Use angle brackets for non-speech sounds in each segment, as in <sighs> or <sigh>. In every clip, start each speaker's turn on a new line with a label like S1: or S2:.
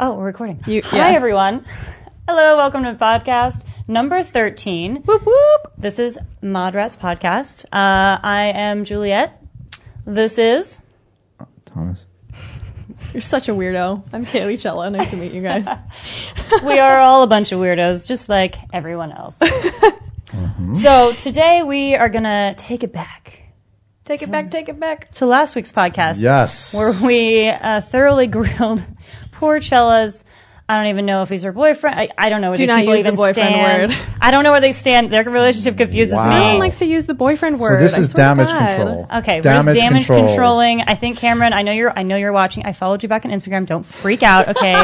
S1: Oh, we're recording.
S2: You-
S1: Hi,
S2: yeah.
S1: everyone. Hello, welcome to podcast number 13.
S2: Whoop whoop.
S1: This is Mod Rats Podcast. Uh, I am Juliet. This is.
S3: Thomas.
S2: You're such a weirdo. I'm Kaylee Cello. Nice to meet you guys.
S1: We are all a bunch of weirdos, just like everyone else.
S2: <laughs>
S3: Mm-hmm.
S1: So today we are going to take it back
S2: <laughs> take it back. Take it back.
S1: to last week's podcast.
S3: Yes.
S1: where we uh, thoroughly <laughs> grilled poor Cella's. I don't even know if he's her boyfriend. I, I don't know where
S2: Do
S1: these
S2: not
S1: people
S2: use the
S1: even
S2: boyfriend
S1: stand.
S2: word. Oh
S1: I don't know where they stand. Their relationship confuses
S3: Wow.
S2: No one
S1: me.
S3: Like-
S2: likes to use the boyfriend
S3: so
S2: word.
S3: this
S2: I
S3: is
S2: swear to
S3: damage
S2: God.
S3: control.
S1: Okay, where's damage controlling? I think Cameron. I know you're. I know you're watching. I followed you back on Instagram. Don't freak out.
S2: <laughs>
S1: Okay.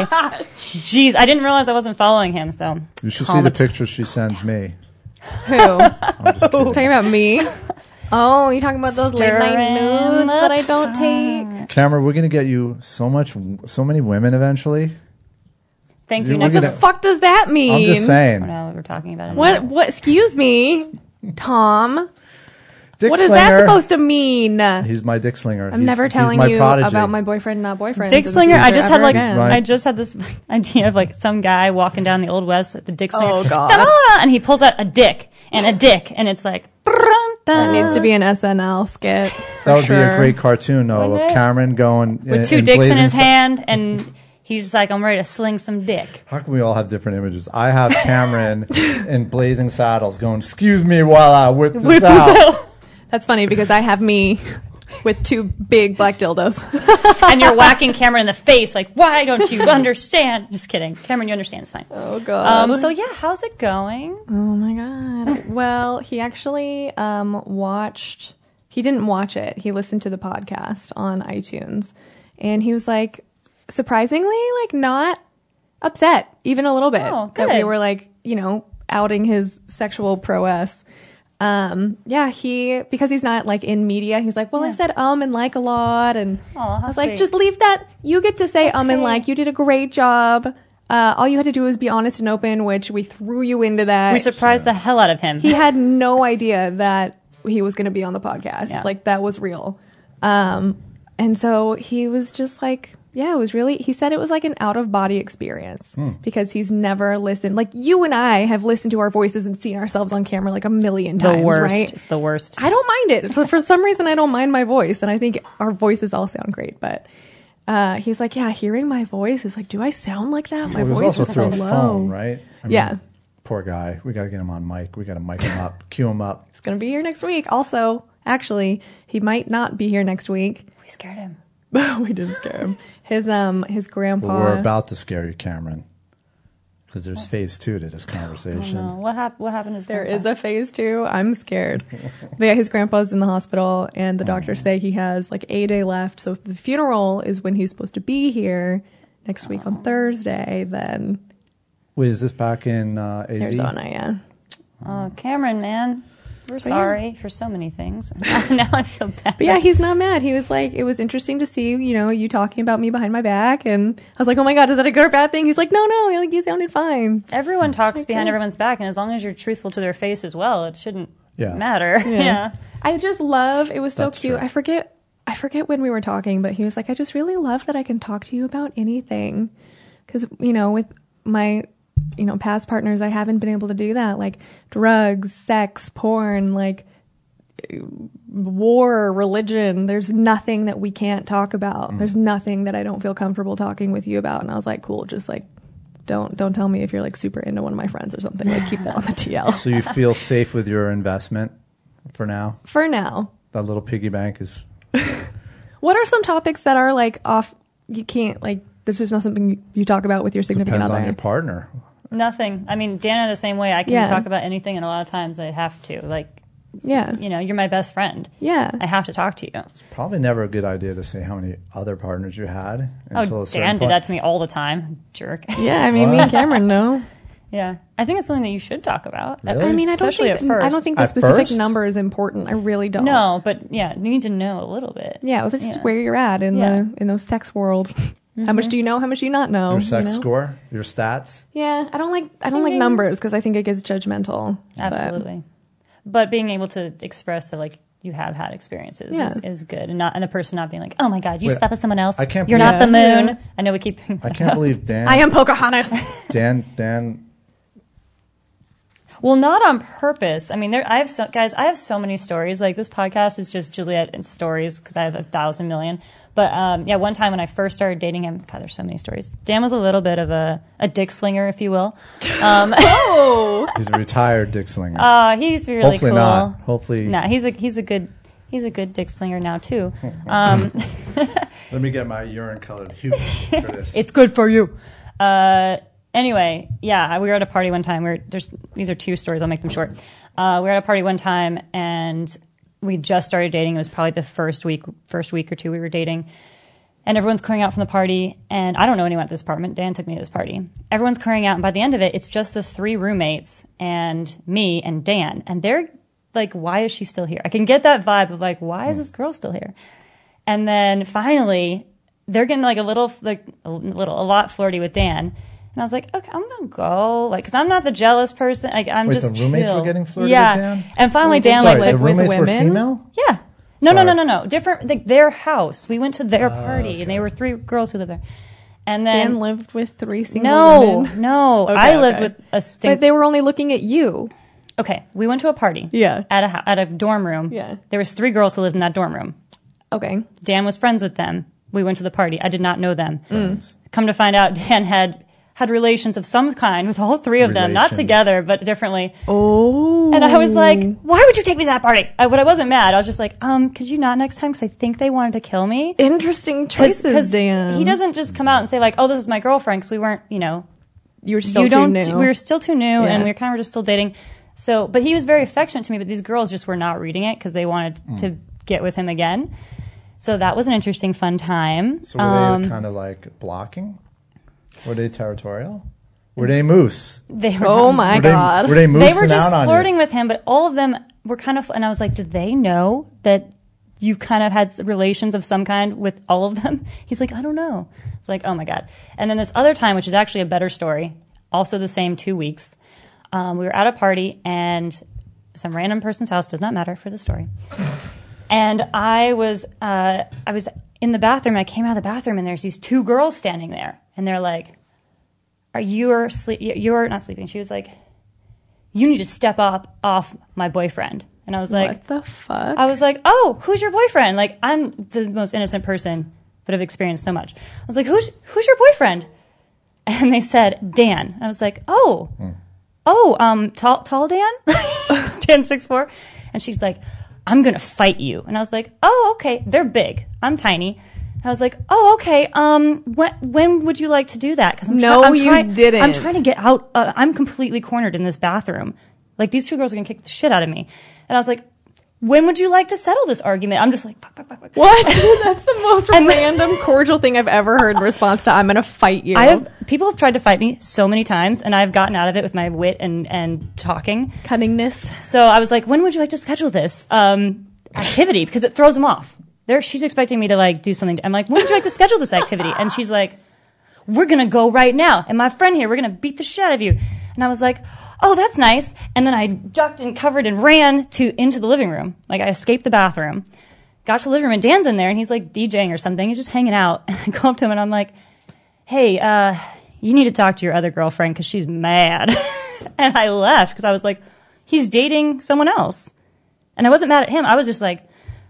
S1: Jeez, I didn't realize I wasn't following him. So
S3: You should
S1: Calm
S3: see the
S1: it.
S3: pictures she sends me.
S2: Who? <laughs> talking
S3: I'm just kidding.
S2: about me? <laughs> Oh, you talking about those late night
S1: Stirring
S2: nudes
S1: the
S2: that I don't take?
S3: Cameron, we're gonna get you so much, so many women eventually.
S1: Thank
S3: You
S1: you.
S3: look
S1: Next.
S3: at
S2: The fuck does that mean?
S3: I'm just
S1: I don't
S3: saying.
S1: know what we're talking about. it.
S2: What? What? Excuse me, Tom.
S3: Dick
S2: What is
S3: Slinger.
S2: that supposed to mean? I'm
S3: He's my dick slinger. I'm
S2: never telling
S3: he's my
S2: you
S3: prodigy.
S2: about my boyfriend, not boyfriend.
S1: Dick
S2: in the
S1: Slinger. I
S2: future
S1: just had
S2: ever
S1: like
S2: again.
S3: Right.
S1: I just had this <laughs> idea of like some guy walking down the old west with the Dick Slinger.
S2: Oh, God.
S1: "Ta-da!" And he pulls out a dick and a dick, and it's like.
S2: That needs to be an SNL skit. for
S3: That would be
S2: sure.
S3: a great cartoon, though,
S1: Wouldn't
S3: of
S1: it?
S3: Cameron going
S1: with two dicks in his hand, and he's like, "I'm ready to sling some dick."
S3: How can we all have different images? I have Cameron in blazing saddles going, "Excuse me while I whip
S1: <laughs>
S3: this
S1: Whip this
S3: out."
S1: out.
S2: That's funny because I have me with two big black dildos.
S1: and you're whacking Cameron in the face, like, "Why don't you understand?" Just kidding, Cameron. You understand? It's fine.
S2: Oh god.
S1: Um, so yeah, how's it going?
S2: oh my god. Well, he actually um, watched. He didn't watch it. He listened to the podcast on iTunes, and he was like, surprisingly, like not upset even a little bit
S1: Oh,
S2: that we
S1: good.
S2: were like, you know, outing his sexual prowess. Um, yeah, he because he's not like in media. He's like, well, I
S1: Yeah.
S2: said um and like a lot, and
S1: Aw,
S2: I
S1: how
S2: was like,
S1: sweet.
S2: just leave that. You get to say um and
S1: okay.
S2: like. You did a great job. Uh, all you had to do was be honest and open, which we threw you into that.
S1: We surprised the hell out of him.
S2: he had no idea that he was going to be on the podcast.
S1: Yeah.
S2: Like that was real. Um, and so he was just like, yeah, it was really. He said it was like an out of body experience
S3: Hmm.
S2: because he's never listened. Like you and I have listened to our voices and seen ourselves on camera like a million
S1: the
S2: times,
S1: worst.
S2: right?
S1: It's the worst.
S2: I don't mind it. For, for some reason, I don't mind my voice, and I think our voices all sound great. But uh, he's like, yeah, hearing my voice is like, do I sound like that? My
S3: It was
S2: voice
S3: also
S2: is
S3: through
S2: so
S3: a
S2: low.
S3: phone, right? I mean,
S2: Yeah.
S3: Poor guy. We got to get him on mic. We got to mic him up, cue him up.
S2: It's gonna be here next week. Also, actually, he might not be here next week. <laughs>
S1: We scared him.
S2: we didn't scare him. His um, his
S3: But we're
S2: grandpa.
S3: about to scare you, Cameron, because there's phase two to this conversation.
S1: Oh, what happened? What happened? Is
S2: there is a phase two. I'm
S3: <laughs>
S2: scared. but yeah, his grandpa's in the hospital, and the
S3: Mm.
S2: doctors say he has like a day left. So if the funeral is when he's supposed to be here next week
S3: Oh.
S2: on Thursday, then
S3: Wait, is this back in uh, AZ?
S2: Arizona, yeah.
S1: Oh, Cameron, man, we're sorry for so many things. <laughs> now I feel bad.
S2: But yeah, he's not mad. He was like, it was interesting to see, you know, you talking about me behind my back, and I was like, oh my god, is that a good or bad thing? He's like, no, no, like you sounded fine.
S1: Everyone talks behind everyone's back, and as long as you're truthful to their face as well, it shouldn't
S3: Yeah.
S1: matter. <laughs> Yeah.
S2: I just love. It was so
S3: That's
S2: cute.
S3: true.
S2: I forget. I forget when we were talking, but he was like, "I just really love that I can talk to you about anything," because you know, with my you know past partners, I haven't been able to do that, like drugs, sex, porn, like eh, war, religion. There's nothing that we can't talk about.
S3: Mm-hmm.
S2: There's nothing that I don't feel comfortable talking with you about. And I was like, "Cool, just like." Don't don't tell me if you're like super into one of my friends or something. Like keep that on the TL
S3: So you feel safe with your investment for now?
S2: <laughs> for now.
S3: That little piggy bank is.
S2: What are some topics that are like off? You can't like. This is not something you, you talk about with your significant
S3: Depends
S2: other.
S3: on your partner.
S1: Nothing. I mean, Dana, the same way. I can
S2: Yeah.
S1: talk about anything, and a lot of times I have to. Like,
S2: yeah,
S1: you know, you're my best friend.
S2: yeah.
S1: I have to talk to you.
S3: Probably never a good idea to say how many other partners you had until
S1: Oh,
S3: a certain
S1: Dan did
S3: point.
S1: that to me all the time. Jerk. <laughs>
S2: yeah, I mean, me and Cameron know.
S1: yeah. I think it's something that you should talk about.
S3: Really?
S2: I mean, I don't
S1: Especially
S2: think
S1: at first.
S2: I don't think the
S3: At
S2: specific
S3: first?
S2: number is important. I really don't.
S1: No, but yeah, you need to know a little bit.
S2: Yeah, it was just
S1: Yeah.
S2: where you're at in
S1: Yeah. Mm-hmm.
S2: the in the sex world. <laughs> How much do you know? How much do you not know?
S3: your
S2: you
S3: sex
S2: know?
S3: score, your stats.
S2: Yeah, I don't like I don't like numbers because I think it gets judgmental. but-
S1: Absolutely. But being able to express that, like, you have had experiences
S2: Yeah.
S1: is, is good, and not and the person not being like, oh my god, you
S3: Wait,
S1: slept with someone else.
S3: I can't
S1: You're
S3: believe-
S1: not the
S2: Yeah.
S1: moon.
S2: Yeah.
S1: I know we keep.
S3: I
S2: <laughs>
S3: can't believe Dan.
S2: I
S1: <laughs>
S2: am Pocahontas. <laughs>
S3: Dan. Dan.
S1: Well, not on purpose. I mean, there. I have so guys. I have so many stories. Like this podcast is just Juliet and stories because I have a thousand million. But um, yeah, one time when I first started dating him, God, there's so many stories. Dan was a little bit of a, a dick slinger, if you will. Um,
S2: oh,
S3: He's a retired dick slinger.
S1: uh, he used to be really
S3: Hopefully
S1: cool.
S3: not. Hopefully-
S1: no. He's a he's a good he's a good dick slinger now too. Um,
S3: Let me get my urine colored <laughs> hue for this.
S1: It's good for you. Uh, anyway, yeah, we were at a party one time. We were, there's these are two stories. I'll make them short. Uh, we were at a party one time, and we just started dating. It was probably the first week, first week or two we were dating. And everyone's clearing out from the party, and I don't know anyone at this apartment. Dan took me to this party. Everyone's clearing out, and by the end of it, it's just the three roommates and me and Dan. And they're like, why is she still here? I can get that vibe of like, why is this girl still here? And then finally, they're getting like a little, like a little, a lot flirty with Dan. And I was like, okay, I'm gonna go, like, cause I'm not the jealous person. Like, I'm
S3: Wait,
S1: just
S3: the roommates were
S1: chill.
S3: getting flirty with
S1: yeah.
S3: Dan?
S1: And finally,
S2: Wait, did
S1: Dan
S2: you
S1: like,
S3: Sorry,
S2: like
S3: the
S1: took-
S2: with
S3: roommates were
S2: women?
S3: female.
S1: yeah. No, no, no,
S3: Sorry. Ah,
S1: no, no. Different, like their house. We went to their party, and they were three girls who lived there. And then
S2: Dan lived with three single
S1: no,
S2: women.
S1: no,
S2: Okay,
S1: I lived
S2: okay.
S1: with a
S2: But
S1: stink.
S2: they were only looking at you.
S1: okay, we went to a party.
S2: Yeah.
S1: At a hou- at a dorm room.
S2: Yeah.
S1: There was three girls who lived in that dorm room.
S2: Okay.
S1: Dan was friends with them. We went to the party. I did not know them.
S3: Friends.
S1: Come to find out, <laughs> Dan had had relations of some kind with all three of them, not
S3: Relations.
S1: together but differently.
S2: Oh.
S1: And I was like, "Why would you take me to that party?" I, but I wasn't mad. I was just like, "Um, could you not next time? Because I think they wanted to kill me."
S2: interesting choices, Dan.
S1: he doesn't just come out and say like, "Oh, this is my girlfriend," because we weren't, you know,
S2: You were still
S1: you
S2: too
S1: don't.
S2: new.
S1: We were still too new,
S2: Yeah.
S1: and we were kind of just still dating. So, but he was very affectionate to me. But these girls just were not reading it because they wanted
S2: Mm.
S1: to get with him again. So that was an interesting, fun time. Um,
S3: So were they kind of like blocking? Were they territorial? Were they moose?
S1: They were
S2: oh my
S3: Were they,
S2: god.
S3: were they moosing
S1: they were just
S3: out on
S1: flirting
S3: you?
S1: with him, but all of them were kind of. And I was like, did they know that you kind of had s- relations of some kind with all of them? <laughs> He's like, I don't know. It's like, oh my god. And then this other time, which is actually a better story, also the same two weeks, um, we were at a party and some random person's house does not matter for the story. And I was uh, I was in the bathroom. I came out of the bathroom and there's these two girls standing there, and they're like. Are Uh, you're sleep? You're not sleeping. She was like, you need to step up off my boyfriend. And I was like,
S2: what the fuck?
S1: I was like, oh, who's your boyfriend? Like, I'm the most innocent person, but have experienced so much. I was like, who's, who's your boyfriend? <laughs> And they said, Dan. I was like, oh, oh, um, tall, tall Dan? <laughs> Dan 6'4. And she's like, I'm going to fight you. And I was like, oh, okay. They're big. I'm tiny. I was like, oh, okay. Um, when, when would you like to do that? Cause I'm
S2: No,
S1: I'm
S2: you
S1: trying-
S2: didn't.
S1: I'm trying to get out. Uh, I'm completely cornered in this bathroom. Like these two girls are gonna kick the shit out of me. And I was like, when would you like to settle this argument? I'm just like, fuck, fuck, fuck, fuck. <laughs>
S2: what? That's the most
S1: And then-
S2: random cordial thing I've ever heard in response to I'm gonna fight you.
S1: I have people have tried to fight me so many times, and I've gotten out of it with my wit and and talking.
S2: cunningness.
S1: So I was like, when would you like to schedule this um, activity? Because it throws them off. There, she's expecting me to like do something. I'm like, when would you like to schedule this activity? And she's like, we're gonna go right now. And my friend here, we're gonna beat the shit out of you. And I was like, oh, that's nice. And then I ducked and covered and ran to into the living room. Like I escaped the bathroom, got to the living room, and Dan's in there, and he's like DJing or something. He's just hanging out. <laughs> And I go up to him and I'm like, hey, uh, you need to talk to your other girlfriend because she's mad. <laughs> and I left because I was like, he's dating someone else. And I wasn't mad at him. I was just like,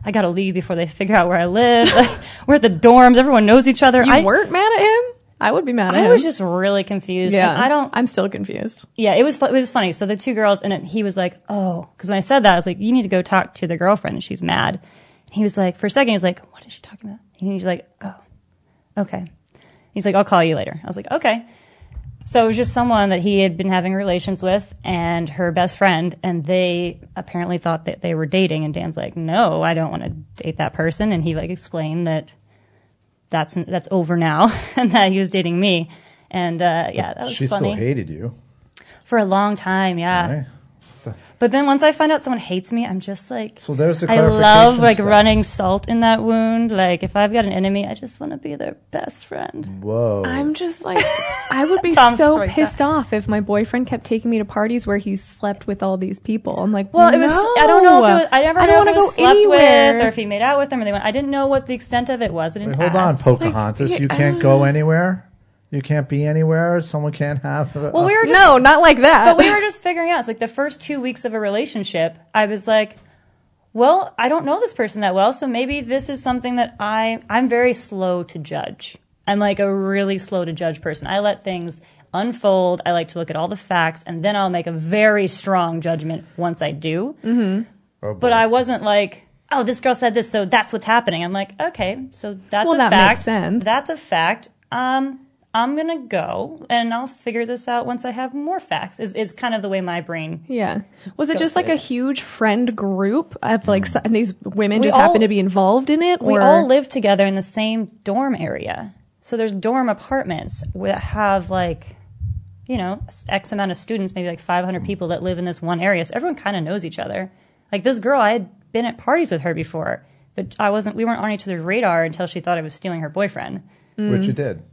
S1: I gotta leave before they figure out where I live. <laughs> Like, we're at the dorms. Everyone knows each other.
S2: You
S1: I,
S2: weren't mad at him? I would be mad at him.
S1: I was just really confused.
S2: yeah.
S1: And I don't,
S2: I'm still confused.
S1: yeah, it was, fu- it was funny. So the two girls and it, he was like, oh, cause when I said that, I was like, you need to go talk to the girlfriend. She's mad. And he was like, for a second, he's like, what is she talking about? And he's like, oh, okay. He's like, I'll call you later. I was like, okay. So it was just someone that he had been having relations with and her best friend, and they apparently thought that they were dating. And Dan's like, no, I don't want to date that person. And he like explained that that's, that's over now <laughs> and that he was dating me. And, uh, yeah, that was
S3: She
S1: funny
S3: still hated you.
S1: for a long time. Yeah.
S3: right? the-
S1: But then once I find out someone hates me, I'm just like,
S3: So there's the
S1: I love
S3: clarification
S1: like
S3: steps.
S1: running salt in that wound. Like if I've got an enemy, I just want to be their best friend.
S3: Whoa.
S2: I'm just like, <laughs> I would be
S1: <laughs> Tom's
S2: so
S1: freaked
S2: pissed off if my boyfriend kept taking me to parties where he slept with all these people. I'm like,
S1: Well, it was,
S2: no.
S1: I don't know if it was, I never
S2: I
S1: know
S2: don't
S1: if it
S2: wanna
S1: was slept
S2: anywhere.
S1: with or if he made out with them or they went, I didn't know what the extent of it was. I didn't
S3: Wait, hold on,
S1: ask.
S3: Pocahontas. you can't go anywhere. You can't be anywhere. Someone can't have. A,
S1: Well, we were just
S2: no, not like that.
S1: but
S2: <laughs>
S1: we were just figuring out. It's like the first two weeks of a relationship, I was like, well, I don't know this person that well, so maybe this is something that I I'm very slow to judge. I'm like a really slow to judge person. I let things unfold. I like to look at all the facts, and then I'll make a very strong judgment once I do.
S3: oh,
S1: But I wasn't like. Oh, this girl said this, so that's what's happening. I'm like, okay, so that's
S2: Well,
S1: a
S2: that makes
S1: fact.
S2: sense.
S1: That's a fact. Um, I'm gonna go and I'll figure this out once I have more facts. Is is kind of the way my brain.
S2: yeah. Was it just like
S1: say Hmm.
S2: a huge friend group of like, so- and these women
S1: We
S2: just happen
S1: all-
S2: to be involved in it?
S1: We
S2: or
S1: all live together in the same dorm area, so there's dorm apartments that have like, you know, s- x amount of students, maybe like 500 people that live in this one area. So everyone kind of knows each other. Like this girl, I had been at parties with her before, but I wasn't. We weren't on each other's radar until she thought I was stealing her boyfriend.
S3: which you
S1: Mm.
S3: did,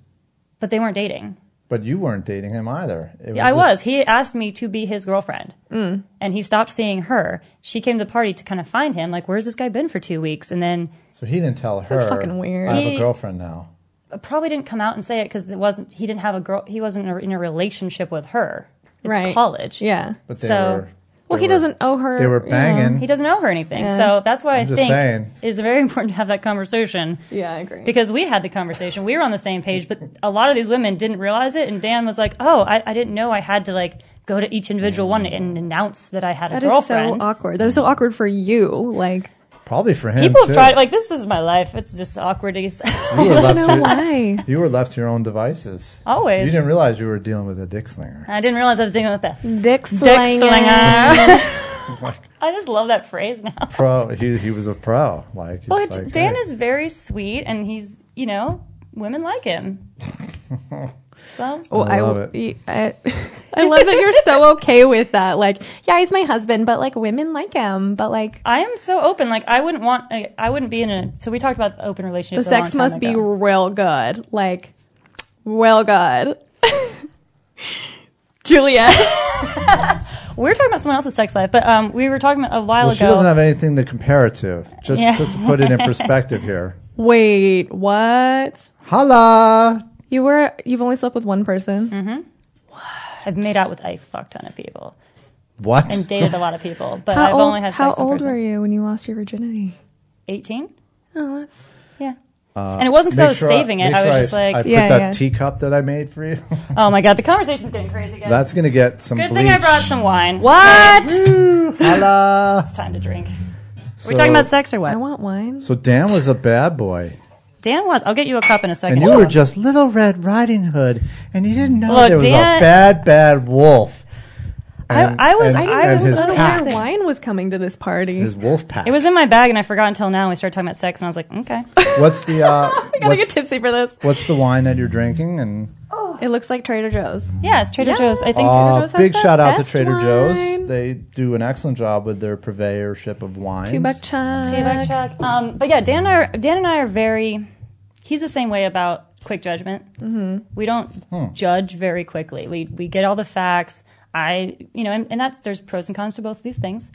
S1: But they weren't dating.
S3: but you weren't dating him either. It
S1: I was.
S3: just-
S1: He asked me to be his girlfriend. Mm. And he stopped seeing her. She came to the party to kind of find him, like, where's this guy been for two weeks? And then
S3: So he didn't tell her.
S2: fucking weird.
S3: I have
S1: He-
S3: a girlfriend now.
S1: uh, probably didn't come out and say it because it wasn't, he didn't have a girl, he wasn't in a- in a relationship with her. It's
S2: Right.
S1: college.
S2: Yeah.
S3: But they
S1: So-
S3: were.
S2: Well,
S3: they
S2: he
S3: were-
S2: doesn't owe her.
S3: They were
S2: yeah.
S3: banging.
S1: He doesn't owe her anything.
S2: Yeah.
S1: So that's why i
S3: I'm just
S1: think
S3: saying.
S1: it is very <laughs> important to have that conversation
S2: Yeah, I agree.
S1: because we had the conversation. We were on the same page, but a lot of these women didn't realize it. And Dan was like, oh, I, I didn't know I had to like go to each individual one and announce that I had a
S2: that is
S1: girlfriend.
S2: so awkward. That is so awkward for you. Like,
S3: Probably for him.
S1: People
S3: too.
S1: have tried like this is my life. It's just awkward. <laughs> as-
S3: You were
S2: I don't
S3: left
S2: know
S3: to,
S2: why.
S3: You were left to your own devices.
S1: Always.
S3: You didn't realize you were dealing with a
S2: <laughs>
S3: dick slinger.
S1: I didn't realize I was dealing with that. Dick
S2: Dick
S1: slinger.
S2: slinger. <laughs>
S1: I
S2: Oh
S1: just love that phrase now.
S3: Pro. He, he was a pro. Like.
S1: Well,
S3: it's like,
S1: Dan
S3: hey.
S1: is very sweet, and he's you know women like him.
S3: <laughs>
S1: so
S2: Oh, I
S3: love
S2: w- I, <laughs> I love that you're so okay with that. Like, yeah, he's my husband, but like women like him. But like,
S1: I am so open. Like I wouldn't want. I I wouldn't be in a. So we talked about open
S2: the
S1: relationships. a long
S2: sex
S1: time
S2: must be
S1: ago.
S2: real good. Like, real good. <laughs> Juliet.
S1: We We're talking about someone else's sex life, but um, we were talking about a while
S3: Well, she
S1: ago.
S3: doesn't have anything to compare it to. Just,
S1: Yeah.
S3: just to
S1: <laughs>
S3: put it in perspective here.
S2: Wait, what?
S3: Holla.
S2: You were you've only slept with one person.
S1: Mm-hmm. I've made out with a fuck ton of people
S3: What?
S1: and dated a lot of people, but
S2: How
S1: I've
S2: old,
S1: only had
S2: how
S1: sex with one
S2: old
S1: person.
S2: were you when you lost your virginity?
S1: 18?
S2: Oh, that's
S1: Yeah. and it wasn't because I
S3: Uh, Make
S1: was
S3: sure
S1: saving it.
S3: make
S1: I was
S3: sure
S1: just like,
S3: I put
S2: Yeah,
S3: that
S2: yeah.
S3: teacup that I made for you. <laughs>
S1: oh my God, the conversation's getting crazy again.
S3: That's gonna get some.
S1: Good
S3: bleach.
S1: thing I brought some wine.
S2: what?
S3: Holla.
S1: It's time to drink.
S3: So,
S1: Are we talking about sex or what?
S2: I want wine.
S3: So Dan was a bad boy,
S1: Dan was. I'll get you a cup in a second.
S3: and you were
S1: Sean.
S3: just Little Red Riding Hood, and you didn't know
S1: Look,
S3: there was
S1: Dan-
S3: a bad, bad wolf.
S1: I- I was-
S2: I
S1: I
S2: didn't
S1: was
S2: even
S3: his
S2: know
S3: pack,
S2: where wine was coming to this party. <laughs>
S3: his wolf pack.
S1: It was in my bag and I forgot until now. We started talking about sex and I was like,
S2: <laughs>
S1: okay.
S3: What's
S1: <laughs>
S3: the uh,
S2: I gotta get
S3: what's,
S2: tipsy for this.
S3: what's the wine that you're drinking? And
S2: It looks like Trader Joe's.
S1: Yeah, it's Trader
S2: Yeah.
S1: Joe's. I think.
S3: uh,
S2: Joe's has
S3: big
S2: the
S3: shout out to
S2: best
S3: Trader
S2: wine.
S3: Joe's. They do an excellent job with their purveyorship of wines.
S2: Two buck chai.
S1: Steve Chuck. Um, but yeah, Dan and I are, Dan and I are very. He's the same way about quick judgment. We don't
S3: Hmm.
S1: judge very quickly. We we get all the facts. I you know, and, and that's there's pros and cons to both of these things.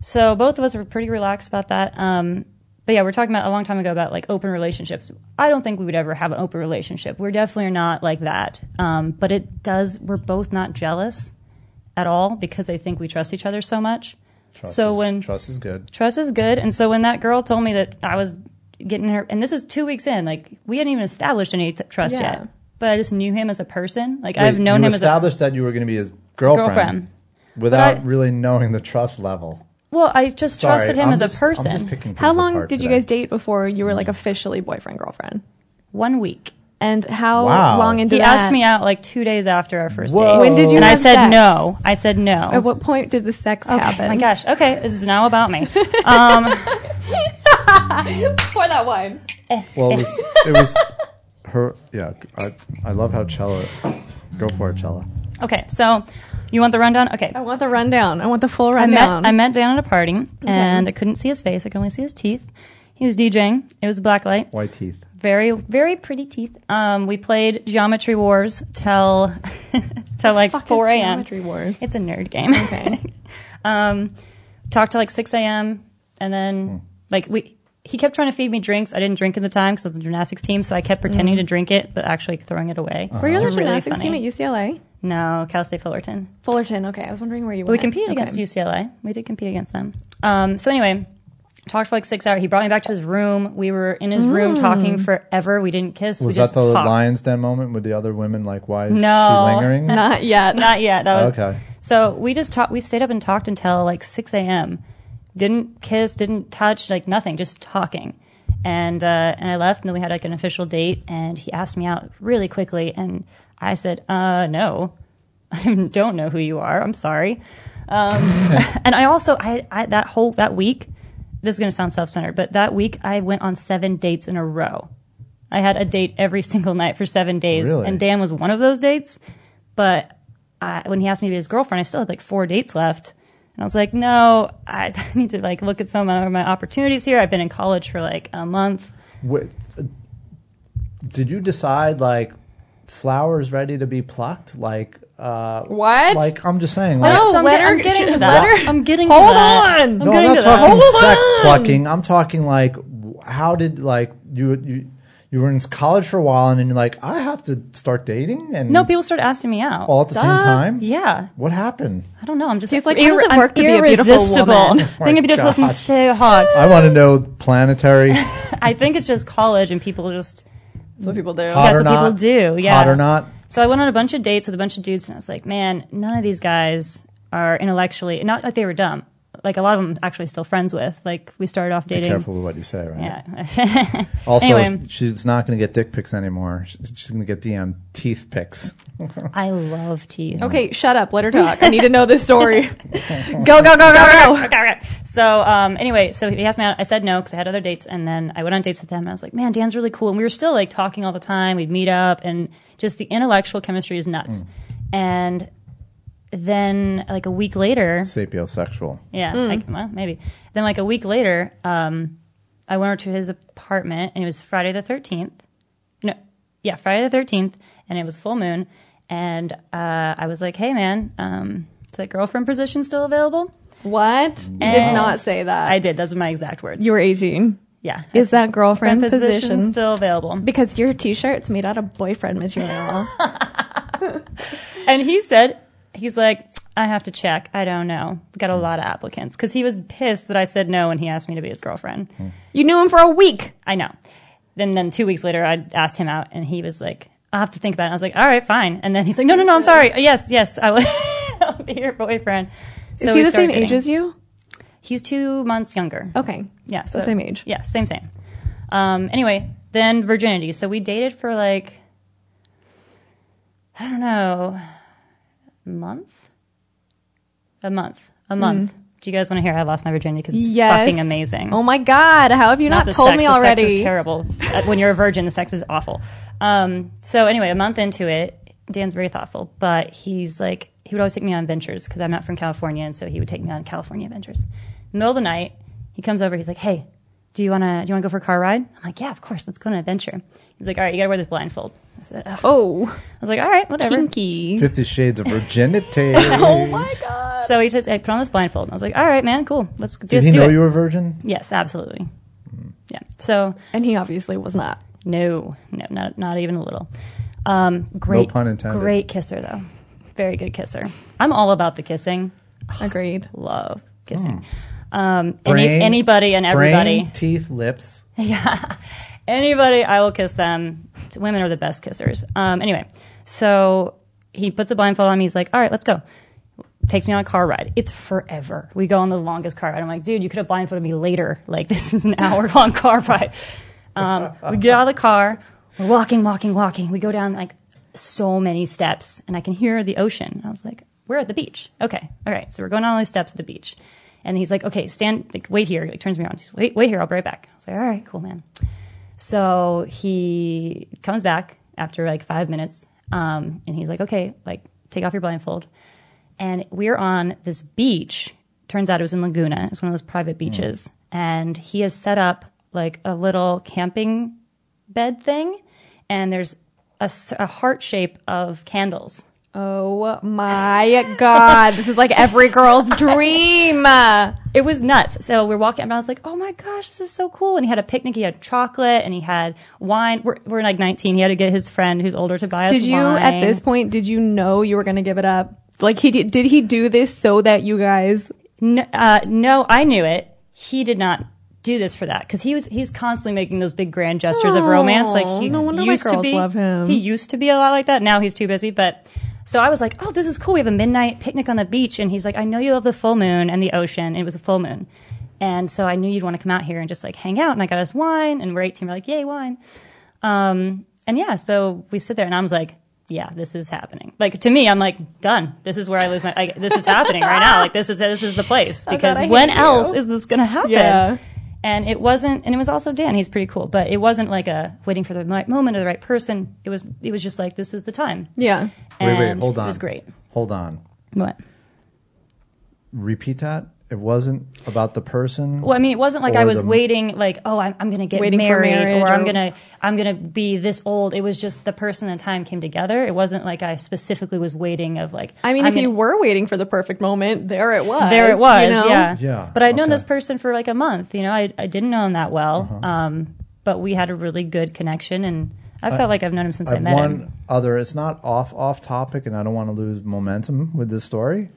S1: So both of us were pretty relaxed about that. Um, but yeah, we're talking about a long time ago about like open relationships. I don't think we would ever have an open relationship. We're definitely not like that. Um, but it does. We're both not jealous at all because I think we trust each other so much.
S3: Trust
S1: so
S3: is-
S1: when
S3: trust is good.
S1: trust is good. And so when that girl told me that I was getting her, and this is two weeks in, like we hadn't even established any th- trust
S2: Yeah.
S1: yet, but I just knew him as a person. Like
S3: Wait,
S1: I've known
S3: you
S1: him as a
S3: established that you were going to be his girlfriend,
S1: Girlfriend.
S3: without
S1: But I-
S3: really knowing the trust level.
S1: well, I just
S3: Sorry,
S1: trusted him
S3: I'm
S1: as
S3: just-
S1: a
S3: I'm
S1: person.
S3: just picking
S2: How
S3: things
S2: long
S3: apart
S2: did you
S3: today.
S2: guys date before you were like officially boyfriend girlfriend?
S1: One week.
S2: And how
S3: Wow.
S2: long into
S1: He
S2: that?
S1: asked me out like two days after our first
S3: Whoa.
S1: date.
S2: When did you
S1: And I
S2: have
S1: said
S2: sex?
S1: no. I said no.
S2: At Oh, what point did the sex happen?
S1: Oh my gosh. Okay, this is now about
S2: <laughs>
S1: me.
S2: Pour that wine.
S3: Well, it was,
S1: <laughs>
S3: it was her. Yeah, I, I love how Cella. Go for it, Cella.
S1: Okay, so You want the rundown? Okay.
S2: I want the rundown. I want the full
S1: I
S2: rundown.
S1: met, I met Dan at a party and I couldn't see his face. I could only see his teeth. He was DJing. It was a black light.
S3: White teeth.
S1: Very, very pretty teeth. Um, we played Geometry Wars till, <laughs> till like
S2: Fuck is
S1: 4 a.m.
S2: Geometry Wars?
S1: It's a nerd game.
S2: Okay.
S1: <laughs> um, talked till like 6 a.m. And then,
S3: Hmm.
S1: like, we, he kept trying to feed me drinks. I didn't drink at the time because I was a gymnastics team, so I kept pretending to
S2: Mm-hmm.
S1: drink it, but actually throwing it away.
S3: Uh-huh.
S2: Were you on the
S1: It's really
S2: gymnastics
S1: funny.
S2: team at UCLA?
S1: No, Cal State Fullerton.
S2: Fullerton. Okay, I was wondering where you were.
S1: But we competed against UCLA. We did compete against them. Um, so anyway, talked for like six hours. He brought me back to his room. We were in his
S2: Mm.
S1: room talking forever. We didn't kiss.
S3: Was
S1: we
S3: that
S1: just
S3: the
S1: talked.
S3: lion's den moment with the other women? Like, why is
S1: No.
S3: she
S2: <laughs>
S3: lingering?
S2: Not yet.
S1: Not yet. That was
S3: Okay.
S1: So we just talked. We stayed up and talked until like six a.m. Didn't kiss. Didn't touch. Like nothing. Just talking. And uh, and I left. And then we had like an official date. And he asked me out really quickly. And I said, uh, no, <laughs> I don't know who you are. I'm sorry. Um, and I also I, I that whole that week. This is going to sound self-centered, but that week I went on seven dates in a row. I had a date every <laughs> single night for seven days,
S3: Really?
S1: and Dan was one of those dates. But I, when he asked me to be his girlfriend, I still had like four dates left, and I was like, "No, I, <laughs> I need to like look at some of my opportunities here. I've been in college for like a month.
S3: Wait, uh, did you decide like flowers ready to be plucked? Like, uh,
S2: What?
S3: like I'm just saying.
S2: No,
S3: Like,
S1: so I'm,
S2: let
S1: get-
S2: her-
S1: I'm getting to
S2: let
S1: that.
S2: her-
S1: I'm getting
S2: Hold
S1: to that.
S2: on.
S1: I'm
S3: no,
S1: getting
S3: I'm
S1: to
S3: not
S1: that.
S3: talking
S2: Hold
S3: sex
S2: on.
S3: plucking. I'm talking like w- how did like you you you were in college for a while and then you're like I have to start dating and
S1: No, people started asking me out.
S3: all at the same
S2: Duh.
S3: time.
S1: yeah,
S3: What happened?
S1: I don't know. I'm just
S2: She's like, how does it
S1: I'm
S2: work to be a beautiful
S1: irresistible.
S3: <laughs>
S2: woman?
S1: Being a beautiful woman is
S3: gosh.
S1: so hard.
S3: I want to know
S1: <laughs>
S3: planetary
S1: I think it's just college and people just
S2: That's what people do.
S3: hot
S1: That's
S3: or
S1: what people
S3: not.
S1: do, yeah.
S3: hot or not.
S1: So I went on a bunch of dates with a bunch of dudes, and I was like, man, none of these guys are intellectually not like they were dumb. Like a lot of them, actually, still friends with. Like we started off dating.
S3: Careful with what you say, right?
S1: Yeah. <laughs>
S3: Also,
S1: Anyway.
S3: she's not going to get dick pics anymore. She's- She's going to get DM teeth pics.
S1: I love teeth.
S2: Okay, shut up. Let her talk. I need to know
S1: <laughs>
S2: this story. go, go, go, go, go.
S1: So um, anyway, so he asked me out. I said no because I had other dates, and then I went on dates with them. And I was like, man, Dan's really cool, and we were still like talking all the time. We'd meet up, and just the intellectual chemistry is nuts. And then like a week later,
S3: Sapiosexual.
S1: Yeah, like, well, maybe. Then, like a week later, um, I went over to his apartment, and it was Friday the thirteenth. No, yeah, Friday the thirteenth, and it was full moon. And uh, I was like, "Hey, man, um, is that girlfriend position still available?"
S2: What? You did
S1: And-
S2: not say that.
S1: I did. Those are my exact words.
S2: you were 18.
S1: yeah,
S2: Is that girlfriend
S1: girlfriend position,
S2: position?
S1: still available?
S2: because your t-shirt's made out of boyfriend material.
S1: And he said, "He's like." I have to check. I don't know. We got a lot of applicants because he was pissed that I said no when he asked me to be his girlfriend.
S2: you knew him for a
S1: <laughs>
S2: week.
S1: I know. Then then two weeks later, I asked him out, and he was like, "I'll have to think about it." I was like, "All right, fine." And then he's like, "No, no, no, I'm sorry. Yes, yes, I will <laughs> I'll be your boyfriend." So
S2: Is
S1: we
S2: he the
S1: started
S2: same age
S1: dating.
S2: as you?
S1: He's two months younger.
S2: Okay.
S1: yeah,
S2: So same age.
S1: Yeah, same, same. Um, anyway, then virginity. So we dated for like, I don't know, a month, a month, a month. Do you guys want to hear how I lost my virginity? Because it's
S2: Mm. Yes.
S1: fucking amazing.
S2: Oh my god, how have you not,
S1: the
S2: told
S1: sex.
S2: me
S1: The
S2: already?
S1: sex is terrible. Uh, when you're a virgin, the sex is awful. Um, so anyway, a month into it, Dan's very thoughtful, but he's like, he would always take me on ventures because I'm not from California, and so he would take me on California ventures. Middle of the night, he comes over. He's like, "Hey, do you wanna do you wanna go for a car ride?" I'm like, "Yeah, of course. Let's go on an adventure." He's like, "All right, you gotta wear this blindfold." I said, "Ugh."
S2: Oh,
S1: "I was like, all right, whatever."
S2: kinky.
S3: Fifty Shades
S1: <laughs>
S3: of Virginity.
S2: Oh my god.
S1: So he says, "I put on this blindfold," and I was like, "All right, man, cool. Let's just
S3: Did he
S1: do
S3: know
S1: it."
S3: you were a virgin?
S1: yes, absolutely. Yeah. So
S2: And he obviously was not.
S1: No, no, not not even a little. Um, great,
S3: pun intended.
S1: Great kisser though, very good kisser. I'm all about the kissing.
S2: Agreed.
S1: Love kissing. Um, any, anybody and
S3: Hmm. brain,
S1: everybody,
S3: teeth, lips.
S1: anybody, I will kiss them. Women are the best kissers. Um, anyway, so he puts a blindfold on me. He's like, "All right, let's go." Takes me on a car ride. It's forever. We go on the longest car ride. I'm like, dude, you could have blindfolded me later. Like, <laughs> this is an hour long car ride. Um, we get out of the car. We're walking, walking, walking. We go down like so many steps, and I can hear the ocean. I was like, we're at the beach. Okay, all right. So we're going on all these steps at the beach, and he's like, okay, stand, like, wait here. He like, turns me around. He's wait, wait here. I'll be right back. I was like, all right, cool, man. So he comes back after like five minutes, um, and he's like, "Okay, like take off your blindfold." and we're on this beach. Turns out it was in Laguna. It's one of those private beaches. And he has set up like a little camping bed thing, and there's a, s- a heart shape of candles.
S2: Oh my god, this is like every girl's <laughs> dream.
S1: It was nuts. So we're walking, and I was like, "Oh my gosh, this is so cool!" And he had a picnic. He had chocolate, and he had wine. We're, we're like 19. He had to get his friend, who's older, to buy us.
S2: Did you at
S1: wine.
S2: this point did you know you were going to give it up? Like he did, did he do this so that you guys
S1: No, uh, no, I knew it. He did not do this for that because he was he's constantly making those big grand gestures of romance. Like he
S2: no wonder my
S1: used to
S2: girls
S1: be.
S2: love him.
S1: He used to be a lot like that. Now he's too busy. But so I was like, oh, this is cool. We have a midnight picnic on the beach, and he's like, I know you love the full moon and the ocean. It was a full moon, and so I knew you'd want to come out here and just like hang out. And I got us wine, and we're eighteen. We're like, yay, wine. Um, and yeah, so we sit there, and I was like, yeah, this is happening. Like to me, I'm like, done. This is where I lose my. I, this is happening right now. Like this is this is the place because
S2: I hate
S1: when
S2: you.
S1: else is this going to happen?
S2: Yeah.
S1: And it wasn't, and it was also Dan. He's pretty cool, but it wasn't like a waiting for the right moment or the right person. It was, it was just like this is the time.
S2: Yeah.
S3: Wait, wait,
S1: And
S3: hold on.
S1: It was great.
S3: Hold on.
S1: What?
S3: Repeat that. It wasn't about the person.
S1: Well, I mean, it wasn't like
S3: Or
S1: I was
S3: the-
S1: waiting, like, oh, I'm, I'm going to get
S2: Waiting for
S1: married
S2: marriage
S1: or I'm
S2: or-
S1: going to, I'm going to be this old. It was just the person and time came together. It wasn't like I specifically was waiting of like,
S2: I mean,
S1: I'm
S2: if you
S1: gonna-
S2: were waiting for the perfect moment, there it was.
S1: There it was,
S2: you know?
S1: yeah.
S3: Yeah,
S1: But I'd known
S3: okay. Uh-huh.
S1: this person for like a month. You know, I, I didn't know him that well. Um, but we had a really good connection, and I felt like I've known him since
S3: I
S1: I,
S3: have
S1: met
S3: one
S1: him.
S3: other. It's not off off topic, and I don't want to lose momentum with this story.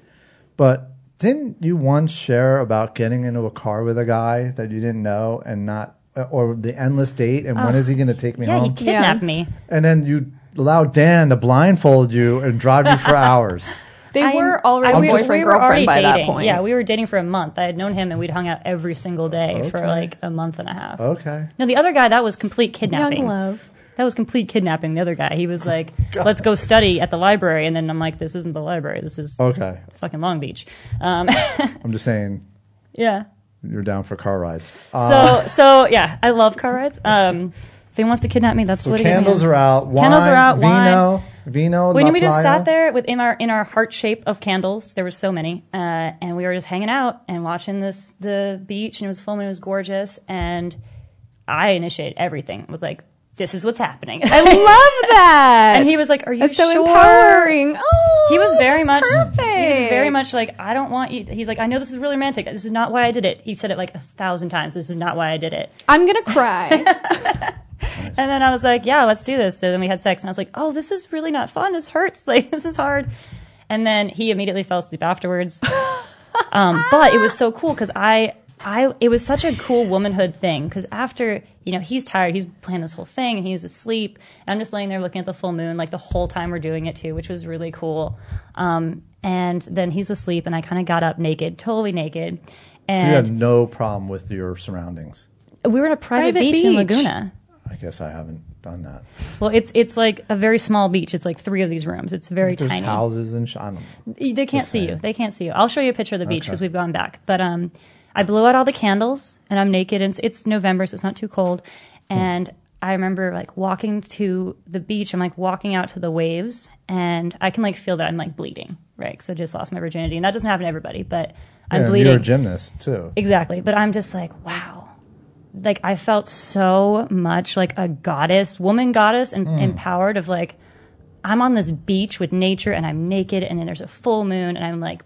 S3: But didn't you once share about getting into a car with a guy that you didn't know and not, uh, or the endless date, and when is he going to take me
S1: Yeah, he
S3: home?
S1: kidnapped
S2: Yeah.
S1: me.
S3: and then you allow Dan to blindfold you and drive you
S1: <laughs>
S3: for hours.
S2: They
S1: I-
S2: were
S1: I-
S2: already
S3: we-
S2: boyfriend
S1: we were
S2: girlfriend
S1: already
S2: by that
S1: dating.
S2: point.
S1: Yeah, we were dating for a month. I had known him, and we'd hung out every single day for
S3: Okay.
S1: like a month and a half.
S3: Okay.
S1: No, the other guy that was complete kidnapping.
S2: Young love.
S1: That was complete kidnapping. The other guy, he was
S3: <laughs>
S1: like, "Let's go study at the library," and then I'm like, "This isn't the library. This is
S3: Okay.
S1: fucking Long Beach." Um,
S3: I'm just saying
S1: yeah.
S3: you're down for car rides. Uh,
S1: So so yeah, I love car rides. Um, if he wants to kidnap me, that's
S3: so
S1: what he
S3: candles are out. Wine,
S1: Candles are out, wine.
S3: Vino, vino.
S1: When
S3: La
S1: we just
S3: Playa.
S1: sat there with in our in our heart shape of candles, there were so many, uh, and we were just hanging out and watching this the beach, and it was full moon, it was gorgeous, and I initiated everything. I was like, "This is what's happening,"
S2: I love that.
S1: <laughs> and he was like, "Are you
S2: That's so
S1: sure?"
S2: empowering. Oh,
S1: He was very
S2: that's
S1: much.
S2: perfect.
S1: He was very much like, "I don't want you." He's like, "I know this is really romantic. This is not why I did it." He said it like a thousand times. This is not why I did it.
S2: I'm
S1: <laughs>
S2: gonna cry.
S1: And then I was like, yeah, let's do this. So then we had sex, and I was like, oh, this is really not fun. This hurts. <laughs> Like, this is hard. And then he immediately fell asleep
S2: <laughs>
S1: afterwards. um, but it was so cool because I, I, it was such a cool womanhood thing because after, you know, he's tired, he's playing this whole thing, and he's asleep. And I'm just laying there looking at the full moon, like the whole time we're doing it too, which was really cool. Um, and then he's asleep, and I kind of got up naked, totally naked.
S3: So you
S1: And
S3: had no problem with your surroundings.
S1: we were in a private,
S2: Private
S1: beach, in
S2: beach.
S1: Laguna.
S3: I guess I haven't done that.
S1: Well, it's it's like a very small beach. It's like three of these rooms. It's very
S3: There's
S1: tiny.
S3: houses and sh- I don't know.
S1: they can't
S3: Just
S1: see you.
S3: saying.
S1: They can't see you. I'll show you a picture of the beach
S3: Okay.
S1: because we've gone back. But um, I blew out all the candles and I'm naked and it's, it's November, so it's not too cold.
S3: Hmm.
S1: And I remember like walking to the beach. I'm like walking out to the waves and I can like feel that I'm like bleeding, right? Because I just lost my virginity and that doesn't happen to everybody, but I'm
S3: Yeah, and
S1: bleeding.
S3: You're a gymnast too.
S1: Exactly. But I'm just like, wow. Like I felt so much like a goddess, woman goddess, and empowered of like, I'm on this beach with nature and I'm naked and then there's a full moon and I'm like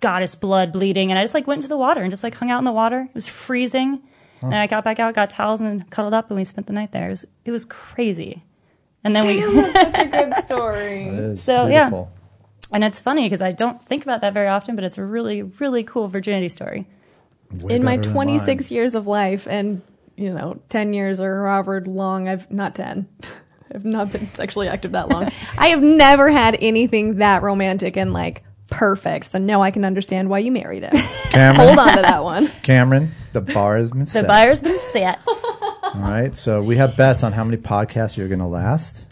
S1: goddess blood bleeding. And I just like went into the water and just like hung out in the water. It was freezing. And I got back out, got towels and then cuddled up and we spent the night there. It was, it was crazy. And then we,
S2: Such a good
S1: <laughs>
S2: story.
S3: It is
S1: So, yeah.
S3: beautiful.
S1: and it's funny because I don't think about that very often, but it's a really, really cool virginity story.
S3: Way
S2: in my
S3: better than
S2: 26
S3: mine.
S2: years of life and you know 10 years or however long i've not 10 <laughs> i've not been sexually active
S1: <laughs>
S2: that long i have never had anything that romantic and like perfect so now i can understand why you
S1: <laughs>
S2: married him
S3: Cameron,
S2: hold on to that one
S3: Cameron, the bar has been
S1: The
S3: set.
S1: buyer's been set.
S3: All right, so we have bets on how many podcasts you're going
S1: <laughs>
S3: to last.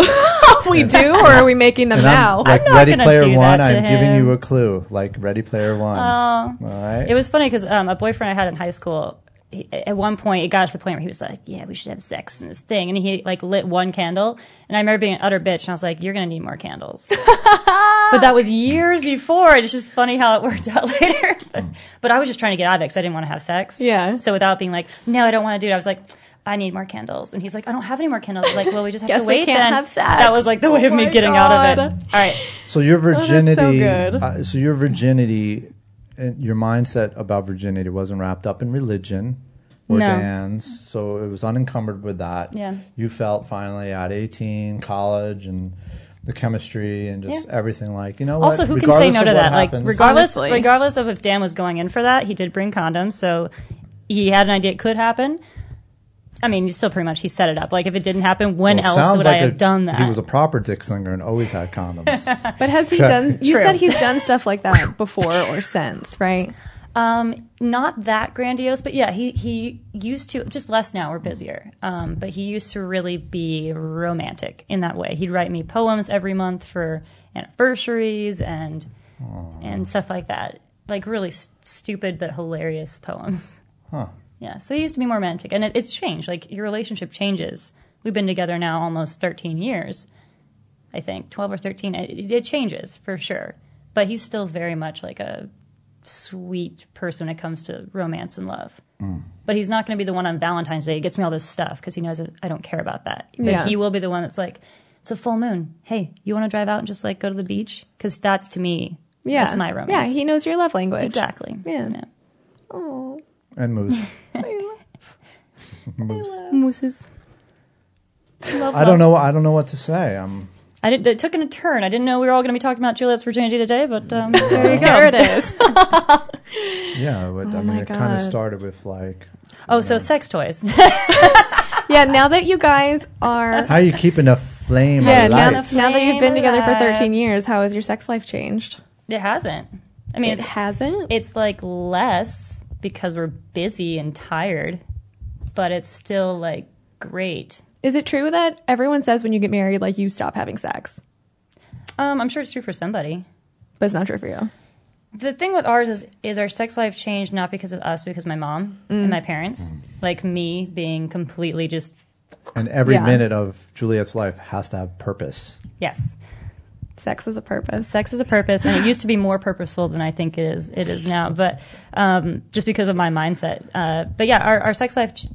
S2: we do or are we making them
S3: And
S2: now
S3: I'm, like
S1: not
S3: Ready
S1: gonna
S3: Player
S1: do that
S3: One,
S1: to
S3: I'm giving
S1: him. Oh,
S3: you a clue. Like Ready Player One. All right.
S1: It was funny because um, a boyfriend I had in high school. He, at one point, it got to the point where he was like, "Yeah, we should have sex in this thing,"
S2: <laughs>
S1: and he like lit one candle. And I remember being an utter bitch, and I was like, "You're gonna need more candles." But that was years before, and it's just funny how it worked <laughs> out later. but, but I was just trying to get out of it because I didn't want to have sex.
S2: Hmm. Yeah.
S1: So without being like, no, I don't want to do it, I was like, I need more candles. And he's like, I don't have any more candles. I was like, well, we
S2: <laughs>
S1: just have
S2: Guess
S1: to
S2: we
S1: wait.
S2: can't
S1: then.
S2: have sex.
S1: That was like the way
S2: Oh
S1: of me
S2: my
S1: getting out
S2: God.
S1: of it. All right.
S3: So your
S1: Oh,
S2: that's so
S3: virginity.
S2: good.
S3: uh, so your virginity, and your mindset about virginity wasn't wrapped up in religion or
S1: No.
S3: bands, so it was unencumbered with that.
S1: Yeah.
S3: You felt finally at eighteen, college, and the chemistry and just
S1: Yeah.
S3: everything. Like you know,
S1: Also,
S3: what?
S1: who can say
S3: Regardless
S1: no
S3: of
S1: to
S3: what
S1: that?
S3: happens-
S1: Like, regardless,
S2: Honestly.
S1: regardless of if Dan was going in for that, he did bring condoms, so he had an idea it could happen. I mean, you still pretty much he set it up. Like, if it didn't happen, when
S3: Well, it
S1: else
S3: sounds
S1: would I
S3: like
S1: have
S3: a-
S1: done that?
S3: He was a proper dick slinger and always
S1: <laughs>
S3: had condoms.
S2: But has he
S3: Okay.
S2: done? You
S1: True.
S2: said he's done stuff like that before or since, right?
S1: Um, not that grandiose, but yeah, he he used to just less now. We're busier, um, but he used to really be romantic in that way. He'd write me poems every month for anniversaries and and stuff like that, like really s- stupid but hilarious poems.
S3: huh.
S1: Yeah, so he used to be more romantic, and it, it's changed. Like your relationship changes. We've been together now almost thirteen years, I think twelve or thirteen. It, it changes for sure, but he's still very much like a sweet person when it comes to romance and love. But he's not going to be the one on Valentine's Day. He gets me all this stuff because he knows that I don't care about that. But
S2: Yeah.
S1: he will be the one that's like, "It's a full moon. Hey, you want to drive out and just like go to the beach? Because that's to me,
S2: Yeah,
S1: that's my romance.
S2: Yeah, he knows your love language.
S1: exactly.
S2: Yeah.
S1: Oh,
S3: and moose.
S1: mooses.
S3: I don't know. I don't know what to say. I'm
S1: I did, that took a turn. I didn't know we were all going to be talking about Juliet's virginity today, but um, there <laughs> you go.
S2: <laughs> There it is.
S3: yeah. But, I
S2: my
S3: mean, it kind
S2: God.
S3: of started with like,
S1: Oh, so sex
S2: <laughs>
S1: toys.
S2: yeah, now that you guys are.
S1: <laughs>
S3: how are you keeping the flame
S2: Yeah, now,
S3: alive?
S1: lights.
S2: now that you've been together for
S1: Flame alive.
S2: 13 years, how has your sex life changed?
S1: it hasn't. I mean,
S2: It
S1: it's,
S2: hasn't.
S1: it's like less because we're busy and tired, but it's still like great.
S2: Is it true that everyone says when you get married, like you stop having sex?
S1: Um, I'm sure it's true for somebody.
S2: But it's not true for you.
S1: the thing with ours is is our sex life changed not because of us, because my mom
S2: Mm.
S1: and my parents, like me being completely just
S3: And every
S2: Yeah.
S3: minute of Juliet's life has to have purpose.
S1: yes.
S2: Sex is a purpose.
S1: Sex is a purpose, and it used to be more purposeful than I think it is. It is now, but um, just because of my mindset. Uh, but yeah, our, our sex life ch-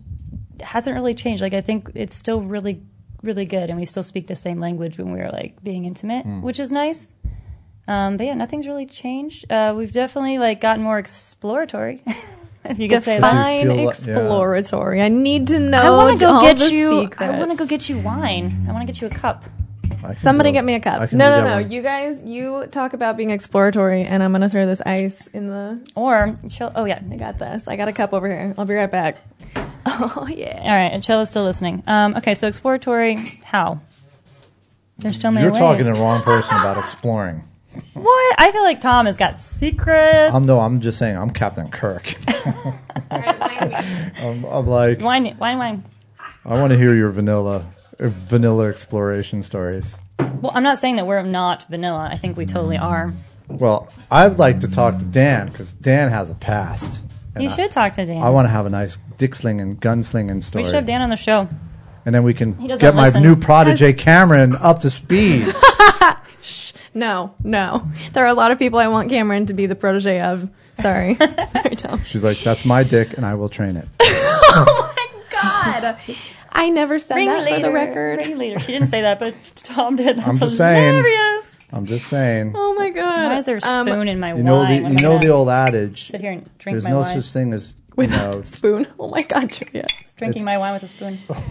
S1: hasn't really changed. Like I think it's still really, really good, and we still speak the same language when we are like being intimate, which is nice. Um, but yeah, nothing's really changed. Uh, we've definitely like gotten more exploratory. <laughs> if you could say that.
S2: Define
S3: feel like- yeah.
S2: exploratory. I need to know.
S1: I want to go
S2: all
S1: get
S2: the
S1: you. I
S2: secrets.
S1: want to go get you wine. I want to get you a cup.
S3: I can
S2: Somebody
S3: do-
S2: get me a
S3: I
S2: cup.
S3: can
S2: No,
S3: do
S2: no,
S3: that
S2: no.
S3: one.
S2: You guys, you talk about being exploratory, and I'm gonna throw this ice in the.
S1: Or chill. Oh yeah.
S2: I got this. I got a cup over here. I'll be right back. <laughs> Oh yeah.
S1: All right. Chilla's still listening. Um, okay. So exploratory. How? There's so many
S3: You're
S1: ways.
S3: talking to the wrong person about exploring.
S1: what? I feel like Tom has got secrets.
S3: I'm no. I'm just saying. I'm Captain Kirk. <laughs>
S2: All right, wine me.
S3: I'm, I'm like.
S1: wine, wine, wine.
S3: I want to hear your vanilla, uh, vanilla exploration stories.
S1: Well, I'm not saying that we're not vanilla. I think we totally
S3: Mm.
S1: are.
S3: Well, I'd like to talk to Dan because Dan has a past. And
S1: You
S3: I-
S1: should talk to Dan.
S3: I want to have a nice dick slinging, gun slinging
S1: we
S3: story.
S1: should have Dan on the show.
S3: and then we can
S1: doesn't
S3: get my
S1: listen.
S3: new protege Cameron up to speed.
S2: <laughs> No, no. There are a lot of people I want Cameron to be the protege of. Sorry. Sorry, Tom.
S3: She's like, "That's my dick, and I will train it."
S2: oh my god. I never said that for the record.
S1: Ringleader. She didn't say that, but Tom did. That's
S3: I'm just saying.
S1: hilarious.
S3: I'm just saying.
S2: Oh my god.
S1: Why is there a spoon
S2: Um,
S1: in my
S3: You know the
S1: wine? What am
S3: you
S1: I
S3: know the
S1: gonna
S3: old adage.
S1: sit here and drink
S3: There's
S1: my
S3: no
S1: wine.
S3: such thing
S1: <laughs>
S3: as you know.
S2: spoon. Oh my god, Julia. <laughs>
S1: Drinking my wine with a spoon.
S3: Um,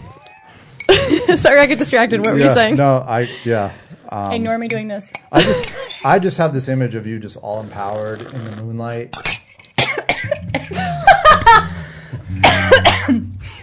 S2: Sorry, I get distracted. What were
S3: yeah,
S2: you saying?
S3: No, I yeah.
S1: hey, Normie, doing this.
S3: I just I just have this image of you just all empowered in the moonlight.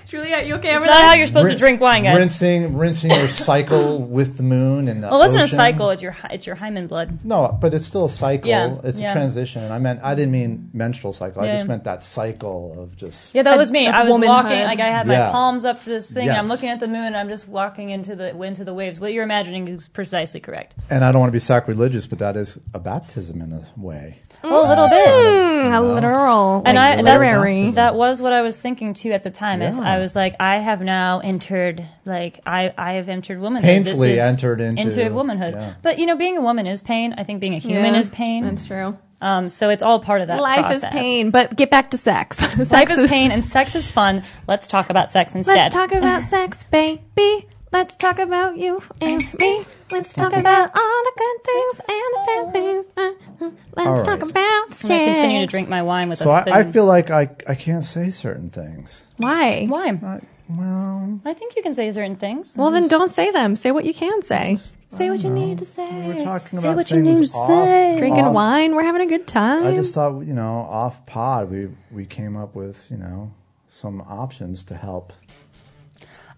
S2: Juliet, you okay over
S1: It's not how
S2: there?
S1: you're supposed to
S3: Rin-
S1: drink wine, guys.
S3: Rinsing, rinsing
S1: <laughs>
S3: your cycle with the moon and the
S1: Well, it wasn't
S3: ocean.
S1: a cycle. It's your hy- it's your hymen blood.
S3: No, but it's still a cycle.
S1: Yeah,
S3: it's
S1: yeah.
S3: a transition. I meant I didn't mean menstrual cycle. I
S1: Yeah.
S3: just meant that cycle of just
S1: Yeah, that
S2: Of-
S1: was me.
S2: of
S1: I was
S2: womanhood.
S1: walking, like I had my
S3: Yeah.
S1: palms up to this thing. And I'm
S3: Yes.
S1: looking at the moon. And I'm just walking into the into the waves. What you're imagining is precisely correct.
S3: and I don't want to be sacrilegious, but that is a baptism in a way.
S1: Well, a little bit.
S2: Mm, a literal.
S1: And
S2: like,
S1: I that,
S2: literary.
S3: baptism.
S1: that was what I was thinking too at the time. Is
S3: Yeah.
S1: I was like, I have now entered, like, I, I have entered womanhood.
S3: Painfully entered into-
S1: womanhood.
S3: yeah.
S1: But, you know, being a woman is pain. I think being a human
S2: Yeah,
S1: is pain.
S2: That's true.
S1: Um, so it's all part of that
S2: Life
S1: process.
S2: is pain, but get back to <laughs> sex. sex
S1: Life is pain and sex is fun. Let's talk about sex instead.
S2: Let's talk <laughs> about sex, baby. Let's talk about you and me. Let's talk about all the good things and the bad things. Uh, uh, Let's
S3: All
S2: talk
S3: right.
S2: about
S1: I'm
S2: sex.
S1: going to continue to drink my wine with
S3: So
S1: a
S3: I,
S1: spoon.
S3: I feel like I, I can't say certain things.
S2: Why?
S1: Why?
S3: I, well,
S1: I think you can say certain things.
S2: Well, then don't say them. Say what you can say. Say what you need to
S3: Uh-huh. we're
S2: say.
S3: talking
S1: Say
S3: about
S1: what you
S3: things
S1: need to
S3: off,
S1: say.
S2: Drinking
S3: off-
S2: wine. We're having a good time.
S3: I just thought, you know, off pod, we we came up with, you know, some options to help.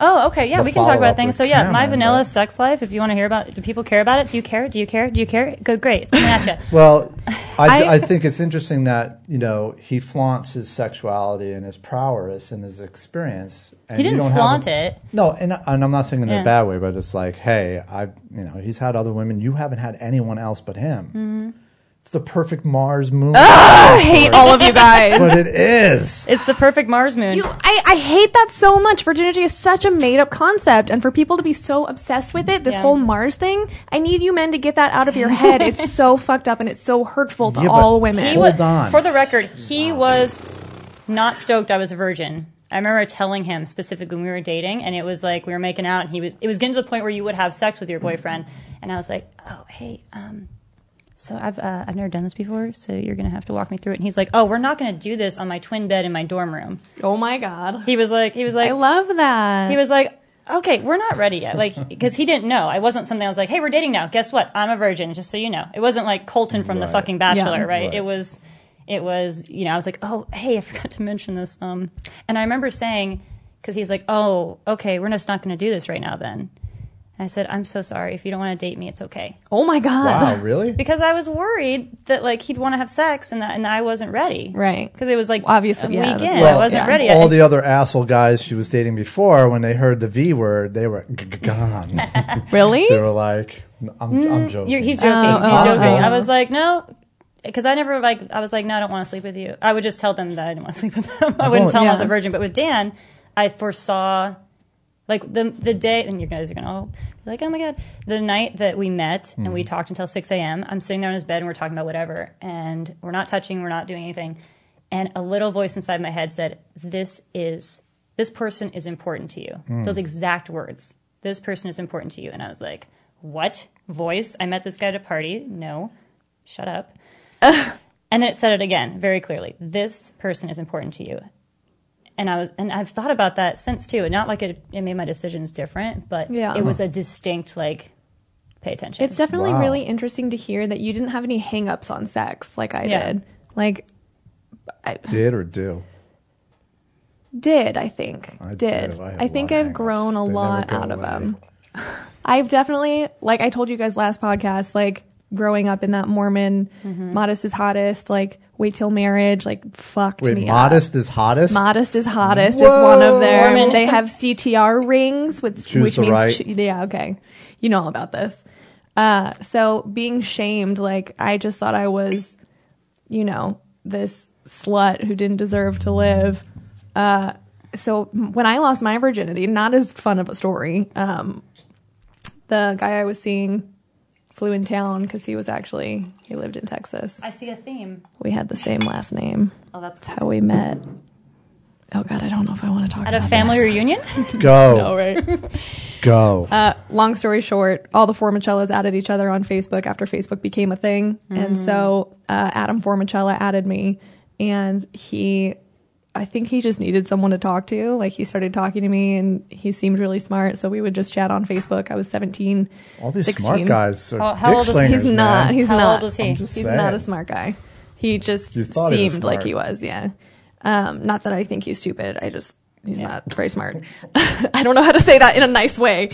S1: Oh, okay. Yeah,
S3: The
S1: we can talk
S3: follow-up
S1: about things.
S3: with
S1: So, yeah, my
S3: Cameron,
S1: vanilla
S3: but-
S1: sex life, if you want to hear about do people care about it? Do you care? Do you care? Do you care? Good, great. It's coming at
S3: <laughs>
S1: you.
S3: Well,
S1: <laughs>
S3: I,
S2: I-
S3: I think it's interesting that you know he flaunts his sexuality and his prowess and his experience. And
S1: He didn't
S3: you don't have
S1: flaunt
S3: a-
S1: it.
S3: No, and and I'm not saying it in
S1: Yeah.
S3: a bad way, but it's like, hey, I, you know, he's had other women. You haven't had anyone else but him.
S1: Mm-hmm.
S3: It's the perfect
S1: <laughs>
S3: Mars moon.
S2: I hate all of you guys.
S3: <laughs> but it is.
S1: It's the perfect Mars moon.
S2: You, I, I hate that so much. Virginity is such a made up concept, and for people to be so obsessed with it, this
S1: Yeah.
S2: whole Mars thing, I need you men to get that out of your head.
S3: <laughs>
S2: it's so fucked up and it's so hurtful to
S3: Yeah, but
S2: all women.
S1: He
S3: Hold
S1: wa-
S3: on.
S1: For the record, he was not stoked I was a virgin. I remember telling him specifically when we were dating, and it was like we were making out, and he was. It was getting to the point where you would have sex with your boyfriend,
S3: Mm-hmm.
S1: and I was like, "Oh, hey, um, so I've uh, I've never done this before, so you're gonna have to walk me through it." And he's like, "Oh, we're not gonna do this on my twin bed in my dorm room."
S2: oh my god.
S1: He was like, he was like,
S2: I love that.
S1: he was like, okay, we're not ready yet. Like, because he didn't know. I wasn't something I was like, hey, we're dating now. Guess what? I'm a virgin, just so you know. It wasn't like Colton from
S3: Right.
S1: The Fucking Bachelor,
S2: Yeah.
S1: right?
S3: Right.
S1: It was, it was, you know, I was like, oh, hey, I forgot to mention this. Um, and I remember saying, because he's like, oh, okay, we're just not going to do this right now then. And I said, I'm so sorry. If you don't want to date me, it's okay.
S2: oh my god.
S3: Wow, really?
S1: Because I was worried that like he'd want to have sex and that and I wasn't ready.
S2: Right.
S1: Because it was like
S2: Obviously,
S1: a
S2: yeah, that's
S1: weekend.
S2: right.
S1: I wasn't
S2: Yeah.
S1: ready.
S3: All
S1: I-
S3: the other asshole guys she was dating before, when they heard the V word, they were g- g- gone.
S2: <laughs> Really? Mm,
S3: they were like, "I'm, I'm joking."
S1: You're, he's joking.
S2: Oh,
S1: he's
S2: oh,
S1: joking.
S2: oh.
S1: I was like, no, because I never like. I was like, no, I don't want to sleep with you. I would just tell them that I didn't want to <laughs> sleep with them. I wouldn't
S3: only-
S1: tell them I was a
S2: Yeah.
S1: virgin. But with Dan, I foresaw, like the the day, and you guys are gonna all be like, oh my god, the night that we met and we talked until six a.m. I'm sitting there on his bed and we're talking about whatever, and we're not touching, we're not doing anything, and a little voice inside my head said, "This is." This person is important to you. Those exact words. This person is important to you. And I was like, what voice? I met this guy at a party. No, shut
S2: <laughs>
S1: up. and then it said it again very clearly. This person is important to you. And I was, and I've thought about that since too. And not like it, it made my decisions different, but
S2: Yeah.
S1: it was a distinct like, pay attention.
S2: It's definitely
S3: Wow.
S2: really interesting to hear that you didn't have any hang ups on sex like I
S1: Yeah.
S2: did. Like, I,
S3: did or do?
S2: did I think
S3: I
S2: did
S3: do. I have
S2: I
S3: a
S2: think
S3: lot of
S2: I've grown a
S3: hang-ups. They never
S2: lot
S3: go
S2: out of
S3: away.
S2: them. <laughs> I've definitely like I told you guys last podcast like growing up in that Mormon modest is hottest like wait till marriage like fucked
S3: Wait,
S2: me uh, up.
S3: modest is hottest.
S2: Modest is hottest is one
S3: Whoa.
S2: of them.
S1: Mormon.
S2: They have CTR rings, which,
S3: Choose
S2: which
S3: the
S2: means
S3: right.
S2: ch- yeah, okay, you know all about this. Uh, so being shamed, like I just thought I was, you know, this slut who didn't deserve to live. Uh, so when I lost my virginity, not as fun of a story. Um, the guy I was seeing flew in town because he was actually he lived in Texas.
S1: I see a theme.
S2: We had the same last name.
S1: Oh, that's
S2: That's how we met. Oh God, I don't know if I want to talk
S1: At
S2: about
S1: a family Oh,
S2: This.
S1: reunion?
S3: Go,
S2: All right.
S3: go.
S2: Uh, <laughs> long story short, all the Formichellas added each other on Facebook after Facebook became a thing, and
S1: Mm.
S2: so uh, Adam Formicella added me, and he, I think he just needed someone to talk to. Like he started talking to me, and he seemed really smart, so we would just chat on Facebook. I was seventeen.
S3: All these
S2: 16.
S3: smart guys are
S1: How- how
S3: dick
S1: old is-
S3: slingers,
S2: He's not.
S3: man.
S2: He's
S1: How
S2: not.
S1: old is he? I'm
S2: He's
S1: just
S2: not
S3: saying.
S2: a smart guy. He just
S3: You thought he was
S2: seemed like
S3: smart.
S2: he was. Yeah. Um, not that I think he's stupid. I just he's not very smart. <laughs> I don't know how to say that in a nice way.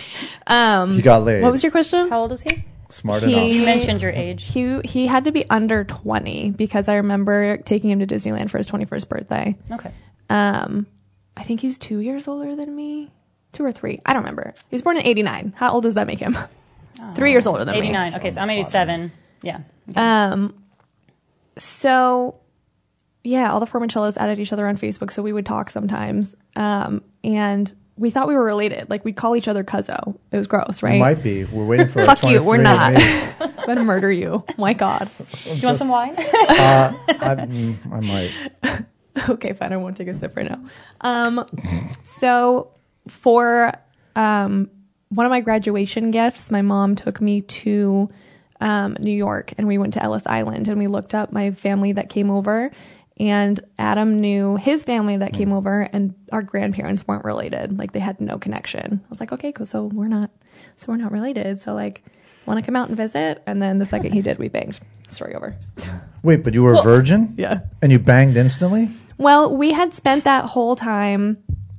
S2: Um,
S3: He got laid.
S2: What was your question?
S1: How old is he?
S3: smart
S2: he-
S1: You
S2: <laughs>
S3: enough.
S1: mentioned your age.
S2: He he had to be under twenty because I remember taking him to Disneyland for his twenty first birthday.
S1: Okay.
S2: Um, I think he's two years older than me, two or three. I don't remember. He was born in eighty nine. How old does that make him?
S1: Oh.
S2: Three years older than me.
S1: 89. Okay, so I'm 87. Yeah.
S2: Um, so yeah, all the Formicellos added each other on Facebook, so we would talk sometimes. Um, and we thought we were related. Like we'd call each other Cuzzo. It was gross, right?
S3: Might be. We're waiting for. a
S4: Fuck you, we're
S3: 23andMe.
S4: not.
S2: I'm gonna murder you. My God.
S1: Do you want some
S2: <laughs>
S1: wine?
S3: Uh, I, mm, I
S2: <laughs>
S3: might.
S2: okay, fine. I won't take a sip right now. Um, so for um, one of my graduation gifts, my mom took me to um, New York, and we went to Ellis Island, and we looked up my family that came over, and Adam knew his family that came over, and our grandparents weren't related. Like they had no connection. I was like, okay, cool. So we're not, so we're not related. So like, want to come out and visit? And then the second he did, we banged. Story over.
S3: Wait, but you were a virgin?
S2: Yeah.
S3: And you banged instantly?
S2: Well, we had spent that whole time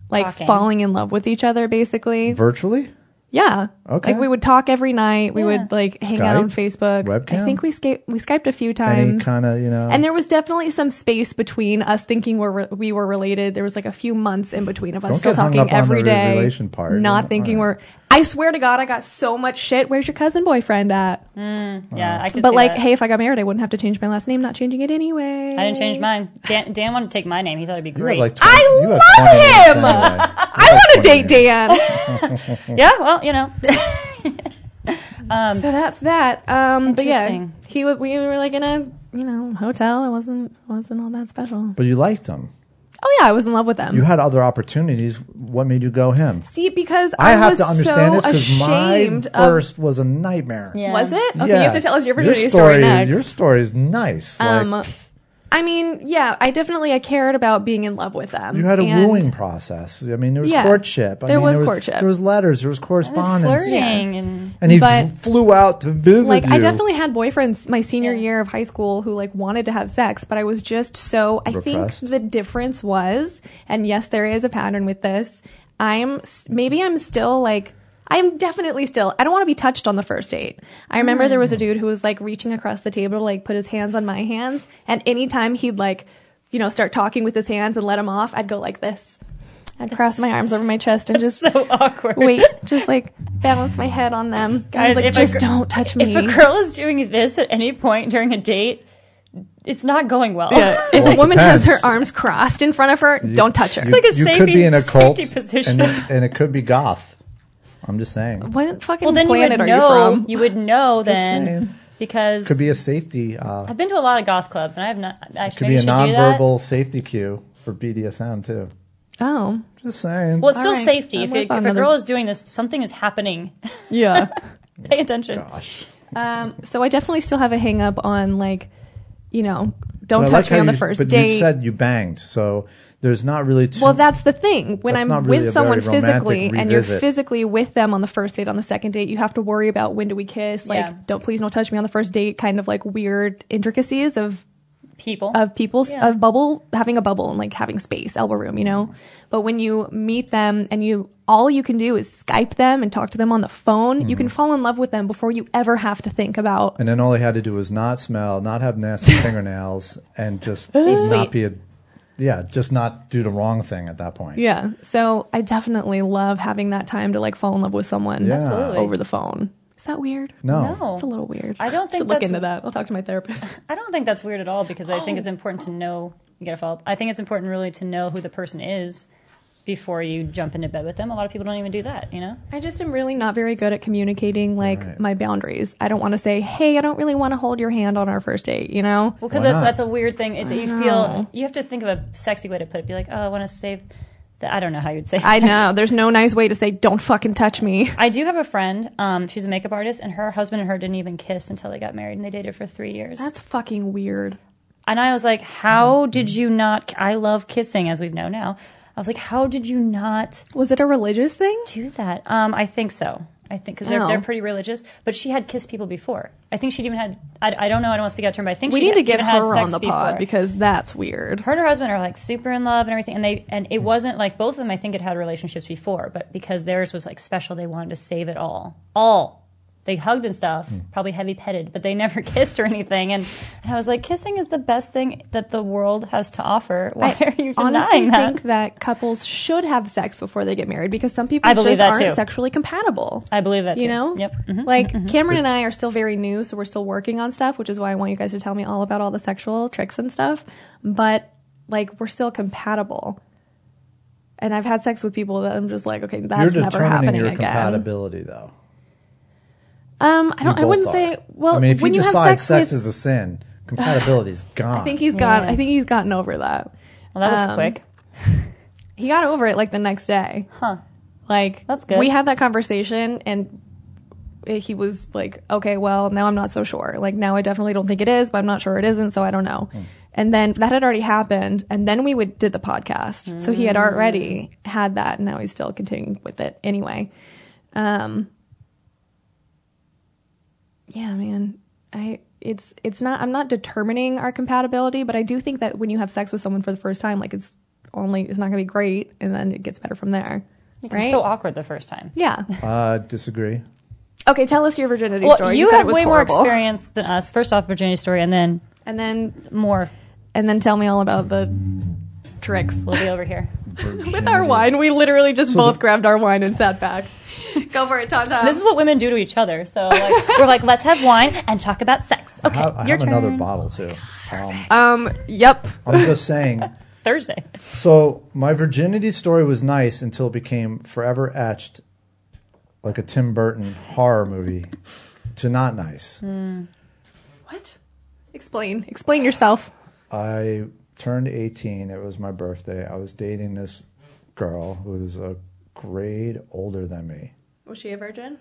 S2: like
S1: Talking.
S2: falling in love with each other basically.
S3: Virtually?
S2: Yeah.
S3: Okay.
S2: Like we would talk every night. We
S1: Yeah.
S2: would like hang out on
S3: Skype?
S2: Facebook.
S3: Webcam?
S2: I think we skyped we skyped a few
S3: Any
S2: times.
S3: kind of, you know.
S2: and there was definitely some space between us thinking we're re- we were related. There was like a few months in between of us
S3: Don't
S2: still
S3: get hung
S2: talking
S3: up on
S2: every
S3: the re-
S2: day,
S3: relation part.
S2: Not
S3: Yeah,
S2: thinking
S3: all
S2: we're. I swear to God, I got so much shit. Where's your cousin boyfriend at?
S1: yeah, I could.
S2: but
S1: see
S2: like,
S1: that.
S2: hey, if I got married, I wouldn't have to change my last name. Not changing it anyway.
S1: I didn't change mine. Dan, Dan wanted to take my name. He thought it'd be
S3: you have
S1: great.
S3: like 20,
S2: I
S3: you have
S2: love
S3: 20 years
S2: him! I want to <laughs> date
S3: anyway. <laughs>
S2: Dan.
S1: yeah, well, you know, <laughs>
S2: So that's that. Um, but yeah,
S1: Interesting.
S2: he was. We were like in a you know hotel. It wasn't wasn't all that special.
S3: But you liked him.
S2: Oh yeah, I was in love with them.
S3: You had other opportunities. What made you go him?
S2: See, because
S3: I,
S2: I,
S3: have
S2: was
S3: to
S2: so
S3: understand this because my
S2: ashamed of.
S3: first was a nightmare.
S1: Yeah.
S2: Was it? Okay, you have to tell us your virginity
S3: story.
S2: story, next.
S3: Your story is nice. Like,
S2: Um, I mean, yeah, I definitely I cared about being in love with them.
S3: you had a
S2: and-
S3: wooing process. I mean, there was
S2: Yeah.
S3: courtship. I
S2: There
S3: mean,
S2: was courtship.
S3: There was letters. There was
S1: was
S3: correspondence.
S1: flirting and <laughs>
S3: And he
S2: But-
S3: flew out to visit
S2: Like
S3: you.
S2: I definitely had boyfriends my senior
S1: Yeah.
S2: year of high school who like wanted to have sex, but I was just so I
S3: Repressed.
S2: think the difference was, and yes, there is a pattern with this. I'm s- maybe I'm still like I'm definitely still. I don't want to be touched on the first date. I remember there
S3: Hmm.
S2: was a dude who was like reaching across the table to like put his hands on my hands, and anytime he'd like, you know, start talking with his hands and let him off, I'd go like this. I'd cross my arms over my chest and just
S1: so awkward.
S2: wait, just like balance my head on them. I
S1: Guys,
S2: was like,
S1: if a
S2: just
S1: gir-
S2: don't touch
S1: If
S2: me.
S1: a girl is doing this at any point during a date, it's not going well.
S2: Yeah. If
S3: Well, it
S2: a woman
S3: depends.
S2: has her arms crossed in front of her, don't touch her.
S3: You,
S1: like a
S3: you could
S1: safety-
S3: be in a cult,
S1: safety position.
S3: And, it, and it could be goth. I'm just saying,
S2: what fucking
S1: well, then you
S2: planet
S1: would
S2: are
S1: know.
S2: you from?
S1: would know
S3: saying.
S1: then because
S3: could be a safety. Uh,
S1: I've been to a lot of goth clubs, and I have not. I
S3: could
S1: maybe
S3: be a
S1: should do that.
S3: nonverbal safety cue for BDSM too.
S2: Oh,
S3: Just saying.
S1: Well, it's
S2: All
S1: still
S2: right.
S1: safety.
S2: I'm
S1: If,
S2: with
S1: it, if a
S2: another-
S1: girl is doing this, something is happening. <laughs>
S2: yeah.
S1: Pay attention.
S3: Gosh.
S2: <laughs> um, so I definitely still have a hang up on like, you know, don't
S3: But I
S2: touch
S3: like
S2: me
S3: how
S2: on the
S3: you-
S2: first
S3: but
S2: date.
S3: you said you banged, so there's not really. Too,
S2: well, that's the thing. When
S3: That's
S2: I'm
S3: not really a
S2: with someone
S3: very romantic
S2: physically and you're
S3: revisit.
S2: physically with them on the first date, on the second date, you have to worry about when do we kiss? Like,
S1: Yeah.
S2: don't please don't touch me on the first date. Kind of like weird intricacies of
S1: People.
S2: of people
S1: Yeah.
S2: of bubble having a bubble and like having space elbow room you know but when you meet them and you all you can do is skype them and talk to them on the phone
S3: Mm-hmm.
S2: you can fall in love with them before you ever have to think about
S3: and then all they had to do was not smell, not
S2: <laughs>
S3: have nasty fingernails, and just not be a. Yeah, just not do the wrong thing at that point.
S2: yeah so i definitely love having that time to like fall in love with someone
S3: Yeah.
S1: Absolutely.
S2: over the phone is that weird
S3: No.
S1: No.
S2: it's a little weird
S1: I
S2: <laughs>
S1: don't think
S2: Should look
S1: that's-
S2: into that i'll talk to my therapist
S1: I don't think that's weird at all because I think it's important to know. You gotta follow up. I think it's important really to know who the person is before you jump into bed with them. A lot of people don't even do that. You know.
S2: <laughs> i just am really not very good at communicating like
S3: Right.
S2: my boundaries i don't want to say hey i don't really want to hold your hand on our first date you know
S1: Well, because
S3: Why
S1: that's
S3: not?
S1: that's a weird thing. It's, you feel you have to think of a sexy way to put it. Be like, oh, I want to save. The, I don't know how you'd say. it.
S2: I know. There's no nice way to say, don't fucking touch me.
S1: I do have a friend. Um, she's a makeup artist, and her husband and her didn't even kiss until they got married, and they dated for three years.
S2: That's Mm-hmm. fucking weird.
S1: and I was like, how did you not? I love kissing, as we know now. I was like, how did you not
S2: Was it a religious thing?
S1: do that? Um, I think so. I think because they're,
S2: Oh.
S1: they're pretty religious, but she had kissed people before. I think she'd even had. I, I don't know. I don't want to speak out of turn, but I think
S2: We
S1: she
S2: need to get
S1: even had
S2: her
S1: sex
S2: on the
S1: before.
S2: pod because that's weird.
S1: her and her husband are like super in love and everything and they and
S2: Mm-hmm.
S1: it wasn't like both of them i think had had relationships before but because theirs was like special they wanted to save it all all they hugged and stuff
S2: Mm.
S1: probably heavy petted but they never <laughs> kissed or anything and, and i was like kissing is the best thing that the world has to offer why are you
S2: honestly
S1: denying that
S2: think that couples should have sex before they get married because some people
S1: I believe
S2: just
S1: that
S2: aren't
S1: too.
S2: sexually compatible.
S1: i believe that
S2: you
S1: too.
S2: know?
S1: yep Mhm.
S2: Like Cameron and I are still very new, so we're still working on stuff, which is why I want you guys to tell me all about all the sexual tricks and stuff. But like we're still compatible. And I've had sex with people that I'm just like, okay,
S3: You're
S2: that's never
S3: determining
S2: happening
S3: your
S2: again.
S3: compatibility, though.
S2: Um, I
S3: You
S2: don't. I
S3: both
S2: wouldn't
S3: are.
S2: say. Well,
S3: I mean, if
S2: when
S3: you,
S2: you,
S3: decide
S2: have sex,
S3: sex
S2: with,
S3: is a sin, compatibility's
S2: <sighs>
S3: gone.
S2: I think he's gone.
S1: Yeah.
S2: I think he's gotten over that.
S1: Well, that was
S2: Um,
S1: quick.
S2: He got over it like the next day.
S1: Huh.
S2: Like
S1: That's good.
S2: We had that conversation, and it- he was like, "Okay, well, now I'm not so sure. Like now, I definitely don't think it is, but I'm not sure it isn't, so I don't know."
S3: Hmm.
S2: And then that had already happened, and then we would did the podcast, so he had
S1: Mm.
S2: already had that, and now he's still continuing with it anyway. Um, yeah, man, I it's it's not I'm not determining our compatibility, but I do think that when you have sex with someone for the first time, like it's only it's not going to be great, and then it gets better from there, right?
S1: It's so awkward the first time.
S2: Yeah. <laughs>
S3: Uh, disagree.
S2: Okay, tell us your virginity
S1: Well,
S2: story.
S1: you
S2: said
S1: had
S2: it was
S1: way more
S2: horrible. <laughs>
S1: experience than us. First off, Virginia's story, and then
S2: And then
S1: more.
S2: and then tell me all about the tricks.
S1: We'll be over here.
S2: With our wine, we literally just both grabbed our wine and sat back. <laughs> Go for it, Tom Tom.
S1: This is what women do to each other. So like, we're like, let's have wine and talk about sex.
S3: I
S1: Okay,
S3: have, I
S1: your
S3: have
S1: turn.
S3: another bottle too. Um,
S2: um, yep.
S3: I'm
S2: <laughs>
S3: just saying.
S1: Thursday.
S3: So my virginity story was nice until it became forever etched, like a Tim Burton horror movie, to not nice.
S1: Hmm.
S2: What? Explain. Explain yourself.
S3: I turned 18. It was my birthday. I was dating this girl who was a grade older than me.
S2: Was she a virgin?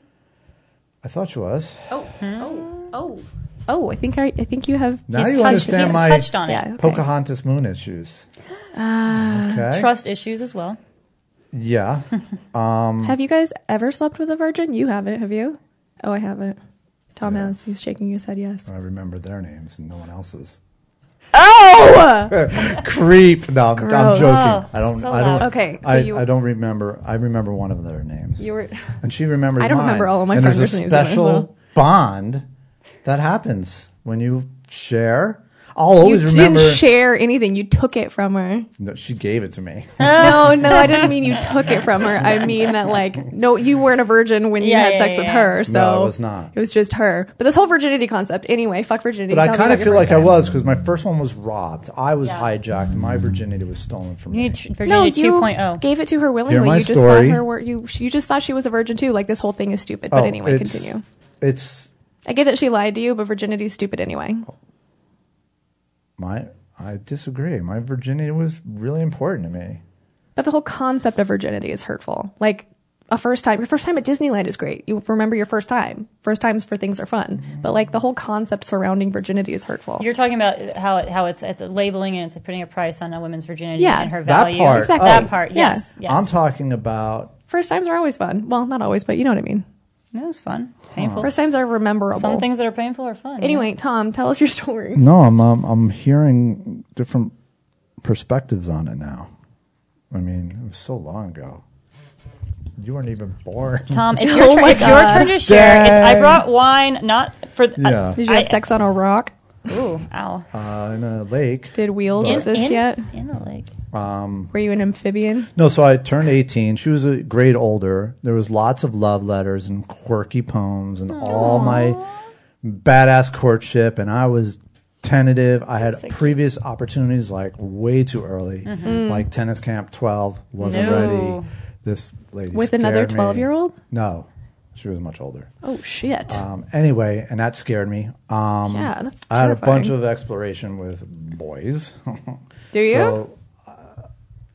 S3: I thought she was.
S2: Oh, oh, oh, oh! I think I, I think you have.
S3: Now
S1: he's
S3: you
S1: touched,
S3: understand
S1: he's
S3: my
S1: touched on it. Ah,
S2: Yeah. Okay.
S3: Pocahontas
S1: <gasps>
S3: Moon issues. okay.
S1: Trust issues as well. <laughs>
S3: Yeah.
S2: Have you guys ever slept with a virgin? You haven't, have you? Oh, I haven't. Tom has. He's shaking his head. Yes.
S3: I remember their names and no one else's.
S2: Oh.
S3: <laughs> Creep. No, I'm, I'm
S2: Gross.
S3: joking.
S1: Oh,
S3: I don't.
S1: so
S3: I don't.
S1: loud.
S2: Okay, so
S3: I,
S2: you-
S3: I don't remember. I remember one of their names.
S2: You were-
S3: And she remembers.
S2: I don't
S3: mine.
S2: remember all of my
S3: and
S2: friends'
S3: There's a
S2: names either,
S3: special
S2: so-
S3: bond that happens when you share. I'll
S2: You
S3: always remember.
S2: didn't share anything. You took it from her.
S3: no, she gave it to me.
S2: No, no, I didn't mean you took it from her.
S3: <laughs>
S2: I mean that like no, you weren't a virgin when you
S1: Yeah,
S2: had
S1: yeah,
S2: sex
S1: yeah,
S2: with
S1: yeah.
S2: her. So
S3: No, I was not.
S2: It was just her. But this whole virginity concept, anyway, fuck virginity.
S3: But I
S2: Tell me
S3: kind of
S2: about your
S3: feel
S2: first
S3: like I
S2: time.
S3: was because my first one was robbed. I was
S1: Yeah.
S3: hijacked. My virginity was stolen from
S1: You
S3: me.
S1: need tr-
S2: No,
S1: Virginia oh.
S2: you
S1: 2.0.
S2: gave it to her willingly.
S3: my
S2: you just
S3: story.
S2: thought her were, you you just thought she was a virgin too. Like this whole thing is stupid. But
S3: Oh,
S2: anyway,
S3: it's-
S2: continue.
S3: It's
S2: I get that she lied to you, but virginity's stupid anyway.
S3: my. I disagree. My virginity was really important to me.
S2: But the whole concept of virginity is hurtful. Like a first time, your first time at Disneyland is great. You remember your first time. First times for things are fun. But like the whole concept surrounding virginity is hurtful.
S1: You're talking about how it, how it's it's labeling and it's putting a price on a woman's virginity
S2: Yeah,
S1: and her
S3: that
S1: value.
S3: part. Exactly.
S1: That
S3: Oh.
S1: part.
S2: Yeah.
S1: Yes. Yes.
S3: I'm talking about
S2: First times are always fun. Well, not always, but you know what I mean.
S1: that was fun. It's painful.
S2: First times are rememberable.
S1: Some things that are painful are fun.
S2: Anyway, Tom, tell us your story.
S3: No, I'm um, I'm hearing different perspectives on it now. I mean, it was so long ago. You weren't even born.
S1: Tom, it's
S2: <laughs> Oh
S1: your turn.
S2: my
S1: It's your
S2: God.
S1: turn to share. It's, I
S3: Dang.
S1: brought wine, not for. th-
S3: Yeah.
S2: Did you have
S1: I-
S2: sex on a rock?
S1: Ooh, ow!
S3: Uh, in a lake.
S2: Did wheels
S3: In-
S2: exist
S1: in,
S2: yet?
S1: in the lake.
S2: Were you an amphibian?
S3: No, so I turned 18. She was a grade older. There was lots of love letters and quirky poems and all my badass courtship. And I was tentative. I had previous opportunities like way too early,
S2: Mm-hmm.
S3: like tennis camp 12, wasn't
S1: No.
S3: ready. This lady
S2: With another
S3: scared me.
S2: 12-year-old?
S3: No, she was much older.
S2: Oh shit!
S3: Um, anyway, and that scared me. Um,
S2: Yeah, that's
S3: I had a
S2: terrifying.
S3: bunch of exploration with boys. <laughs>
S2: Do you?
S3: So, uh,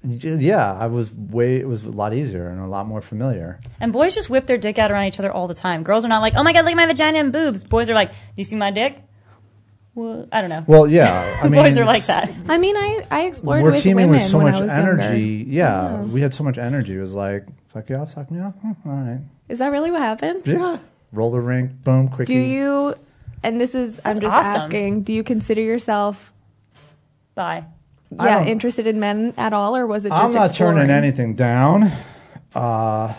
S3: y- yeah, I was way. It was a lot easier and a lot more familiar.
S1: And boys just whip their dick out around each other all the time. Girls are not like, oh my god, look at my vagina and boobs. Boys are like, do you see my dick? Well, I don't know.
S3: Well, yeah, I
S1: <laughs>
S3: mean,
S1: boys are like that.
S2: I mean, I I explored
S3: We're
S2: with
S3: teaming
S2: women
S3: with so
S2: when
S3: much
S2: I was
S3: energy.
S2: younger.
S3: Yeah, we had so much energy. It was like suck you off, suck me off. Hmm, all right,
S2: Is that really what happened?
S3: yeah. Mm. Roller rink, boom, quickie.
S2: Do you? And this is I'm just
S1: awesome.
S2: asking. Do you consider yourself
S1: Bye.
S3: I
S2: yeah
S3: don't-
S2: interested in men at all, or was it? Just
S3: I'm not turning
S2: exploring?
S3: anything down. Uh,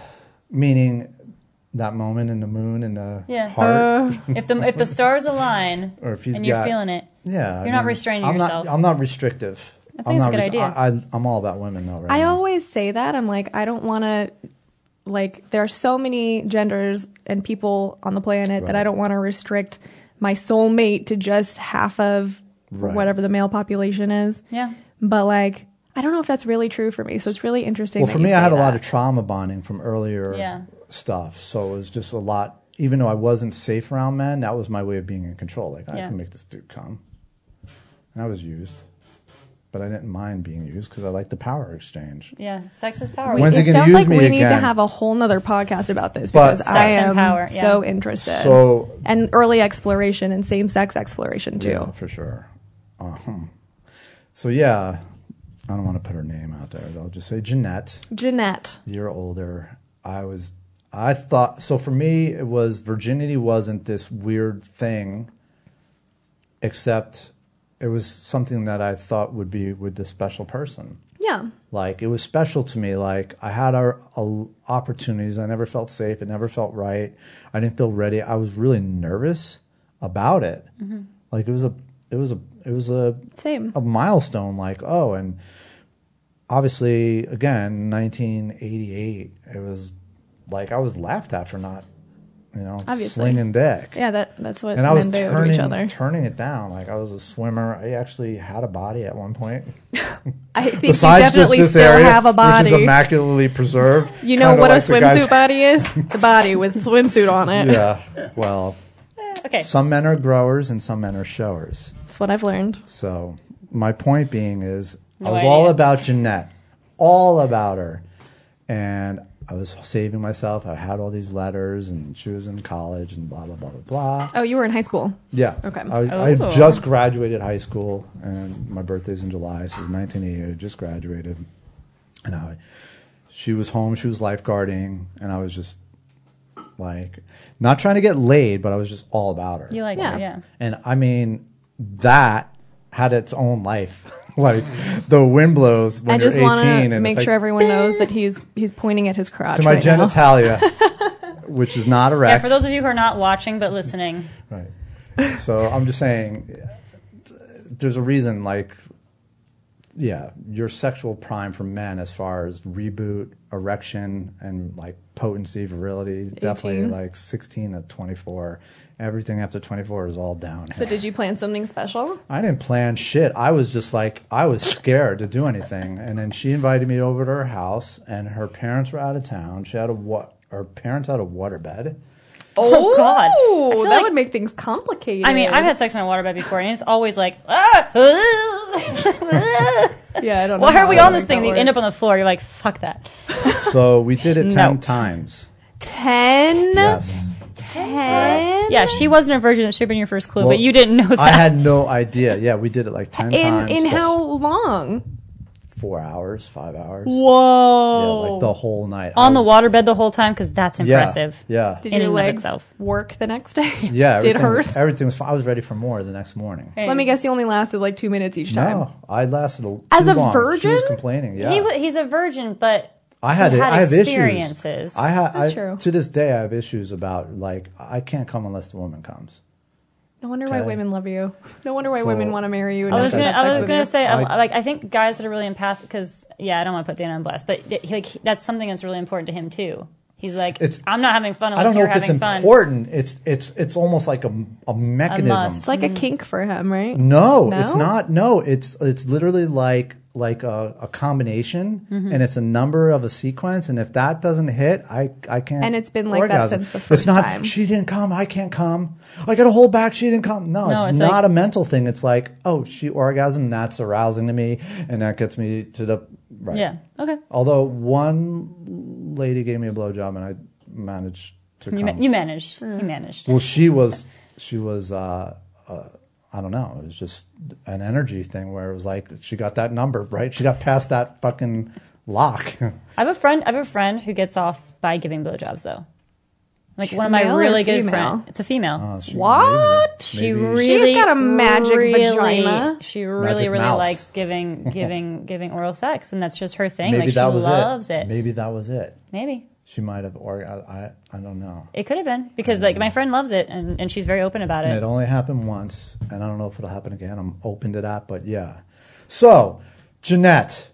S3: meaning that moment in the moon and the
S1: Yeah. Uh,
S3: heart.
S1: If the if the stars align
S3: <laughs> Or if he's
S1: and you're
S3: got-
S1: feeling it,
S3: Yeah,
S1: You're not restraining
S3: I'm
S1: yourself.
S3: Not, I'm not restrictive. I
S1: think it's a good idea.
S3: I, I, I'm all about women though, right?
S2: I
S3: now.
S2: always say that. I'm like, I don't want to. Like, there are so many genders and people on the planet that
S3: Right.
S2: I don't want to restrict my soulmate to just half of
S3: Right.
S2: whatever the male population is.
S1: Yeah.
S2: But like, I don't know if that's really true for me. So it's really interesting.
S3: Well,
S2: that
S3: for
S2: you
S3: me,
S2: say
S3: I had a lot
S2: that.
S3: of trauma bonding from earlier
S1: Yeah.
S3: stuff, so it was just a lot. Even though I wasn't safe around men, that was my way of being in control. Like I
S1: Yeah.
S3: can make this dude come, and I was used, but I didn't mind being used because I liked the power exchange.
S1: Yeah, sex is power.
S2: We-
S3: When's
S2: it
S3: he gonna
S2: sounds
S3: use
S2: like
S3: me
S2: we need to
S3: again?
S2: have a whole nother podcast about this
S3: But-
S2: because
S3: Sex
S2: I
S1: and
S2: am
S1: power, yeah.
S2: so interested.
S3: So-
S2: and early exploration and same sex exploration too.
S3: Yeah, for sure. Uh-huh. So yeah, I don't want to put her name out there. but I'll just say Jeanette.
S2: Jeanette,
S3: year older, I was I thought so for me it was virginity wasn't this weird thing except it was something that I thought would be with the special person.
S2: yeah,
S3: Like it was special to me. Like I had our, uh, opportunities. I never felt safe. It never felt right. I didn't feel ready. I was really nervous about it. Like it was a it was a it was a
S2: same.
S3: a milestone like oh and obviously again 1988 it was like i was laughed at for not you know
S2: Obviously.
S3: slinging dick
S2: Yeah, that that's what
S3: and i
S2: men
S3: was
S2: do
S3: turning,
S2: to each other.
S3: turning it down like i was a swimmer i actually had a body at one point
S2: I think you definitely still have a body.
S3: which is immaculately preserved
S2: you know
S3: kinda
S2: what a
S3: like the guys-
S2: swimsuit body is?
S3: <laughs>
S2: It's a body with a swimsuit on it.
S3: yeah well
S1: Okay.
S3: some men are growers and some men are showers
S2: That's what I've learned.
S3: So my point being is, I
S1: No
S3: was
S1: idea.
S3: all about Jeanette, all about her, and I was saving myself. I had all these letters, and she was in college, and blah blah blah blah blah.
S2: Oh, you were in high school.
S3: Yeah.
S2: Okay.
S3: I, I
S1: Oh.
S3: just graduated high school, and my birthday's in July, so it was 1988. I just graduated, and I, she was home. She was lifeguarding, and I was just like, not trying to get laid, but I was just all about her.
S1: You like
S2: Yeah.
S1: yeah. yeah.
S3: And I mean, that had its own life. <laughs> like the wind blows when
S2: I just
S3: you're
S2: want
S3: 18
S2: to
S3: and
S2: make
S3: it's
S2: sure
S3: like,
S2: everyone knows that he's he's pointing at his crotch
S3: to my
S2: right now. <laughs>
S3: genitalia, which is not erect.
S1: Yeah, for those of you who are not watching but listening,
S3: right. So I'm just saying, th- there's a reason. Like, yeah, your sexual prime for men, as far as reboot, erection, and like potency, virility, definitely
S2: 18.
S3: like 16 to 24. Everything after 24 is all downhill.
S2: So did you plan something special?
S3: I didn't plan shit. I was just like I was scared to do anything, and then she invited me over to her house, and her parents were out of town. She had a what? Her parents had a waterbed.
S1: Oh, God. I feel
S2: that
S1: like-
S2: would make things complicated.
S1: I mean, I've had sex on a waterbed before, and it's always like, ah,
S2: yeah. I don't know.
S1: why
S2: how
S1: are we
S2: that
S1: on
S2: would
S1: this
S2: make
S1: thing?
S2: that
S1: That you
S2: work.
S1: end up on the floor. You're like, fuck that.
S3: So we
S2: <laughs>
S3: did it ten
S1: No.
S3: times.
S2: ten.
S3: Yes,
S2: Ten.
S1: Yeah, she wasn't a virgin. That should have been your first clue,
S3: Well,
S1: but you didn't know that.
S3: I had no idea. Yeah, we did it like ten
S2: In
S3: times.
S2: in
S3: the
S2: how
S3: whole-
S2: long?
S3: four hours, five hours. Yeah,
S1: Whoa.
S3: like the whole night
S1: on
S3: I
S1: the
S3: was-
S1: waterbed the whole time because that's
S3: Yeah,
S1: impressive.
S3: Yeah,
S2: Did
S1: In
S2: your
S1: and of
S2: legs
S1: itself.
S2: work the next day?
S3: <laughs> yeah.
S2: Did
S3: everything-
S2: hers?
S3: Everything was fine. I was ready for more the next morning.
S2: Let me guess. You only lasted like two minutes each time.
S3: No, I lasted a,
S2: As
S3: too
S2: a
S3: long. She was
S2: virgin?
S3: complaining. Yeah,
S1: He wa he's a virgin, but
S3: I had,
S1: he
S3: it.
S1: had
S3: I have
S1: experiences.
S3: issues. I had
S2: That's
S3: I,
S2: true.
S3: to this day I have issues about like I can't come unless the woman comes.
S2: No wonder why
S3: Okay.
S2: women love you. No wonder why
S3: So-
S2: women want to marry you. and
S1: I
S2: have
S1: was
S2: sex
S1: gonna, I
S2: with
S1: was
S2: you.
S1: gonna say,
S3: I-
S1: I, like, I think guys that are really empathic, because yeah, I don't want to put Dana on blast, but th- he- like he- that's something that's really important to him too. He's like,
S3: It's-
S1: I'm not having fun
S3: I
S1: unless
S3: don't know
S1: you're
S3: if it's
S1: having fun.
S3: important. It's it's it's almost like a, a mechanism.
S2: It's like a kink for him, right?
S3: no,
S2: No?
S3: it's not. No, it's it's literally like like a, a combination,
S2: Mm-hmm.
S3: and it's a number of a sequence. And if that doesn't hit, I I can't.
S2: And it's been like that
S3: orgasm.
S2: since the
S3: It's
S2: first
S3: not.
S2: time.
S3: She didn't come. I can't come. I got to hold back. She didn't come. No,
S1: No,
S3: it's,
S1: it's
S3: not
S1: like-
S3: a mental thing. It's like oh, she orgasmed. That's arousing to me, and that gets me to the right.
S1: Yeah. Okay.
S3: Although one lady gave me a blowjob and I managed to come.
S1: You, ma- you manage. You manage.
S3: well, she was, she was, uh, uh, I don't know. It was just an energy thing where it was like she got that number right. She got past that fucking lock. <laughs>
S1: I have a friend. I have a friend who gets off by giving blowjobs, though. Like one of my
S2: Male or
S1: really good
S2: female?
S1: friends. It's a female.
S3: Uh, she-
S2: What?
S1: she
S3: maybe-
S1: really
S2: She's got a magic
S1: really,
S2: vagina.
S1: She really,
S3: Magic
S1: really
S3: mouth.
S1: likes
S3: <laughs>
S1: giving, giving, giving oral sex, and that's just her thing.
S3: Maybe
S1: like she
S3: that was
S1: loves
S3: it.
S1: it.
S3: Maybe that was it.
S1: Maybe.
S3: She might have, or I, I, I don't know.
S1: It could have been because like my friend loves it and, and she's very open about
S3: And
S1: it.
S3: it only happened once, and I don't know if it'll happen again. I'm open to that, but yeah. So, Jeanette,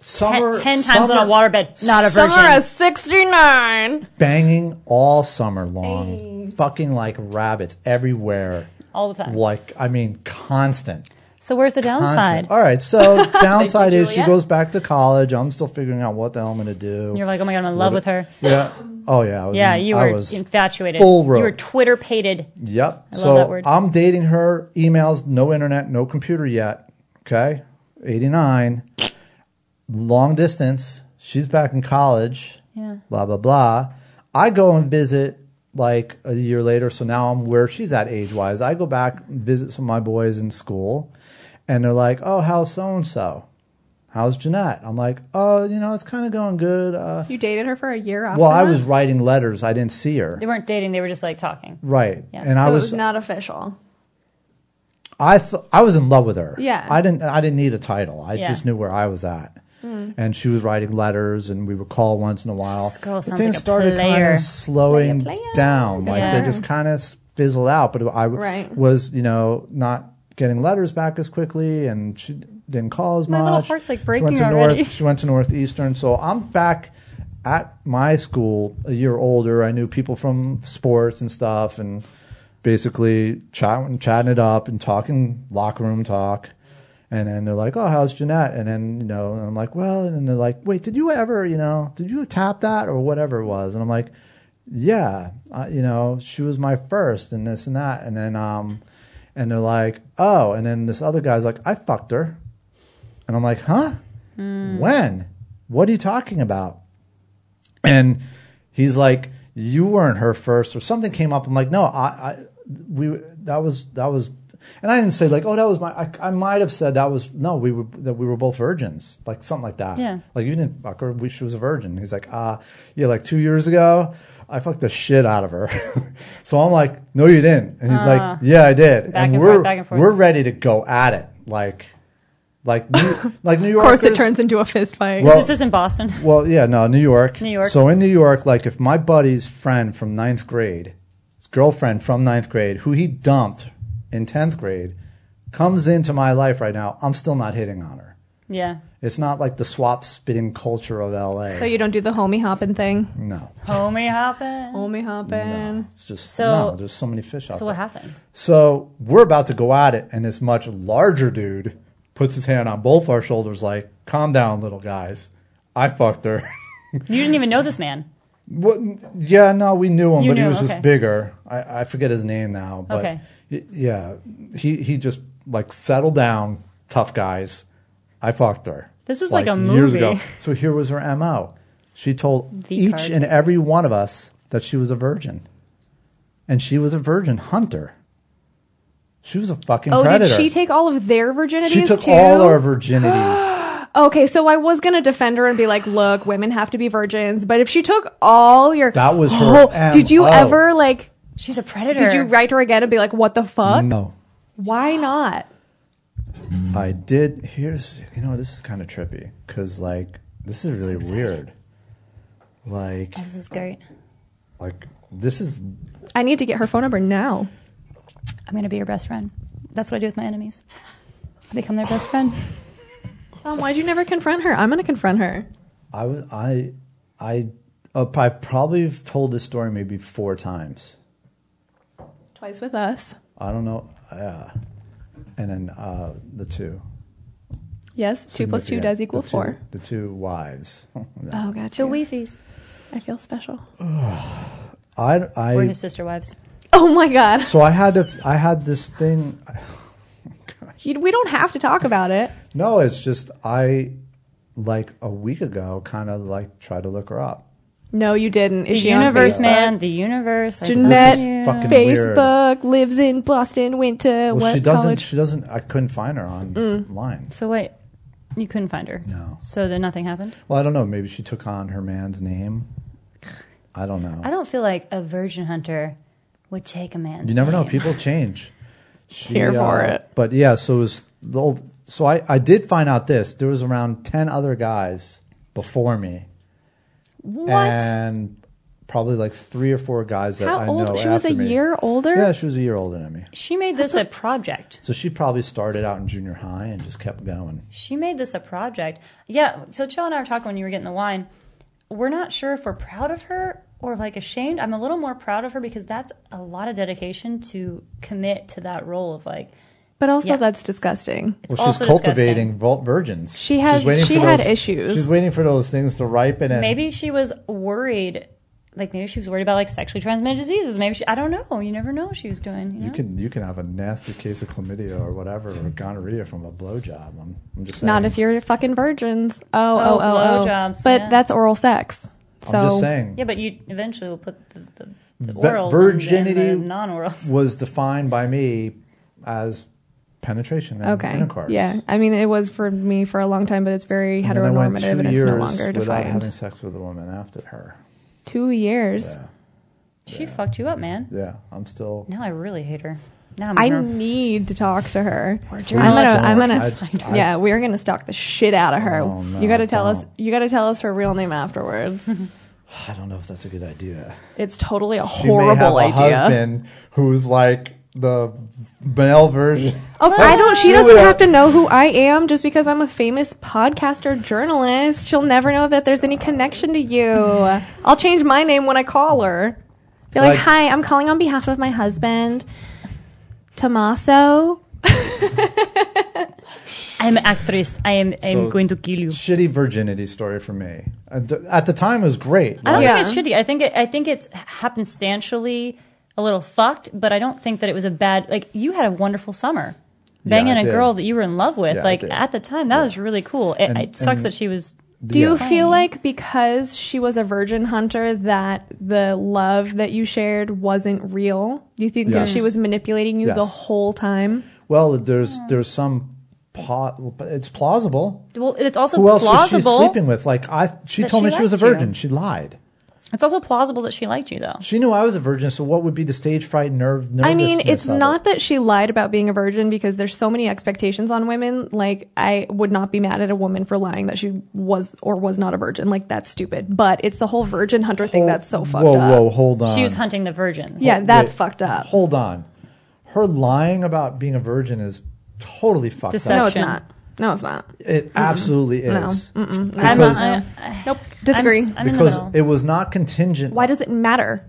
S3: summer,
S1: Ten, ten times on
S3: summer-
S1: a waterbed, not a
S2: Summer
S1: virgin.
S2: of 69.
S3: banging all summer long, fucking like rabbits everywhere,
S1: All the time.
S3: Like I mean, constant.
S1: So where's the downside?
S3: Constant. Oh. All right.
S1: <laughs>
S3: So downside is she
S4: Juliet.
S3: goes back to college. I'm still figuring out what the hell I'm going to do.
S1: You're like, oh my god, I'm in love with her.
S3: yeah. Oh yeah. I was
S1: Yeah,
S3: in-
S1: you
S3: I
S1: were
S3: was-
S1: infatuated.
S3: full
S1: You were
S3: rope.
S1: Twitter pated.
S3: Yep.
S1: I love
S3: so
S1: that word.
S3: I'm dating her. Emails, no internet, no computer yet. Okay. 89. Long distance. She's back in college.
S1: Yeah.
S3: Blah, blah, blah. I go and visit like a year later. So now I'm where she's at age wise. I go back and visit some of my boys in school and they're like, oh, how's so and so? How's Jeanette? I'm like, oh, you know, it's kind of going good. Uh,
S2: You dated her for a year after
S3: well, I
S2: that?
S3: was writing letters. I didn't see her.
S1: They weren't dating. They were just like talking.
S3: Right.
S1: Yeah.
S3: And I
S4: So it
S3: was,
S4: was not official.
S3: I th- I was in love with her.
S2: Yeah.
S3: I didn't I didn't need a title. I
S1: Yeah. Hmm.
S3: just knew where I was at. And she was writing letters, and we would call once in a while.
S1: This girl
S3: But
S1: sounds
S3: things
S1: like a
S3: started kind
S1: player.
S3: of slowing
S4: Player, player.
S3: down. Like
S1: Yeah.
S3: they just kind of fizzle out. But I w-
S4: Right.
S3: was, you know, not getting letters back as quickly, and she didn't call as
S1: My
S3: much.
S1: little heart's, like,
S3: she went
S1: breaking
S3: to
S1: already.
S3: North. She went to Northeastern. So I'm back at my school a year older. I knew people from sports and stuff, and basically chatting, chatting it up and talking locker room talk. And then they're like, "Oh, how's Jeanette?" And then you know, and I'm like, "Well," and they're like, "Wait, did you ever, you know, did you tap that or whatever it was?" And I'm like, "Yeah, I, you know, she was my first, and this and that." And then, um, and they're like, "Oh," and then this other guy's like, "I fucked her," and I'm like, "Huh?
S1: Hmm.
S3: When? What are you talking about?" and he's like, "You weren't her first, or something came up." I'm like, "No, I, I we that was that was," and I didn't say like, "Oh, that was my." I, I might have said that was no, we were that we were both virgins, like something like that.
S1: Yeah.
S3: like you didn't fuck her; we, she was a virgin. He's like, "Ah, yeah, like two years ago." I fucked the shit out of her, <laughs> so I'm like, "No, you didn't," and he's like, "Yeah, I did,"
S1: Ah. Back and
S3: we're
S1: forth, back and forth.
S3: we're ready to go at it, like,
S2: <laughs>
S3: like, New, like New
S2: Of
S3: York.
S2: course, it turns into a fist fight.
S3: Well-
S1: This is in Boston. <laughs>
S3: Well, yeah, no, New York.
S1: New York.
S3: So in New York, like if my buddy's friend from ninth grade, his girlfriend from ninth grade, who he dumped in tenth grade, comes into my life right now, I'm still not hitting on her.
S1: Yeah.
S3: It's not like the swap spitting culture of LA.
S2: so you don't do the homie hopping thing?
S3: no,
S1: Homie hopping.
S2: Homie hopping.
S3: it's just
S1: So-
S3: no. There's so many fish out
S1: So
S3: there.
S1: what happened?
S3: So we're about to go at it, and this much larger dude puts his hand on both our shoulders, like, "Calm down, little guys. I fucked her." <laughs>
S1: You didn't even know this man.
S3: Well, yeah, no, we knew him,
S1: You
S3: but
S1: knew,
S3: he was
S1: okay.
S3: just bigger. I, I forget his name now, but
S1: Okay.
S3: y- yeah, he he just like settled down, tough guys. I fucked her.
S1: This is like a
S3: Years
S1: movie.
S3: ago. So here was her mo. She told
S1: The
S3: each
S1: card
S3: and every one of us that she was a virgin, and she was a virgin hunter. She was a fucking
S2: Oh,
S3: predator.
S2: did she take all of their virginities
S3: She took
S2: too?
S3: all
S1: <gasps>
S3: our virginities.
S2: okay, so I was gonna defend her and be like, "Look, women have to be virgins," but if she took all your
S3: That was her
S2: did you
S3: MO.
S2: ever like?
S1: She's a predator.
S2: Did you write her again and be like, "What the fuck?
S3: no.
S2: Why not?"
S3: I did. Here's, you know, this is kind of trippy because, like, this is really weird. Like,
S1: This is great.
S3: like this is
S2: I need to get her phone number now.
S1: I'm gonna be your best friend. That's what I do with my enemies. I become their best friend.
S2: Um, why'd you never confront her? I'm gonna confront her.
S3: I was I I uh, I probably have told this story maybe four times.
S2: Twice with us.
S3: I don't know. Yeah, and then uh, the two.
S2: Yes, two plus two
S3: Significant-
S2: does equal
S3: the two-
S2: four.
S3: The
S2: <laughs>
S3: two wives. <laughs>
S2: Oh, gotcha.
S1: The Weefies.
S2: I feel special.
S3: I I
S1: We're his sister wives.
S2: Oh my god. <laughs>
S3: so I had to I had this thing.
S2: You, we don't have to talk about it.
S3: No, it's just I like a week ago kind of like tried to look her up.
S2: No, you didn't. Is
S1: The
S2: she
S1: universe,
S2: on Facebook?
S1: man. The universe. I
S2: Jeanette
S1: see you.
S3: fucking weird.
S2: Facebook lives in Boston. Went to
S3: Well,
S2: what
S3: she doesn't.
S2: college? Mm.
S3: She doesn't. I couldn't find her on online.
S1: So wait, you couldn't find her.
S3: No.
S1: So then nothing happened.
S3: Well, I don't know. Maybe she took on her man's name. I don't know.
S1: I don't feel like a virgin hunter would take a man.
S3: you never know. People change. She, uh,
S2: Here for it.
S3: But yeah, so it was the old, so I I did find out this. There was around ten other guys before me,
S1: What?
S3: and probably like three or four guys that
S2: How
S3: I
S2: old-
S3: know.
S2: she was a
S3: after me.
S2: year older?
S3: Yeah, she was a year older than me.
S1: she made this a project.
S3: So she probably started out in junior high and just kept going.
S1: She made this a project. Yeah. So Chill and I were talking when you were getting the wine. We're not sure if we're proud of her or like ashamed. I'm a little more proud of her because that's a lot of dedication to commit to that role of like
S2: But also,
S1: Yeah.
S2: that's disgusting.
S1: It's
S3: well, she's
S1: also
S3: cultivating
S1: disgusting.
S3: vault virgins.
S2: She
S3: She's
S2: has-
S3: waiting
S2: she
S3: for
S2: had issues.
S3: She's waiting for those things to ripen and
S1: Maybe she was worried. Like maybe she was worried about like sexually transmitted diseases. Maybe she, I don't know. You never know what she was doing. You know?
S3: You can you can have a nasty case of chlamydia or whatever or gonorrhea from a blowjob. I'm, I'm just saying.
S2: Not if you're fucking virgins. Oh, oh,
S1: Oh,
S2: oh, oh.
S1: blowjobs,
S2: but
S1: yeah.
S2: that's oral sex. So
S3: I'm just saying.
S1: yeah, but you eventually will put the, the, the
S3: Ve-
S1: orals
S3: virginity-
S1: and the
S3: <laughs>
S1: non-orals.
S3: Was defined by me as penetration and
S2: Okay.
S3: intercourse.
S2: Yeah. I mean, it was for me for a long time, but it's very
S3: And then I went
S2: heteronormative
S3: two
S2: and it's
S3: years
S2: no longer
S3: without
S2: defined.
S3: having sex with a woman after her.
S2: Two years.
S3: Yeah,
S1: She fucked you up, man.
S3: yeah. I'm still.
S1: Now I really hate her. Now I'm
S2: I
S1: gonna-
S2: need to talk to her.
S1: doing
S2: I'm gonna,
S3: this.
S2: I'm
S3: I-
S2: gonna,
S3: I-
S2: yeah, we're gonna stalk the shit out of her.
S3: Oh, no,
S2: you gotta tell us,
S3: don't.
S2: you gotta tell us her real name afterwards.
S3: I don't know if that's a good idea.
S2: it's totally a
S3: She may have
S2: horrible
S3: a
S2: idea.
S3: husband who's like the male version.
S2: Oh, I don't. She doesn't
S3: Julia.
S2: have to know who I am just because I'm a famous podcaster journalist. She'll never know that there's any connection to you. <sighs> I'll change my name when I call her. Be like,
S3: Like-
S2: "Hi, I'm calling on behalf of my husband, Tommaso."
S1: I'm actress. I am. I'm
S3: So-
S1: going to kill you.
S3: Shitty virginity story for me. At the, at the time, it was great.
S1: I don't
S2: Yeah.
S1: think it's shitty. I think it, I think it's happenstantially a little fucked, but I don't think that it was a bad. Like you had a wonderful summer, banging
S3: I
S1: a
S3: did.
S1: girl that you were in love with.
S3: Yeah, I
S1: like
S3: did.
S1: at the time, that was really cool. It,
S3: And-
S1: it sucks
S3: and-
S1: that she was.
S2: Do you
S3: Yeah.
S2: feel like because she was a virgin hunter that the love that you shared wasn't real? Do you think that
S3: Yes.
S2: she was manipulating you the
S3: Yes.
S2: whole time?
S3: Well, there's there's some pot. It's plausible.
S1: Well, it's also
S3: Who else was she
S1: plausible.
S3: sleeping with? Like I, she
S1: That
S3: told
S1: she
S3: me she was a
S1: liked you.
S3: virgin. She lied.
S1: It's also plausible that she liked you, though.
S3: She knew I was a virgin. So what would be the stage fright, nerve, nervousness?
S2: I mean, it's
S3: of it?
S2: not that she lied about being a virgin because there's so many expectations on women. Like, I would not be mad at a woman for lying that she was or was not a virgin. Like, that's stupid. But it's the whole virgin hunter thing that's so fucked
S3: whoa,
S2: up.
S3: Whoa, hold on.
S1: She was hunting the virgins.
S2: Yeah, that's
S3: Wait,
S2: fucked up.
S3: Hold on. Her lying about being a virgin is totally fucked
S2: No,
S1: Deception.
S3: up.
S2: it's not. No, it's not.
S3: It absolutely is.
S1: I'm,
S3: Because-
S1: I,
S2: Nope. Disagree.
S1: I'm, I'm in the
S3: Because
S1: middle.
S3: it was not contingent.
S2: Why does it matter?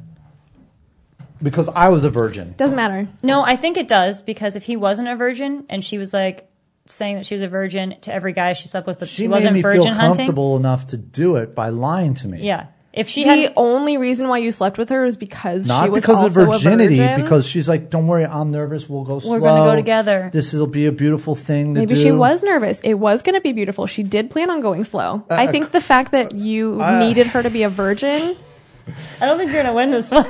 S3: Because I was a virgin.
S2: Doesn't matter.
S1: No, I think it does because if he wasn't a virgin and she was like saying that she was a virgin to every guy she slept with, but she,
S3: She made
S1: wasn't
S3: me
S1: virgin
S3: feel
S1: hunting.
S3: comfortable enough to do it by lying to me.
S1: Yeah. If she
S2: The
S1: had
S2: only reason why you slept with her is because she
S3: Not
S2: was
S3: because of
S2: also a
S3: virginity,
S2: virgin?
S3: because she's like, "Don't worry, I'm nervous. We'll go slow.
S1: We're gonna go together."
S3: This will be a beautiful thing to
S2: Maybe
S3: do."
S2: she was nervous. It was going to be beautiful. She did plan on going slow.
S3: Uh,
S2: I think the fact that you needed her to be a virgin,
S1: I don't think you're gonna win this one.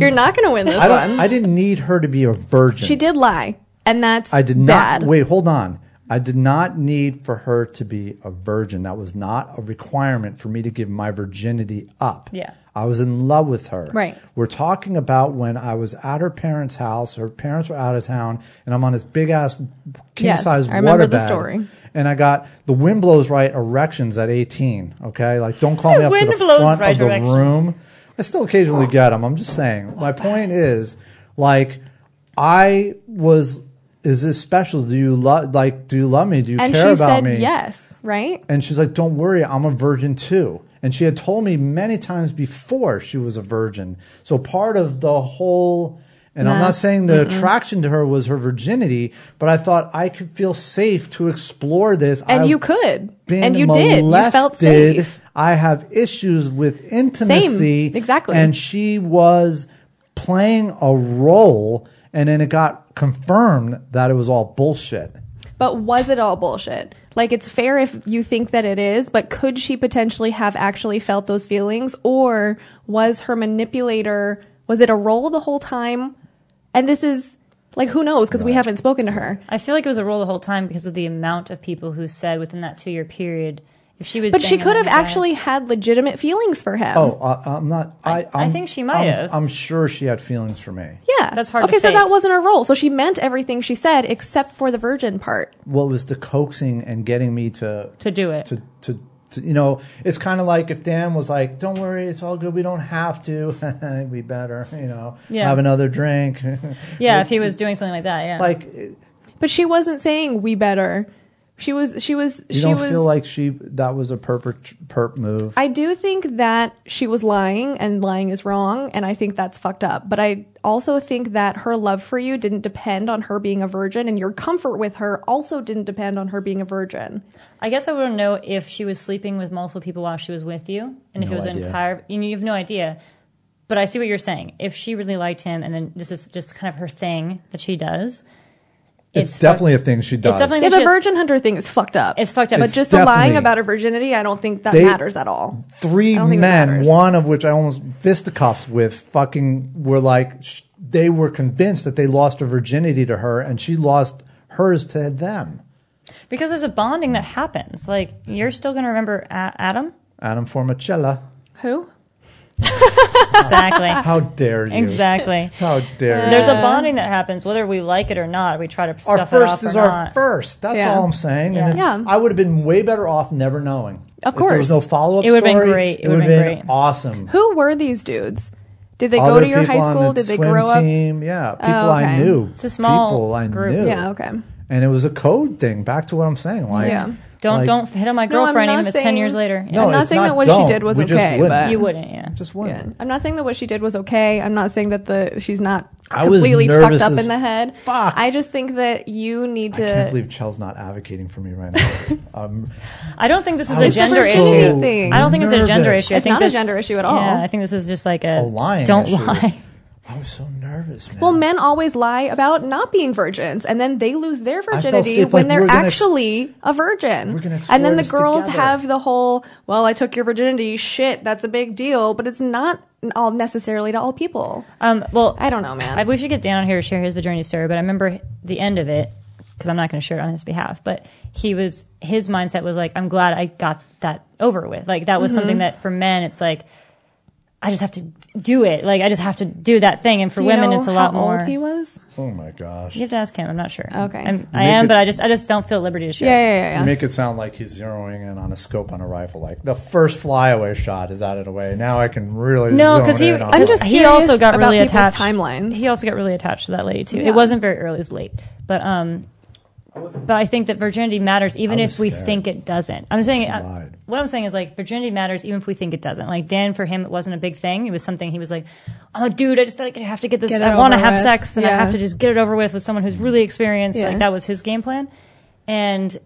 S2: you're not going to win this
S3: I,
S2: one.
S3: don't, I didn't need her to be a virgin.
S2: She did lie, and that's
S3: I did
S2: bad.
S3: not. Wait, hold on. I did not need for her to be a virgin. That was not a requirement for me to give my virginity up.
S1: Yeah.
S3: I was in love with her.
S2: Right.
S3: We're talking about when I was at her parents' house. Her parents were out of town, and I'm on this big ass king
S2: Yes,
S3: size
S2: I remember
S3: waterbed.
S2: the story.
S3: And I got the wind blows right erections at 18. Okay, like don't call me up to
S1: Wind
S3: the
S1: blows
S3: front
S1: right
S3: of the
S1: erections.
S3: room. I still occasionally get them. I'm just saying. My point is, like, I was. Is this special? Do you love? Like, do you love me? Do you
S2: and
S3: care
S2: she said
S3: about me?
S2: yes, right?
S3: And she's like, "Don't worry, I'm a virgin too." And she had told me many times before she was a virgin. So part of the whole, and I'm
S2: Nah.
S3: not saying the attraction to her was her virginity, but I thought I could feel safe to explore this.
S2: And
S3: I-
S2: you could,
S3: been
S2: and you did. You felt
S3: molested.
S2: safe.
S3: I have issues with intimacy.
S2: Same, exactly.
S3: And she was playing a role, and then it got confirmed that it was all bullshit.
S2: But was it all bullshit? Like, it's fair if you think that it is, but could she potentially have actually felt those feelings? Or was her manipulator, was it a role the whole time? And this is, like, who knows? Because we haven't spoken to her.
S1: <laughs> I feel like it was a rule the whole time because of the amount of people who said within that two year period if she was.
S2: But she
S1: banging
S2: could have
S1: other guys-
S2: actually had legitimate feelings for him.
S3: Oh, I, I'm not. I,
S1: I
S3: I'm-
S1: think she might
S3: I'm-
S1: have.
S3: I'm sure she had feelings for me.
S2: Yeah.
S1: That's hard to
S2: Okay, so
S1: fake.
S2: that wasn't her role. So she meant everything she said except for the virgin part.
S3: What was the coaxing and getting me to
S1: to do it.
S3: to to, to you know? It's kind of like if Dan was like, "Don't worry, it's all good. We don't have to. <laughs> we better, you know,
S1: Yeah.
S3: have another drink." <laughs>
S1: yeah, if he was doing something like that, yeah.
S3: like
S2: But she wasn't saying we better. She was. She was.
S3: You
S2: she
S3: don't
S2: was,
S3: feel like she that was a perp perp move.
S2: I do think that she was lying and lying is wrong and I think that's fucked up. But I also think that her love for you didn't depend on her being a virgin and your comfort with her also didn't depend on her being a virgin.
S1: I guess I wouldn't know if she was sleeping with multiple people while she was with you, and if
S3: No
S1: it was an
S3: idea.
S1: entire. You, know, you have no idea. But I see what you're saying. If she really liked him, and then this is just kind of her thing that she does.
S3: it's,
S1: fuck-
S3: definitely a thing she does.
S1: definitely-
S2: Yeah,
S1: She
S2: the
S1: has-
S2: virgin hunter thing is fucked up.
S1: It's fucked up.
S2: But
S1: It's
S2: just the lying
S3: definitely-
S2: about her virginity, I don't think that
S3: They-
S2: matters at all.
S3: three
S2: I don't think it
S3: men,
S2: matters.
S3: one of which I almost fisticuffs with, fucking were like sh- they were convinced that they lost her virginity to her, and she lost hers to them.
S1: because there's a bonding that happens. Like you're still going to remember a-
S3: <laughs>
S1: Adam.
S3: Adam Formicella,
S2: Who?
S1: Exactly.
S3: how dare you?
S1: exactly.
S3: How dare you?
S1: There's a bonding that happens whether we like it or not. We try to
S3: our
S1: stuff it
S3: first
S1: off
S3: is
S1: or
S3: our
S1: not.
S3: first. That's
S2: Yeah.
S3: all I'm saying. And
S1: Yeah.
S2: Yeah.
S3: I would have been way better off never knowing.
S2: Of
S3: If there was
S2: course.
S3: no follow up
S1: It
S3: story.
S1: would've been great. It
S3: would
S1: would've
S3: have
S1: been
S3: been,
S1: great.
S3: awesome.
S2: Who were these dudes? Did they
S3: Other
S2: go to your high
S3: people on
S2: school?
S3: the
S2: Did they
S3: swim
S2: grow up?
S3: Team. Yeah, people I
S2: okay.
S3: knew.
S1: Oh, It's a small
S3: people I
S1: group.
S3: knew.
S2: Yeah, okay.
S3: And it was a code thing. Back to what I'm saying. Like,
S2: Yeah.
S1: Don't
S3: like,
S1: don't hit on my
S2: No, I'm
S1: girlfriend even
S2: not
S1: if it's ten years
S2: saying-
S1: later.
S3: No,
S2: I'm not
S3: it's
S2: saying that what she
S3: don't.
S2: did was
S3: We just
S2: okay,
S3: wouldn't.
S2: but-
S1: you wouldn't. Yeah.
S3: just
S2: Yeah.
S3: wouldn't.
S2: I'm not saying that what she did was okay. I'm not saying that the she's not
S3: I was
S2: completely
S3: nervous
S2: fucked up
S3: as
S2: in the head.
S3: fuck.
S2: I just think that you need
S3: I can't
S2: to.
S3: believe Chel's not advocating for me right
S1: <laughs>
S3: now. um,
S1: I don't think this is
S3: I
S1: a
S3: was
S1: gender
S2: so
S1: issue.
S2: thing.
S1: I don't think it's a gender
S3: nervous.
S1: issue. I
S2: It's
S1: think
S2: not a
S1: this-
S2: gender issue at all.
S1: Yeah, I think this is just like a,
S3: A lying
S1: Don't
S3: issue.
S1: lie. <laughs>
S3: I was so nervous, man.
S2: Well, men always lie about not being virgins, and then they lose their
S3: felt
S2: virginity
S3: safe,
S2: when
S3: like,
S2: they're
S3: we're gonna ex-
S2: actually a virgin.
S3: We're gonna explore
S2: and then the
S3: this
S2: girls
S3: together.
S2: have the whole, "Well, I took your virginity. Shit, that's a big deal." But it's not all necessarily to all people.
S1: Um, well,
S2: I don't know, man.
S1: I, we should get Dan on here to share his virginity story, but I remember the end of it because I'm not going to share it on his behalf. But he was his mindset was like, "I'm glad I got that over with." Like that was
S2: Mm-hmm.
S1: something that for men, it's like, I just have to do it. Like I just have to do that thing. And for
S2: Do you
S1: women,
S2: know
S1: it's a
S2: how
S1: lot
S2: old
S1: more.
S2: He was.
S3: oh my gosh.
S1: You have to ask him. I'm not sure.
S2: Okay.
S1: I'm, I
S3: Make
S1: am,
S3: it-
S1: but I just I just don't feel at liberty to share.
S2: Yeah, yeah, yeah.
S3: You
S2: yeah.
S3: make it sound like he's zeroing in on a scope on a rifle. Like the first flyaway shot is out of the way. Now I can really
S1: No,
S3: zone
S1: because he
S3: in on
S1: I'm
S3: it.
S1: just he
S2: curious
S1: also got
S2: about
S1: really
S2: people's
S1: attached.
S2: timelines.
S1: He also got really attached to that lady too.
S2: Yeah.
S1: It wasn't very early; it was late. But um, but I think that virginity matters even
S3: I
S1: if
S3: was
S1: we
S3: scared.
S1: think it doesn't. I'm saying
S3: She
S1: uh,
S3: lied.
S1: what I'm saying is like virginity matters even if we think it doesn't. Like Dan, for him, it wasn't a big thing. It was something he was like, "Oh, dude, I just like, I have to get this.
S2: Get it
S1: I want to
S2: over
S1: have
S2: with."
S1: sex, and I
S2: Yeah.
S1: have to just get it over with with someone who's really experienced."
S2: Yeah.
S1: Like that was his game plan, and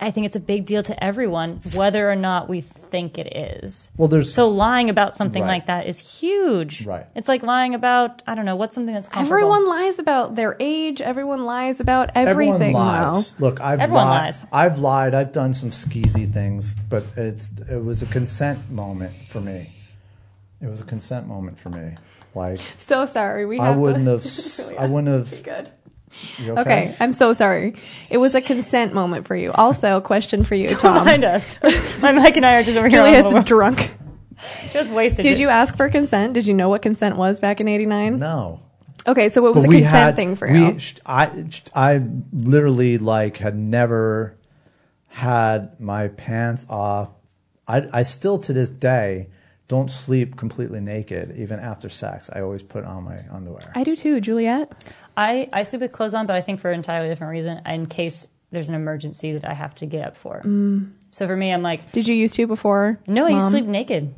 S1: I think it's a big deal to everyone whether or not we think it is.
S3: Well, there's-
S1: so lying about something
S3: Right.
S1: like that is huge.
S3: Right.
S1: It's like lying about I don't know what's something that's comfortable.
S2: Everyone lies about their age. Everyone lies about everything.
S3: Everyone
S2: though.
S3: lies. Look, I've
S1: Everyone
S3: lied.
S1: lies.
S3: I've lied. I've done some skeezy things, but it's it was a consent moment for me. It was a consent moment for me. Like
S2: So sorry. We
S3: I
S2: have <laughs>
S3: wouldn't
S2: to-
S3: have. s- I wouldn't have.
S2: Good.
S3: you
S2: Okay, I'm so sorry. It was a consent moment for you. Also, question for
S1: <laughs>
S2: you, Tom.
S1: behind us. My Mike and I are just over here on a
S2: Juliet's
S1: little, <laughs>
S2: drunk.
S1: just wasted.
S2: Did
S1: it.
S2: you ask for consent? Did you know what consent was back in '89?
S3: No.
S2: Okay, so it was a consent thing for
S3: we-
S2: you.
S3: sh- I, sh- I literally like had never had my pants off. I, I still to this day don't sleep completely naked even after sex. I always put on my underwear.
S2: I do too, Juliet.
S1: I I sleep with clothes on, but I think for an entirely different reason. In case there's an emergency that I have to get up for.
S2: Mm.
S1: So for me, I'm like,
S2: Did you used to before?
S1: no, I used to
S2: Mom? Mm.
S1: sleep naked.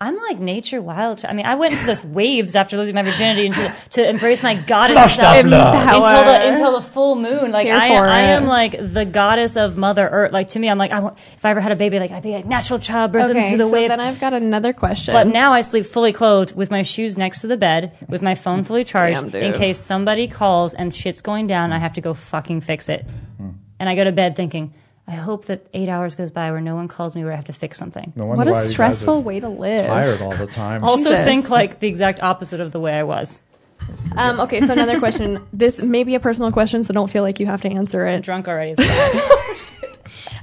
S1: I'm like nature wild. chi- I mean, I went into this waves after losing my virginity and to, to embrace my goddess
S3: Flushed
S1: self.
S3: up love.
S1: until the
S2: Empower.
S1: until the full moon. Like
S2: Here
S1: I,
S2: for
S1: I
S2: it.
S1: am like the goddess of Mother Earth. Like to me, I'm like I want, if I ever had a baby, like I'd be like natural childbirth
S2: Okay,
S1: through the
S2: so
S1: waves.
S2: then I've got another question.
S1: but now I sleep fully clothed with my shoes next to the bed, with my phone fully charged,
S2: Damn, dude.
S1: in case somebody calls and shit's going down. I have to go fucking fix it.
S3: Hmm.
S1: And I go to bed thinking, I hope that eight hours goes by where no one calls me where I have to fix something.
S3: No wonder
S2: what
S3: why you
S2: a
S3: guys are
S2: stressful way to live.
S1: <laughs>
S3: Tired all the time.
S1: Also,
S2: Jesus.
S1: think like the exact opposite of the way I was.
S2: Um, okay, so another question. <laughs> This may be a personal question, so don't feel like you have to answer it.
S1: Drunk <laughs> already. it's fine.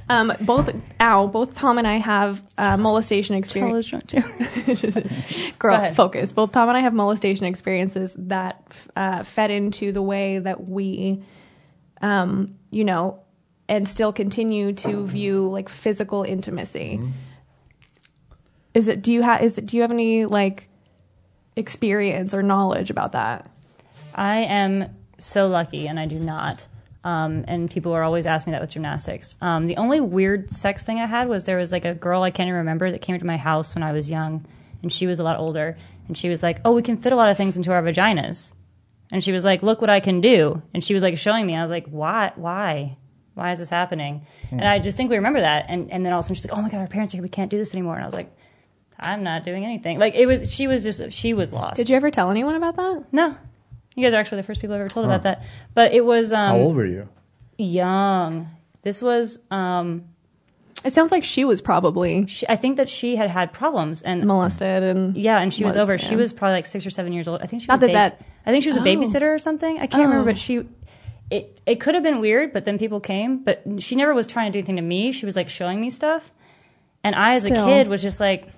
S2: Um, both, ow, both Tom and I have uh, molestation
S1: I
S2: experience.
S1: was drunk too. Go
S2: Girl,
S1: ahead.
S2: focus. Both Tom and I have molestation experiences that uh, fed into the way that we, um, you know, and still continue to view like physical intimacy.
S1: Mm-hmm.
S2: Is it? Do you have? Is it? Do you have any like experience or knowledge about that?
S1: I am so lucky, and I do not. Um, and people are always asking me that with gymnastics. Um, the only weird sex thing I had was there was like a girl I can't even remember that came to my house when I was young, and she was a lot older, and she was like, "Oh, we can fit a lot of things into our vaginas," and she was like, "Look what I can do," and she was like showing me. I was like, "Why? Why?" Why is this happening? And I distinctly remember that. And, and then all of a sudden she's like, oh my God, our parents are here. We can't do this anymore. And I was like, I'm not doing anything. Like it was, she was just, she was lost.
S2: Did you ever tell anyone about that?
S1: No. You guys are actually the first people I've ever told about that. But it was um,
S3: How old were you?
S1: young. This was, um,
S2: It sounds like she was probably
S1: she, I think that she had had problems, and
S2: molested and
S1: yeah, and she was,
S2: Was,
S1: over.
S2: yeah.
S1: She was probably like six or seven years old. I think she
S2: Not
S1: was a
S2: that that-
S1: I think she was
S2: Oh.
S1: a babysitter or something. I can't
S2: Oh.
S1: remember, but she. It it could have been weird, but then people came. But she never was trying to do anything to me. She was like showing me stuff, and I, as
S2: Still.
S1: a kid, was just like.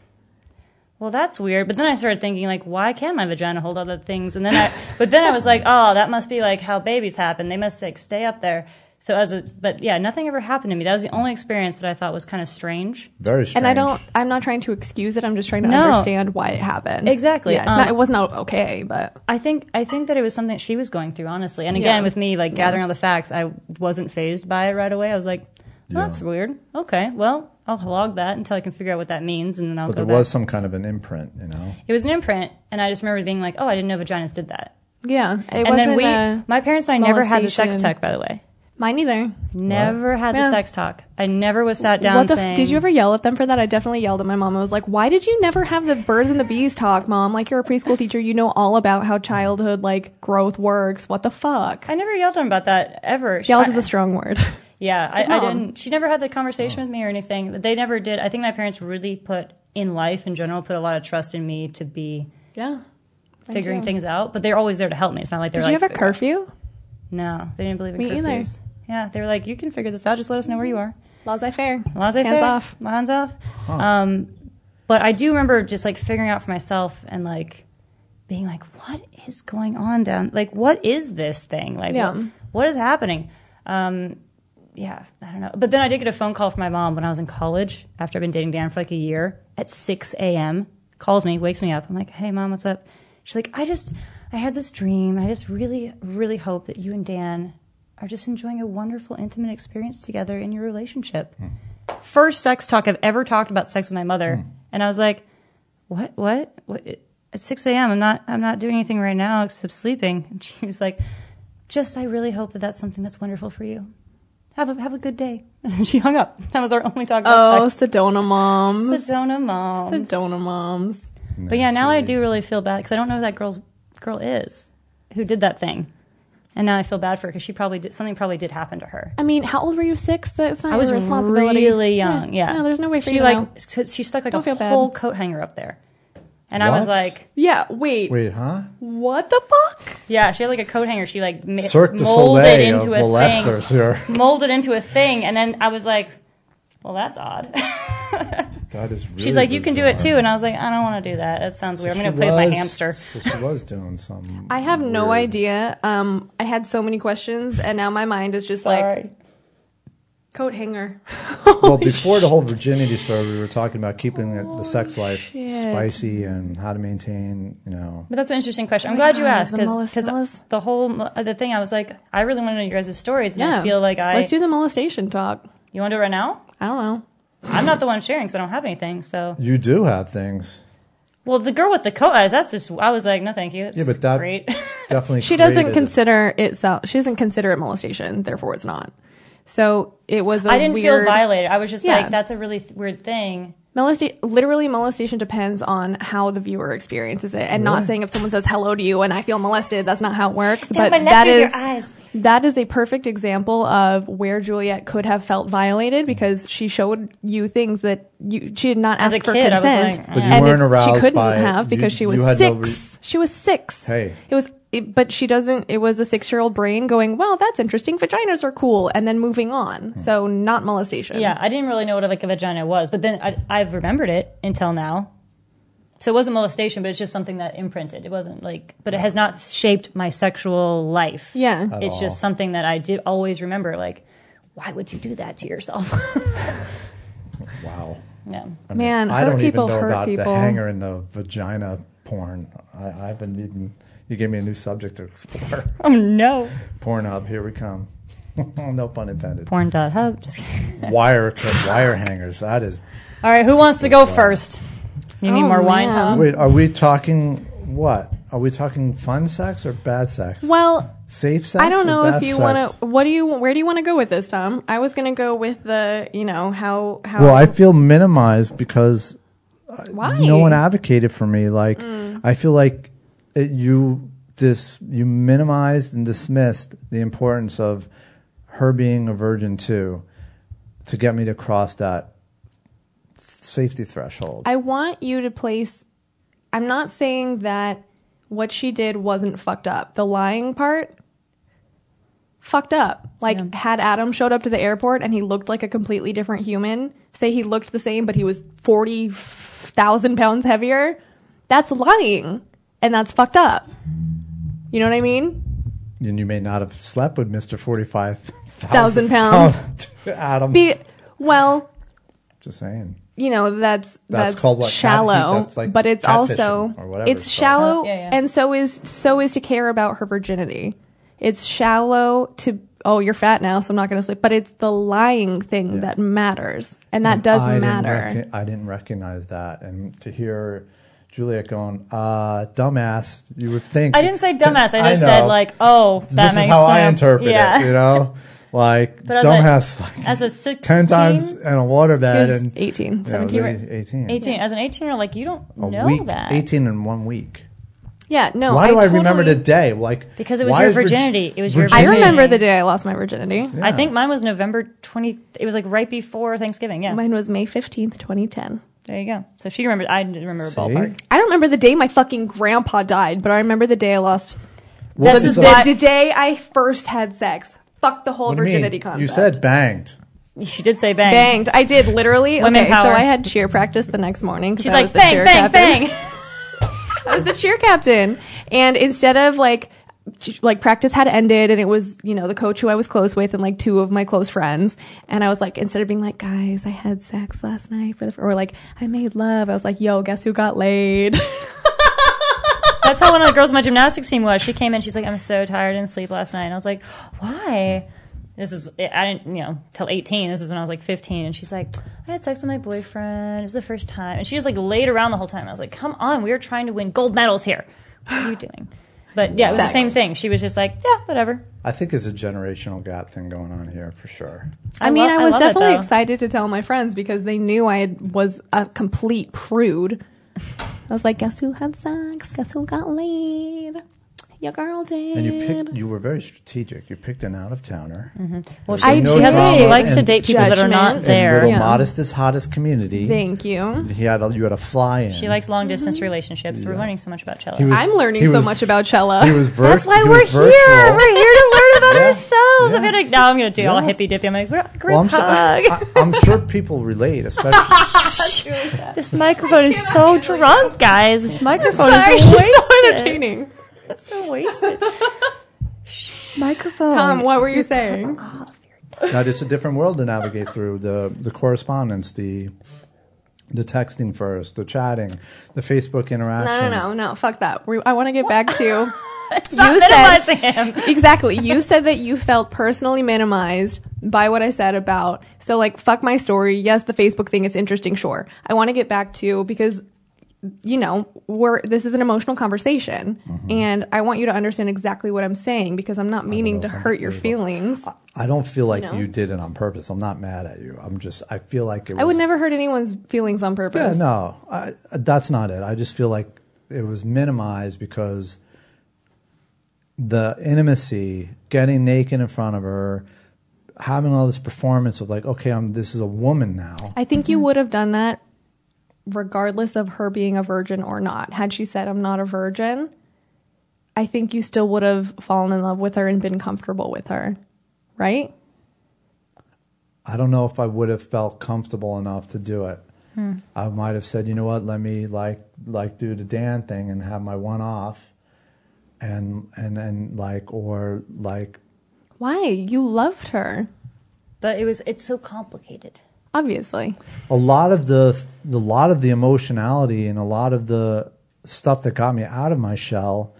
S1: Well, that's weird. But then I started thinking, like, why can't my vagina hold all the things? And then I, <laughs> but then I was like, oh, that must be like how babies happen. They must like stay up there. So as a, but yeah, nothing ever happened to me. That was the only experience that I thought was kind of strange.
S3: Very strange.
S2: and I don't I'm not trying to excuse it. I'm just trying to
S1: No.
S2: understand why it happened.
S1: Exactly.
S2: Yeah, it's
S1: Um,
S2: not, it was not okay, but
S1: I think I think that it was something she was going through, honestly. And again,
S2: Yeah.
S1: with me like gathering all the facts, I wasn't phased by it right away. I was like, well,
S3: Yeah.
S1: "That's weird. Okay, well, I'll log that until I can figure out what that means, and then I'll
S3: But
S1: go
S3: there
S1: back."
S3: was some kind of an imprint, you know.
S1: it was an imprint, and I just remember being like, "Oh, I didn't know vaginas did that."
S2: yeah, it
S1: and then
S2: wasn't
S1: we,
S2: a-
S1: my parents and I, never had the sex
S2: molestation.
S1: talk. By the way,
S2: mine either.
S1: never had
S2: Yeah.
S1: the sex talk. I never was sat down
S2: what the
S1: saying,
S2: f- did you ever yell at them for that? I definitely yelled at my mom. I was like, "Why did you never have the birds and the bees talk, mom? Like you're a preschool teacher, you know all about how childhood like growth works. What the fuck?"
S1: I never yelled at him about that ever. She-
S2: Yelled
S1: I-
S2: is a
S1: <laughs>
S2: strong word.
S1: Yeah, I, I
S2: Mom.
S1: didn't. She never had the conversation with me or anything. But they never did. I think my parents really put in life in general put a lot of trust in me to be
S2: yeah. Mine
S1: figuring
S2: too.
S1: things out. But they're always there to help me. It's not like they're
S2: Did
S1: like
S2: you have a
S1: "Figure-
S2: curfew?
S1: No, they didn't believe in
S2: Me either.
S1: curfews. Yeah, they were like, you can figure this out. Just let us know where you are.
S2: Laissez faire.
S1: Laissez-faire.
S2: Hands off.
S1: Hands off. Um, but I do remember just like figuring out for myself and like being like, what is going on down? Like, what is this thing? Like,
S2: Yeah.
S1: wh- what is happening? Um, yeah, I don't know. But then I did get a phone call from my mom when I was in college after I've been dating Dan for like a year at 6 a.m. Calls me, wakes me up. I'm like, hey, mom, what's up? She's like, I just, I had this dream. I just really, really hope that you and Dan are just enjoying a wonderful, intimate experience together in your relationship. First sex talk I've ever talked about sex with my mother. And I was like, what, what, what? At 6 a.m., I'm not, I'm not doing anything right now except sleeping. And she was like, just, I really hope that that's something that's wonderful for you have a have a good day. <laughs> And she hung up. That was our only talk about
S2: Oh,
S1: sex.
S2: Sedona moms.
S1: Sedona mom.
S2: Sedona moms.
S1: But yeah, now I do really feel bad because I don't know who that girl's girl is who did that thing, and now I feel bad for her because she probably did something. Probably did happen to her.
S2: I mean, how old were you? Six? That's not
S1: I was
S2: your responsibility.
S1: really young. Yeah.
S2: No, there's no way for
S1: she
S2: you to
S1: like
S2: know.
S1: s- she stuck like
S2: Don't feel
S1: a
S2: bad.
S1: whole coat hanger up there, and I was
S3: What?
S1: like,
S2: Yeah. Wait.
S3: Wait, huh?
S2: What the fuck?
S1: yeah, she had like a coat hanger. She like ma-
S3: Cirque du
S1: molded
S3: Soleil of
S1: into a thing,
S3: molesters here.
S1: <laughs> molded into a thing, and then I was like, well, that's odd. <laughs>
S3: That is really
S1: She's like, you can do it
S3: bizarre.
S1: too. And I was like, I don't want to do that. That sounds weird. I'm
S3: She
S1: going to play with
S3: was-
S1: my hamster.
S3: So <laughs> she was
S1: <laughs>
S3: doing some.
S2: I have no
S3: weird-
S2: idea. Um, I had so many questions, and now my mind is just like
S1: Sorry.
S2: coat hanger.
S3: Well, before
S1: <laughs>
S3: the whole virginity story, we were talking about keeping it- the
S1: Oh,
S3: sex life
S2: shit.
S3: spicy and how to maintain, you know.
S1: But that's an interesting question. I'm glad you
S2: God,
S1: asked
S2: the
S1: because
S2: molestellas.
S1: the whole uh, the thing I was like, I really want to know your guys' stories, and
S2: yeah.
S1: I feel like I.
S2: let's do the molestation talk.
S1: you want to do it right now?
S2: I don't know.
S1: I'm not the one sharing, because I don't have anything. So,
S3: You do have things.
S1: well, the girl with the coat, uh, that's just. I was like, no, thank you. It's
S3: Yeah, but that <laughs>
S1: great. <laughs>
S3: definitely.
S2: She doesn't
S3: created-
S2: consider it. sel- She doesn't consider it molestation. Therefore, it's not. So it was. I
S1: I didn't feel
S2: weird,
S1: violated. I was just
S2: Yeah.
S1: like, that's a really th- weird thing.
S2: Molesta- literally, molestation depends on how the viewer experiences it, and not saying if someone says hello to you and I feel molested, that's not how it works.
S1: Down my
S2: but
S1: left
S2: that
S1: with your
S2: is
S1: eyes.
S2: that is a perfect example of where Juliet could have felt violated because she showed you things that you she did not
S1: As
S2: ask
S1: a
S2: for
S1: kid, I was
S2: consent,
S1: like, But
S3: you eh.
S2: and
S3: weren't
S2: it's-
S3: aroused
S2: she couldn't
S3: by it.
S2: have because
S3: You-
S2: she was
S3: you had
S2: six.
S3: no re-
S2: she was six.
S3: Hey.
S2: it was. It, but she doesn't. It was a six-year-old brain going, "Well, that's interesting. Vaginas are cool," and then moving on.
S3: Hmm.
S2: So not molestation.
S1: Yeah, I didn't really know what like a vagina was, but then I, I've remembered it until now. So it wasn't molestation, but it's just something that imprinted. It wasn't like, but it has not shaped my sexual life.
S2: Yeah. At
S1: it's just something that I did always remember. Like, why would you do that to yourself? <laughs>
S3: Wow.
S1: yeah.
S3: I
S2: Man,
S3: I
S2: hurt
S3: don't
S2: people
S3: even know
S2: hurt
S3: about
S2: people.
S3: the hanger and the vagina porn. I,
S2: <laughs>
S3: I haven't even. You gave me a new subject to explore.
S1: Oh no.
S3: Pornhub, here we come. <laughs> no pun intended.
S1: Porn.hub. Just kidding.
S3: Wire clip, wire hangers. That is.
S1: All right, who wants to go first? You need
S2: Oh,
S1: more wine,
S2: man.
S1: Tom?
S3: Wait, are we talking what? Are we talking fun sex or bad sex?
S2: Well,
S3: Safe sex.
S2: I don't
S3: or
S2: know
S3: bad
S2: if you
S3: sex?
S2: want to. What do you? Where do you want to go with this, Tom? I was gonna go with the, you know, how how.
S3: Well, I feel minimized because
S2: why
S3: no one advocated for me. Like
S1: Mm.
S3: I feel like it, you dis you minimized and dismissed the importance of her being a virgin too to get me to cross that safety threshold.
S2: I want you to place. I'm not saying that what she did wasn't fucked up. The lying part, fucked up. Like, had Adam showed up to the airport and he looked like a completely different human, say he looked the same, but he was 40,000 pounds heavier, that's lying. And that's fucked up. You know what I mean?
S3: and you may not have slept with Mister Forty Five <laughs> Thousand
S2: Thousand pounds.
S3: Adam.
S2: Be, well,
S3: Just saying.
S2: you know that's that's,
S3: called what? Cat-
S2: shallow
S3: that's like
S2: but it's
S3: catfishing
S2: also
S3: or whatever
S2: it's
S3: it's called.
S2: shallow
S1: Oh, yeah, yeah.
S2: and so is so is to care about her virginity it's shallow to oh you're fat now so i'm not going to sleep but it's the lying thing that matters and that does
S3: I
S2: matter
S3: Didn't recog- I didn't recognize that, and to hear Juliet going, uh, "Dumbass," you would think
S1: I didn't
S3: <laughs>
S1: say dumbass. I just
S3: know.
S1: said like, oh, that
S3: this
S1: makes
S3: is how I
S1: sense.
S3: interpret
S1: yeah.
S3: it. You know, like
S1: <laughs> But as a-
S3: dumbass, like,
S1: As a 16,
S3: ten times in a
S2: He
S3: waterbed,
S2: was
S3: and
S2: 18
S3: yeah, it was
S2: 17
S3: eight- 18.
S1: 18, as an 18 year old, like you don't
S3: A
S1: know
S3: week,
S1: that.
S3: eighteen in one week.
S2: yeah no
S3: Why do I, remember
S2: totally-
S3: the day? Like
S1: Because it was
S3: why
S1: your
S3: is virgi-
S1: virginity. It was your
S2: i
S3: virginity-
S1: virginity.
S2: remember the day i lost my virginity
S1: I think mine was November 20. It was like right before Thanksgiving. Yeah.
S2: mine was may 15th 2010
S1: there you go. So she remembered. I didn't remember
S3: See?
S1: ballpark.
S2: i don't remember the day my fucking grandpa died but i remember the day i lost
S3: What
S1: This
S2: This
S1: is
S2: is
S3: the-
S1: why-
S2: the, the day I first had sex. Fuck the whole
S3: what do you mean?
S2: virginity concept.
S3: You said banged.
S1: She did say bang.
S2: banged. I did literally.
S1: Women
S2: okay, so
S1: power.
S2: I had cheer practice the next morning. 'cause
S1: She's
S2: I
S1: like
S2: was the
S1: bang,
S2: cheer
S1: bang,
S2: captain. <laughs>
S1: bang.
S2: I was the cheer captain, and instead of like. ch- Like practice had ended, and it was you know the coach who I was close with, and like two of my close friends. And I was like, instead of being like, guys, I had sex last night for the, or like I made love, I was like, yo, guess who got laid? <laughs>
S1: That's how one of the girls on my gymnastics team was. She came in. She's like, I'm so tired and sleep last night. And I was like, why? This is I didn't you know till 18. This is when I was like 15. And she's like, I had sex with my boyfriend. It was the first time. And she was like laid around the whole time. I was like, come on, we were trying to win gold medals here. What are you doing? But yeah, it was the
S2: Sex.
S1: same thing. She was just like, yeah, whatever.
S3: I think there's a generational gap thing going on here for sure.
S2: I, mean,
S1: love-
S2: I was
S1: love it,
S2: definitely
S1: though.
S2: excited to tell my friends because they knew I had- was a complete prude. I was like, guess who had sex? Guess who got laid? Your girl did.
S3: And you picked. You were very strategic. You picked an out of towner.
S1: Well, she,
S2: I
S1: she, has, she
S2: did.
S1: likes to
S3: And-
S1: date people that are not
S2: Judgment.
S3: in
S1: Mm-hmm. there.
S3: little
S2: Yeah.
S3: modestest hottest community.
S2: Thank you.
S3: He had a, you had a fly in.
S1: She likes long distance
S2: Mm-hmm.
S1: relationships. We're learning so much about cello.
S3: was-
S2: I'm learning
S3: he
S2: so
S3: was-
S2: much about Cella.
S3: He was vir-
S1: That's why
S3: he
S1: we're
S3: was
S1: here.
S3: virtual.
S1: We're here to learn about
S3: Yeah.
S1: ourselves. I'm
S3: Yeah.
S1: gonna now I'm gonna do all
S3: Yeah.
S1: hippy dippy. I'm like, we're a great
S3: Well, I'm, sure,
S1: hug.
S3: I, am sure people relate, especially.
S2: <laughs>
S1: this microphone is so drunk, guys. This microphone
S2: <laughs> Sorry,
S1: is
S2: she's
S1: wasted.
S2: so entertaining.
S1: It's so wasted. Shh, microphone.
S2: Tom, what were you saying?
S3: now, it's a different world to navigate through the the correspondence, the the texting first, the chatting, the Facebook
S2: No, no,
S3: interactions.
S2: no, no. Fuck that. We, I want to get back to. <laughs>
S1: Stop
S2: you said-
S1: minimizing him.
S2: <laughs> exactly. You said that you felt personally minimized by what I said about so like fuck my story. Yes, the Facebook thing it's interesting, sure. I want to get back to because you know, we're this is an emotional conversation
S3: Mm-hmm.
S2: and I want you to understand exactly what I'm saying because I'm not meaning to
S3: if I'm
S2: hurt your
S3: agreeable.
S2: feelings.
S3: I don't feel like
S2: No.
S3: you did it on purpose. I'm not mad at you. I'm just. I feel like it. Was,
S2: I would never hurt anyone's feelings on purpose.
S3: Yeah, no, I, that's not it. I just feel like it was minimized because the intimacy, getting naked in front of her, having all this performance of like, okay, I'm this is a woman now.
S2: I think you would have done that regardless of her being a virgin or not. Had she said, I'm not a virgin, I think you still would have fallen in love with her and been comfortable with her, right?
S3: I don't know if I would have felt comfortable enough to do it. I might have said, you know what, let me like like do the Dan thing and have my one off, and and and like or like
S2: Why? You loved her,
S1: But it was it's so complicated.
S2: obviously.
S3: a lot of the the lot of the emotionality and a lot of the stuff that got me out of my shell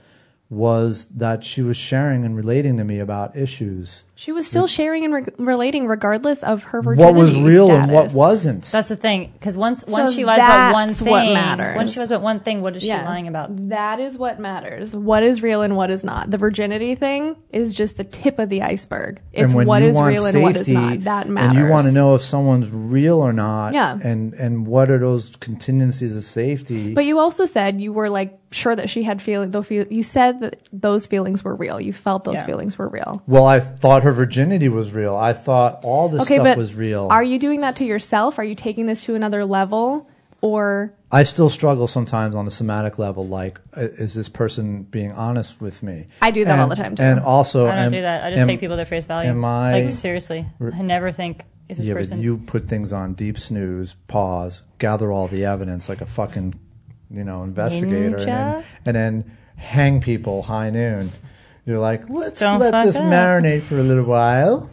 S3: was that she was sharing and relating to me about issues
S2: She was still sharing and re- relating regardless of her virginity
S3: What was real and what
S2: status.
S3: wasn't?
S1: That's the thing, because once once
S2: So
S1: she lies about one
S2: that's
S1: thing,
S2: what matters.
S1: once she lies about one thing, what is
S2: Yeah.
S1: she lying about?
S2: That is what matters. What is real and what is not. The virginity thing is just the tip of the iceberg. It's what is real and what is not. That matters.
S3: And you want to know if someone's real or not.
S2: Yeah.
S3: And and what are those contingencies of safety?
S2: But you also said you were like sure that she had feeling. Though feel, you said that those feelings were real. You felt those
S1: Yeah.
S2: feelings were real.
S3: well, I thought her virginity was real. I thought all this
S2: Okay,
S3: stuff
S2: but
S3: was real.
S2: Are you doing that to yourself? Are you taking this to another level? Or
S3: I still struggle sometimes on a somatic level. Like, i- is this person being honest with me?
S2: I do that all
S3: And-
S2: the time, too.
S3: And also,
S1: I don't
S3: am-
S1: do that. I just
S3: am-
S1: take people at their face value.
S3: am I-
S1: like seriously? I never think is this
S3: Yeah,
S1: person.
S3: but you put things on deep snooze, pause, gather all the evidence like a fucking, you know, investigator, and then,
S1: Ninja?
S3: and then hang people high noon. You're like, let's
S1: Don't
S3: let
S1: fuck
S3: this
S1: up.
S3: marinate for a little while.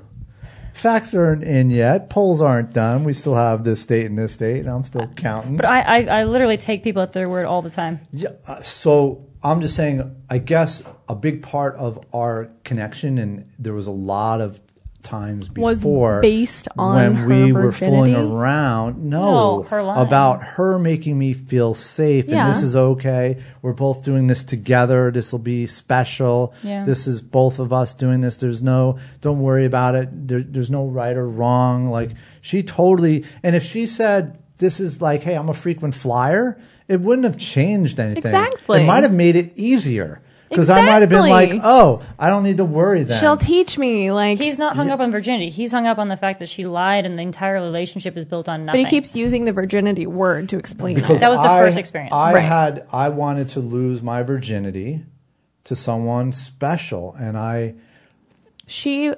S3: Facts aren't in yet. Polls aren't done. We still have this date and this date, and I'm still counting.
S1: but I, I I literally take people at their word all the time.
S3: Yeah. Uh, so I'm just saying, I guess a big part of our connection, and there was a lot of times
S2: Was
S3: before
S2: based on
S3: when
S2: her
S3: we were
S2: virginity?
S3: fooling around. No,
S1: No, her lying.
S3: about her making me feel safe,
S2: Yeah.
S3: and this is okay. We're both doing this together. This will be special.
S1: Yeah.
S3: This is both of us doing this. There's no, don't worry about it. There, there's no right or wrong. Like she totally, and if she said, this is like, hey, I'm a frequent flyer, it wouldn't have changed anything.
S2: Exactly.
S3: It might have made it easier because I might have been like,
S2: Exactly.
S3: oh, I don't need to worry then.
S2: she'll teach me like.
S1: He's not hung up on virginity. He's hung up on the fact that she lied, and the entire relationship is built on
S2: but
S1: nothing.
S2: he keeps using the virginity word to explain
S3: because
S2: it.
S1: That was the
S3: I-
S1: first experience.
S3: I
S2: Right.
S3: had I wanted to lose my virginity to someone special, and I
S2: She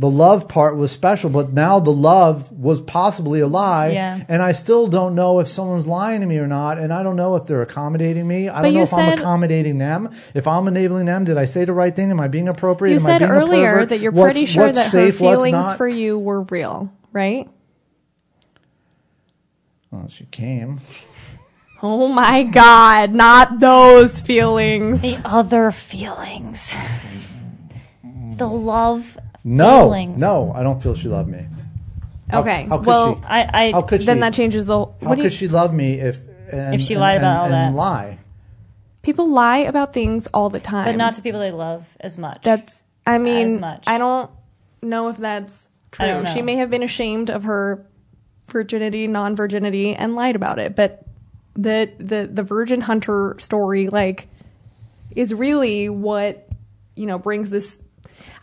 S3: the love part was special, but now the love was possibly a lie,
S1: Yeah.
S3: and I still don't know if someone's lying to me or not, and I don't know if they're accommodating me. I don't
S2: you
S3: know if I'm
S2: said-
S3: accommodating them, if I'm enabling them. Did I say the right thing? Am I being appropriate?
S2: You
S3: Am I
S2: said
S3: being a
S2: earlier
S3: pervert?
S2: that you're
S3: What's-
S2: pretty sure
S3: what's
S2: that
S3: safe,
S2: her
S3: what's
S2: feelings
S3: not?
S2: for you were real, right?
S3: Well, she came.
S2: Oh my god, not those feelings.
S1: the other feelings, the love.
S3: No,
S1: feelings.
S3: no, I don't feel she loved me. How-
S2: Okay.
S3: how could
S2: well,
S3: she?
S1: I, I
S3: How could she?
S2: then that changes the whole
S3: How
S2: what do
S3: could
S2: you,
S3: she love me if and,
S1: If she
S3: and-
S1: lied about
S3: and-
S1: all
S3: and
S1: that.
S3: lie?
S2: people lie about things all the time.
S1: but not to people they love as much.
S2: that's I mean
S1: much.
S2: I don't know if that's true.
S1: I don't know.
S2: She may have been ashamed of her virginity, non virginity, and lied about it. But the the the virgin hunter story, like, is really what you know brings this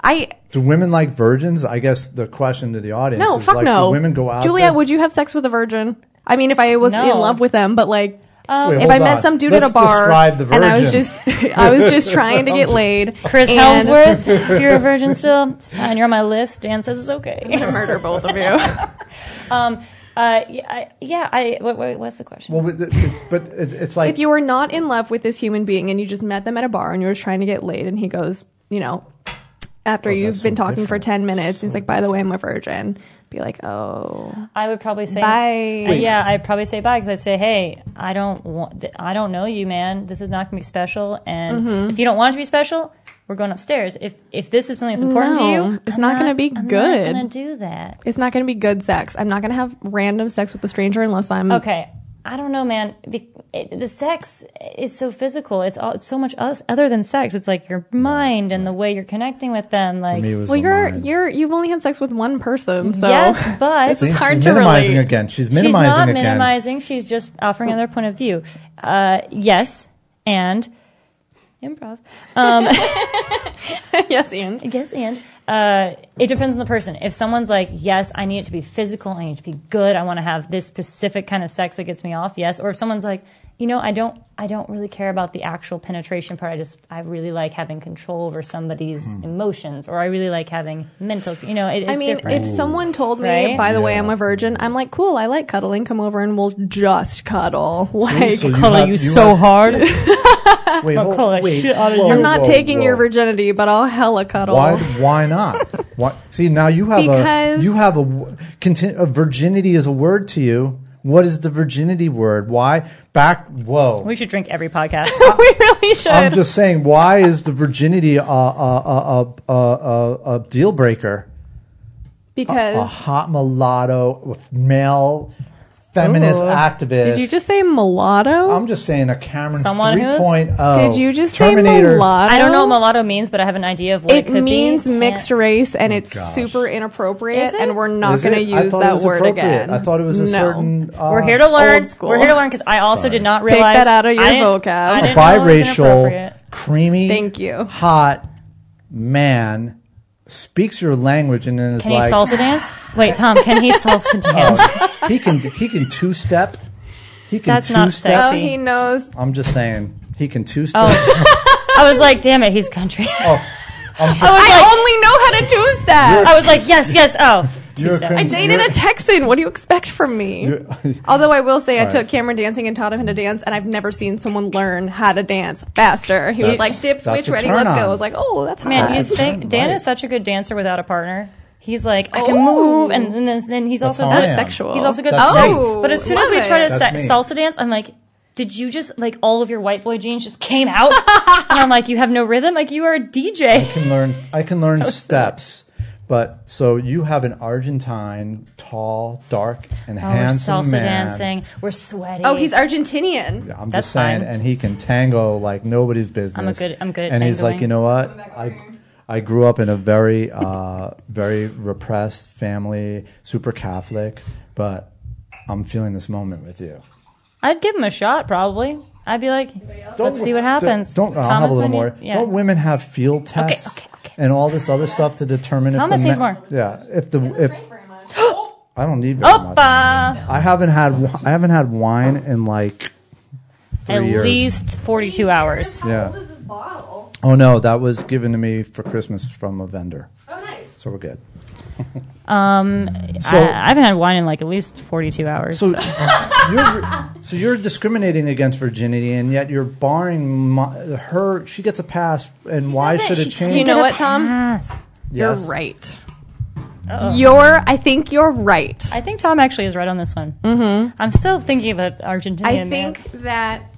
S2: I
S3: Do women like virgins? I guess the question to the audience
S2: No,
S3: is
S2: fuck
S3: like,
S2: no.
S3: do women go out
S2: Juliet,
S3: there?
S2: would you have sex with a virgin? I mean, if I was
S1: No. Um,
S2: in love with them, but like,
S3: Wait,
S2: if
S3: hold
S2: I met
S3: on.
S2: some dude at
S3: Let's
S2: a bar
S3: describe the
S2: and I was
S3: virgin.
S2: just, <laughs> I was
S3: <laughs>
S2: just trying
S1: <laughs>
S2: to get laid.
S1: Chris
S2: and
S1: Helmsworth, if you're a virgin still, it's fine. You're on my list. Dan says it's
S2: I'm <laughs>
S1: okay.
S2: gonna murder both of <laughs> you.
S1: Um, uh, yeah, I, yeah, I what, what, what's the question?
S3: Well, but, it- but it, it's like
S2: if you were not in love with this human being and you just met them at a bar and you were trying to get laid, and he goes, you know, after
S3: Oh,
S2: you've
S3: that's
S2: been
S3: so
S2: talking for
S3: different.
S2: ten minutes, he's like, by the way, I'm a virgin. Be like, oh,
S1: I would probably say
S2: Bye.
S1: Uh, Yeah, I'd probably say bye because I'd say, hey, I don't want, th- I don't know you, man. This is not gonna be special. And
S2: Mm-hmm.
S1: if you don't want it to be special, we're going upstairs. If if this is something that's important
S2: No,
S1: to you,
S2: it's not gonna be
S1: I'm
S2: good.
S1: Not gonna do that.
S2: it's not gonna be good sex. I'm not gonna have random sex with a stranger unless I'm
S1: Okay. I don't know, man. Be- it, the sex is so physical. It's all. It's so much us- other than sex. It's like your mind and the way you're connecting with them. Like
S3: me, it was
S2: Well,
S3: a
S2: you're
S3: lie.
S2: you're you've only had sex with one person, so <laughs>
S1: yes, but
S3: See,
S2: it's hard
S3: she's
S2: to
S3: minimizing
S2: relate.
S3: again. She's
S1: She's
S3: minimizing
S1: not
S3: again.
S1: minimizing. She's just offering another point of view. Uh, yes, and improv.
S2: yes, and
S1: Yes, and uh, it depends on the person. If someone's like, "Yes, I need it to be physical. I need it to be good. I want to have this specific kind of sex that gets me off." Yes, or if someone's like, "You know, I don't, I don't really care about the actual penetration part. I just, I really like having control over somebody's
S3: Hmm.
S1: emotions, or I really like having mental. You know, it, it's
S2: I mean,
S1: different.
S2: if someone told me,
S1: Right?
S2: by the way,
S3: Yeah.
S2: I'm a virgin, I'm like, cool, I like cuddling. Come over and we'll just cuddle. Like,
S3: so you
S1: Cuddle
S3: have-
S1: you
S3: you
S1: so
S3: have-
S1: hard.
S2: <laughs>
S3: wait, hold-
S1: call the
S3: wait,
S1: shit out of
S3: whoa,
S1: you.
S2: I'm not
S3: whoa,
S2: taking your
S3: whoa.
S2: virginity, but I'll hella cuddle.
S3: Why? Why not? Why? See, now you have
S2: Because-
S3: a you have a w- contin- a virginity is a word to you. What is the virginity word? Why back? Whoa.
S1: We should drink every podcast.
S2: <laughs> we really should.
S3: I'm just saying, why is the virginity a a a a, a, a, a deal breaker?
S2: because
S3: A hot mulatto male feminist
S1: Ooh.
S3: activist.
S2: did you just say mulatto?
S3: I'm just saying a Cameron
S1: Someone who's-
S3: 3.0.
S2: did you just say
S3: Terminator.
S2: mulatto?
S1: I don't know what mulatto means, but I have an idea of what it,
S2: It
S1: could
S2: means
S1: be.
S2: mixed
S1: Yeah.
S2: race, and it's
S3: Oh, gosh.
S2: super inappropriate,
S1: Is it?
S2: and we're not
S3: Is
S2: going to
S3: it? I
S2: use
S3: thought it
S2: that
S3: was
S2: word
S3: appropriate.
S2: again.
S3: I thought it was a
S2: No.
S3: certain. Uh,
S1: We're here to learn.
S2: Old school.
S1: We're here to learn because I also did not
S2: Take
S1: realize
S2: that out of your
S1: I didn't-
S2: vocab.
S1: I
S3: a
S1: didn't know it was inappropriate.
S3: biracial, creamy,
S2: Thank you.
S3: hot man speaks your language and then is
S1: Can he
S3: like,
S1: salsa dance? Wait, Tom, can
S3: <laughs>
S1: he salsa dance?
S3: oh, he can he can two step. He can
S1: That's
S3: two
S1: not
S3: step.
S2: Oh,
S1: See?
S2: he knows.
S3: I'm just saying he can Oh. two step. Oh.
S1: I was like, damn it, he's country.
S2: Oh.
S3: <laughs>
S1: Oh,
S3: I'm
S1: I
S3: just,
S1: was
S2: I
S1: like,
S2: only know how to do that.
S1: <laughs> I was like, yes, yes, oh.
S3: You're a
S1: Two-step.
S3: cringe.
S2: I dated a Texan. What do you expect from me?
S3: you're-
S2: Although I will say, I
S3: All
S2: took
S3: right.
S2: Cameron dancing and taught him how to dance, and I've never seen someone learn how to dance faster. He was
S3: That's-
S2: like, "Dip,
S3: that's
S2: switch,
S3: a
S2: ready,
S3: turn
S2: let's
S3: on.
S2: go." I was like, "Oh, that's
S1: Man,
S2: hot."
S1: you
S3: That's a
S1: think
S3: turn,
S1: Dan
S3: right.
S1: is such a good dancer without a partner. He's like, I can move, and then and then he's also
S3: how Oh. I
S1: good.
S3: am.
S2: Sexual.
S1: He's also good.
S3: That's Oh,
S1: at sex.
S2: me.
S1: But as soon
S2: Love
S1: as we try
S2: it.
S1: to sa-
S3: That's me.
S1: salsa dance, I'm like, did you just like all of your white boy jeans just came
S3: <laughs>
S1: out? and I'm like, you have no rhythm. Like you are a DJ.
S3: I can learn I can learn steps. But so you have an Argentine, tall, dark, and
S1: Oh, we're
S3: handsome
S1: salsa
S3: man.
S1: dancing. We're sweaty.
S2: oh, he's Argentinian.
S3: I'm
S1: That's
S3: just saying,
S1: fine.
S3: and he can tango like nobody's business.
S1: I'm a good- I'm good at
S3: And he's like,
S1: tangoing.
S3: you know what?
S2: back over
S3: I,
S2: here.
S3: I grew up in a very, uh, very repressed family, super Catholic, but I'm feeling this moment with you.
S1: I'd give him a shot, probably. I'd be like, let's see what happens.
S3: Don't, don't I'll
S1: Thomas,
S3: have a little
S1: when you-
S3: more.
S1: yeah.
S3: Don't women have field tests
S1: okay, okay.
S3: and all this other stuff to determine
S1: Thomas
S3: if the
S1: needs
S3: ma-
S1: more.
S3: Yeah, if the if <gasps> I don't need very much.
S1: Opa!
S3: I haven't had wi- I haven't had wine in like three
S1: At
S3: years.
S1: least 42 hours.
S3: Yeah.
S2: is this bottle?
S3: Oh no, that was given to me for Christmas from a vendor.
S2: Oh, nice.
S3: So we're good.
S1: Um,
S3: So-
S1: I, I haven't had wine in like at least 42 hours.
S3: So <laughs> you're so you're discriminating against virginity, and yet you're barring my, her. She gets a pass, and why
S1: doesn't.
S3: should it
S1: She
S3: change?
S2: Do you know what, Tom?
S1: Yes.
S3: Yes.
S2: You're right. You're. I think you're right.
S1: I think Tom actually is right on this one. Mm-hmm. I'm still thinking of an Argentinian
S2: I
S1: man.
S2: think that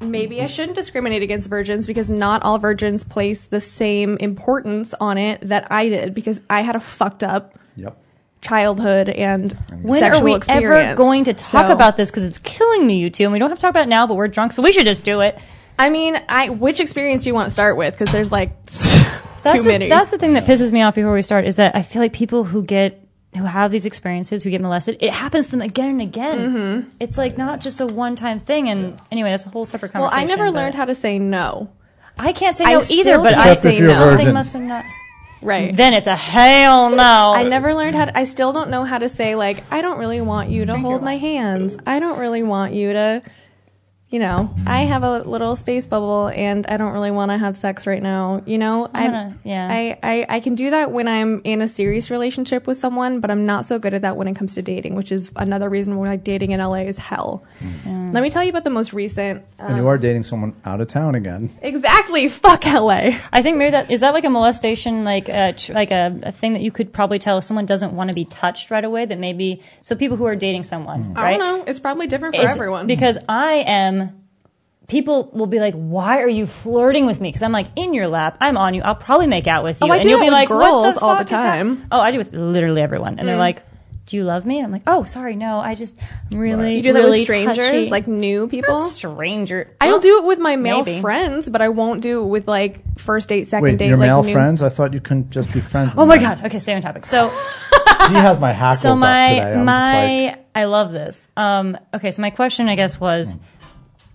S2: maybe I shouldn't discriminate against virgins because not all virgins place the same importance on it that I did because I had a fucked up
S3: Yep.
S2: childhood and
S1: When
S2: sexual
S1: are we
S2: experience.
S1: ever going to talk
S2: So-
S1: about this? Because it's killing me, you two, and we don't have to talk about it now. But we're drunk, so we should just do it.
S2: I mean, I which experience do you want to start with? Because there's like <laughs>
S1: That's
S2: too
S1: the,
S2: many.
S1: That's the thing that pisses me off before we start is that I feel like people who get who have these experiences who get molested, it happens to them again and again.
S2: Mm-hmm.
S1: It's like not just a one time thing. And anyway, that's a whole separate
S2: well, I
S1: conversation.
S2: never
S1: but
S2: learned how to say no.
S1: I can't say
S2: I
S1: no
S2: still
S1: either. But I
S3: Except if
S1: think
S3: you're a
S1: something
S3: virgin.
S1: must have not.
S2: Right.
S1: Then it's a hell no.
S2: I never learned how. To, I still don't know how to say like I don't really want you to hold my hands. I don't really want you to, you know. I have a little space bubble, and I don't really want to have sex right now. You know, I
S1: gonna- yeah.
S2: I, I I can do that when I'm in a serious relationship with someone, but I'm not so good at that when it comes to dating, which is another reason why dating in LA is hell.
S1: Mm.
S2: Let me tell you about the most recent. uh,
S1: <laughs>
S3: And you are dating someone out of town again.
S2: Exactly. Fuck LA.
S1: I think maybe that is that like a molestation, like a, tr- like a, a thing that you could probably tell if someone doesn't want to be touched right away. That maybe so people who are dating someone,
S2: I
S1: right?
S2: don't know. It's probably different for
S1: Is-
S2: everyone.
S1: because I am. People will be like, "Why are you flirting with me?" Because I'm like in your lap, I'm on you. I'll probably make out with you,
S2: Oh, I
S1: and
S2: do
S1: you'll
S2: that
S1: be
S2: with
S1: like, "What
S2: girls
S1: the
S2: all
S1: fuck
S2: the
S1: is hap-
S2: time. Mm.
S1: Oh, I do with literally everyone, and they're like, "Do you love me?" And I'm like, "Oh, sorry, no. I just I'm really
S2: you do that
S1: really
S2: with strangers,
S1: touchy."
S2: like new people.
S1: stranger.
S2: I'll do it with my male
S1: maybe.
S2: friends, but I won't do it with like first date, second
S3: Wait,
S2: date.
S3: your
S2: like
S3: male
S2: new-
S3: friends? I thought you couldn't just be friends.
S1: Oh my god. Okay, stay on topic. So.
S3: He has my hackles
S1: so my
S3: up today. I'm
S1: my
S3: just like,
S1: I love this. Um, okay, so my question I guess was,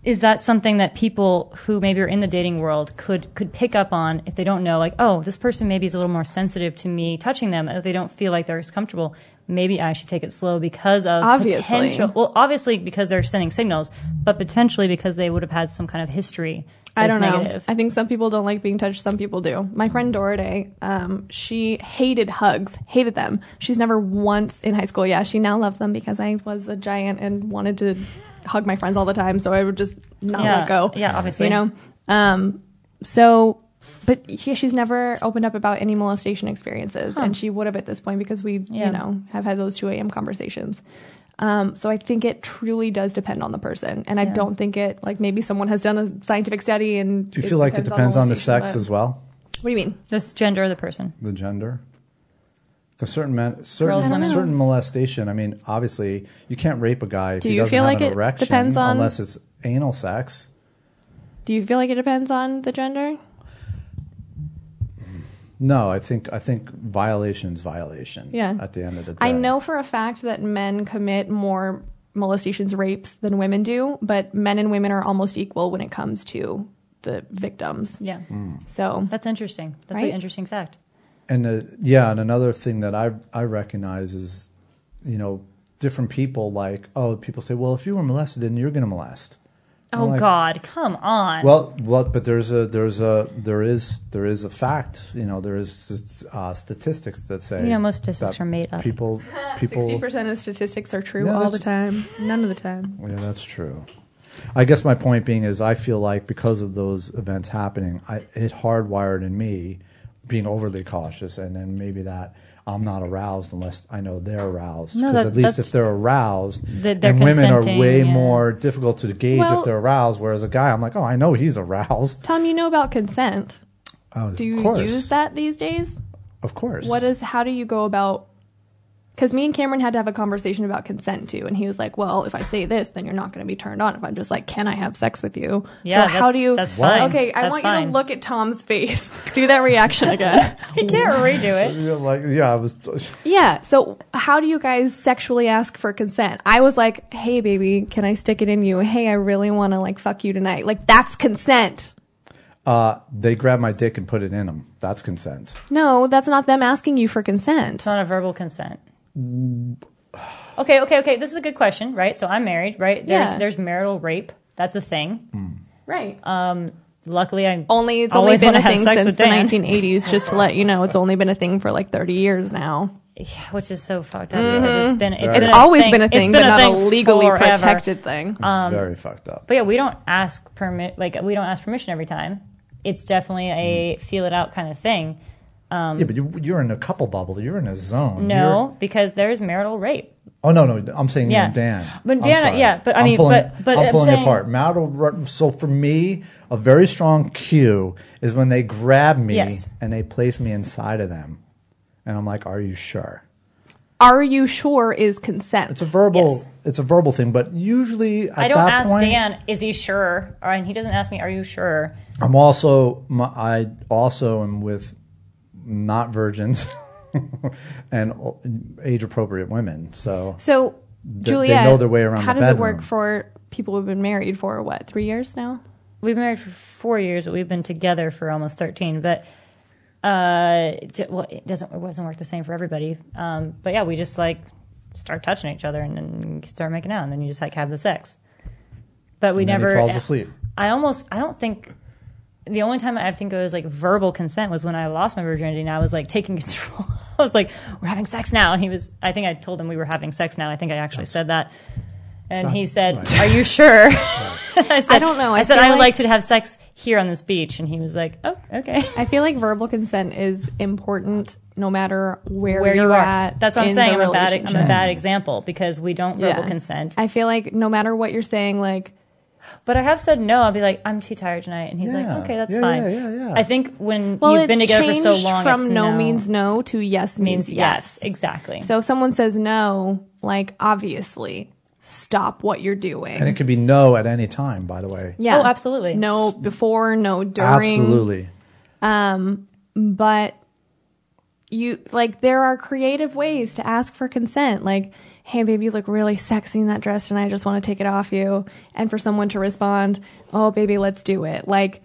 S1: is that something that people who maybe are in the dating world could could pick up on if they don't know, like, oh, this person maybe is a little more sensitive to me touching them, if they don't feel like they're as comfortable. Maybe I should take it slow because of
S2: Obviously.
S1: potential. Well, obviously because they're sending signals, but potentially because they would have had some kind of history. that
S2: I
S1: is
S2: don't know.
S1: negative.
S2: I think some people don't like being touched. Some people do. My friend Doroday, um, she hated hugs, hated them. She's never once in high school. Yeah, she now loves them because I was a giant and wanted to hug my friends all the time. So I would just not
S1: Yeah.
S2: let go.
S1: Yeah, obviously.
S2: You know. Um, so, but yeah, she's never opened up about any molestation experiences, and she would have at this point because we,
S1: Yeah.
S2: you know, have had those two a.m. conversations. Um, so I think it truly does depend on the person, and I don't think it like maybe someone has done a scientific study and.
S3: Do you feel like it depends on the sex as well,
S2: What do you mean?
S1: This gender of the person.
S3: the gender? Because certain men,
S1: Girls,
S3: certain
S1: women.
S3: certain molestation. I mean, obviously, you can't rape a guy if
S2: Do
S3: he
S2: you
S3: doesn't
S2: feel
S3: have
S2: like it
S3: an erection
S2: depends on-
S3: unless it's anal sex.
S2: Do you feel like it depends on the gender?
S3: No, I think I think violation's violation.
S2: Yeah.
S3: At the end of the day,
S2: I know for a fact that men commit more molestations, rapes than women do, but men and women are almost equal when it comes to the victims.
S1: Yeah.
S3: Mm.
S2: So
S1: That's interesting. That's an
S2: Right?
S1: interesting fact.
S3: And uh, yeah, and another thing that I I recognize is, you know, different people like oh people say well if you were molested then you're gonna molest.
S1: Oh
S3: like-
S1: God, come on.
S3: Well, well, but there's a there's a there is there is a fact you know there is uh, statistics that say
S1: You know, most statistics
S3: that
S1: are made up.
S3: People people
S2: sixty percent of statistics are true
S3: Yeah,
S2: all the
S3: that's-
S2: time, none of the time.
S3: Yeah, that's true. I guess my point being is I feel like because of those events happening, I, it hardwired in me being overly cautious, and then maybe that I'm not aroused unless I know they're aroused.
S1: No,
S3: Because
S1: that-
S3: at least
S1: that's-
S3: if they're aroused,
S1: That they're
S3: and women are
S1: consenting,
S3: way
S1: yeah.
S3: more difficult to gauge
S2: Well-
S3: if they're aroused. Whereas a guy, I'm like, oh, I know
S1: <laughs>
S3: he's aroused.
S2: Tom, you know about consent.
S3: Oh,
S2: Do
S3: of
S2: you
S3: course,
S2: use that these days?
S3: Of course.
S2: What is how do you go about because me and Cameron had to have a conversation about consent too, and he was like, "Well, if I say this, then you're not going to be turned on. If I'm just like, can I have sex with you?
S1: Yeah,
S2: so how
S1: that's-
S2: do you?
S1: that's fine.
S2: Okay, I
S1: That's
S2: want you
S1: fine.
S2: to look at Tom's face. <laughs> Do that reaction again.
S1: <laughs> you can't redo it.
S3: You're like, <laughs> yeah, I was.
S2: <laughs> yeah. So how do you guys sexually ask for consent? I was like, "Hey, baby, can I stick it in you? Hey, I really want to like fuck you tonight. Like that's consent.
S3: Uh, <laughs> they grab my dick and put it in them. That's consent.
S2: No, that's not them asking you for consent.
S1: It's not a verbal consent. Okay, okay, okay. This is a good question, right? So I'm married, right? There's
S2: Yeah.
S1: there's marital rape. That's a thing.
S2: Right.
S1: Luckily, I
S2: Only it's
S1: Uh, always
S2: only
S1: wanna
S2: been a
S1: have
S2: thing
S1: sex
S2: since
S1: with
S2: the
S1: Dan.
S2: 1980s. Just to let you know, it's only been a thing for like 30 years now.
S1: Yeah, which is so fucked up
S2: Mm-hmm.
S1: because it's been it's,
S3: It's
S2: It's
S1: been
S2: always been a thing,
S1: It's been
S2: but not a
S1: thing
S2: legally
S1: forever.
S2: protected thing.
S3: Very fucked up.
S1: Um, But yeah, we don't ask permit like we don't ask permission every time. It's definitely a feel it out kind of thing.
S3: yeah, but you, you're in a couple bubble. You're in a zone. You're-
S1: No, because there's marital rape.
S3: Oh no, no, I'm saying
S1: Yeah.
S3: Dan.
S1: But
S3: I'm
S1: Dan,
S3: sorry.
S1: yeah, but I
S3: I'm
S1: mean,
S3: pulling,
S1: but- but
S3: I'm
S1: I'm
S3: pulling
S1: saying-
S3: it apart. Marital, ru- so for me, a very strong cue is when they grab me
S1: Yes.
S3: and they place me inside of them, and I'm like, "Are you sure?"
S2: Are you sure is consent?
S3: It's a verbal,
S1: Yes.
S3: it's a verbal thing, but usually at
S1: I don't
S3: that
S1: ask
S3: point,
S1: Dan, is he sure? Or, and he doesn't ask me, are you sure?
S3: I'm also, my, I also am with not virgins <laughs> and age appropriate women, so
S2: so,
S3: they
S2: Juliet,
S3: know their way around
S2: how
S3: the
S2: does it
S3: bedroom.
S2: work for people who've been married for what three years now?
S1: We've been married for four years, but we've been together for almost thirteen. But uh, d- well, it doesn't it doesn't work the same for everybody. Um, but yeah, we just like start touching each other and then start making out, and then you just like have the sex. But we
S3: And then he
S1: never
S3: falls asleep.
S1: I almost I don't think the only time I think it was like verbal consent was when I lost my virginity and I was like taking <laughs> control. I was like, "We're having sex now," and he was. I think I told him we were having sex now. I think I actually said that, and he said,
S3: right.
S1: "Are you
S3: <laughs>
S1: sure?" <laughs> I said,
S2: I don't know.
S1: I,
S2: I
S1: said
S2: feel
S1: I would
S2: like-
S1: like to have sex here on this beach, and he was like, "Oh, okay."
S2: I feel like verbal consent is important no matter where,
S1: Where
S2: you're
S1: you are.
S2: at.
S1: That's what I'm
S2: in
S1: saying.
S2: the
S1: I'm a bad. I'm a
S2: relationship.
S1: bad example because we don't verbal
S2: Yeah.
S1: consent.
S2: I feel like no matter what you're saying, like
S1: But I have said no. I'll be like, "I'm too tired tonight," and he's
S3: Yeah.
S1: like, "Okay, that's
S3: Yeah,
S1: fine."
S3: yeah, yeah, yeah.
S1: I think when
S2: well,
S1: you've
S2: it's
S1: been together for
S2: changed
S1: so long,
S2: from
S1: it's
S2: no, means no to yes means,
S1: means yes, exactly.
S2: So if someone says no, like obviously stop what you're
S3: and
S2: doing.
S3: it could be no at any time. By the way,
S2: Yeah.
S1: Oh, absolutely.
S2: No before, no during.
S3: absolutely.
S2: But you like there are creative ways to ask for consent. Like, hey baby, you look really sexy in that dress and I just want to take it off you. And for someone to respond, Oh baby, let's do it. Like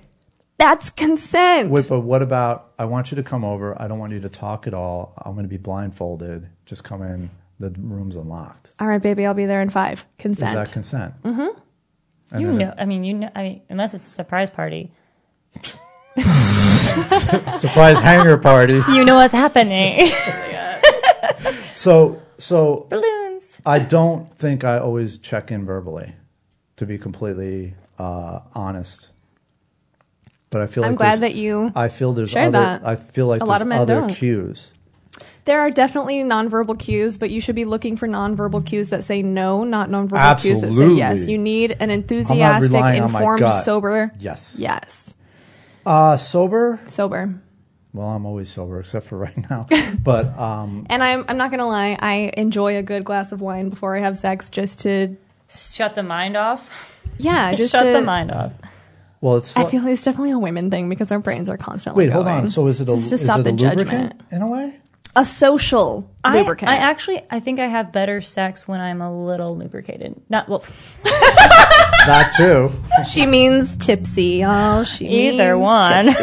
S2: that's consent.
S3: Wait, but what about? I want you to come over. I don't want you to talk at all. I'm going to be blindfolded. Just come in. The room's unlocked.
S2: All right, baby, I'll be there in five. Consent.
S3: Is that consent? Mm-hmm. And
S1: You
S3: then
S1: know, I mean, you know, I mean, unless it's a surprise party,
S3: a <laughs> surprise hanger party.
S1: you know what's <laughs> happening.
S3: So, so
S1: Balloons.
S3: I don't think I always check in verbally, to be completely uh, honest. But I feel
S2: I'm
S3: like
S2: glad that
S3: there's-
S2: you
S3: I feel there's
S2: shared
S3: other.
S2: that.
S3: I feel like
S2: A lot
S3: there's
S2: of men
S3: other
S2: don't.
S3: cues.
S2: There are definitely nonverbal cues, but you should be looking for nonverbal cues that say no, not nonverbal cues that say yes.
S3: Absolutely.
S2: You need an
S3: I'm not
S2: enthusiastic,
S3: relying on my
S2: informed,
S3: gut.
S2: sober.
S3: Yes.
S2: Yes.
S3: Uh, sober.
S2: Sober.
S3: Well, I'm always sober except for right
S2: <laughs>
S3: now. But um,
S2: And I'm, I'm not going to lie, I enjoy a good glass of wine before I have sex just to,
S1: Shut the mind off.
S2: yeah, just
S1: Shut
S2: to,
S1: the mind off.
S3: well, it's
S2: I feel it's definitely a women thing because our brains are constantly.
S3: wait. Hold
S2: going.
S3: on. So is it a
S2: Just to
S3: is
S2: stop
S3: it
S2: the
S3: a lubricant
S2: judgment?
S3: in a way?
S2: A social
S1: I,
S2: lubricant.
S1: I actually, I think I have better sex when I'm a little lubricated. Not well,
S3: <laughs> That too.
S2: she means tipsy. Oh, she
S1: Either
S2: means
S1: one.
S2: <laughs>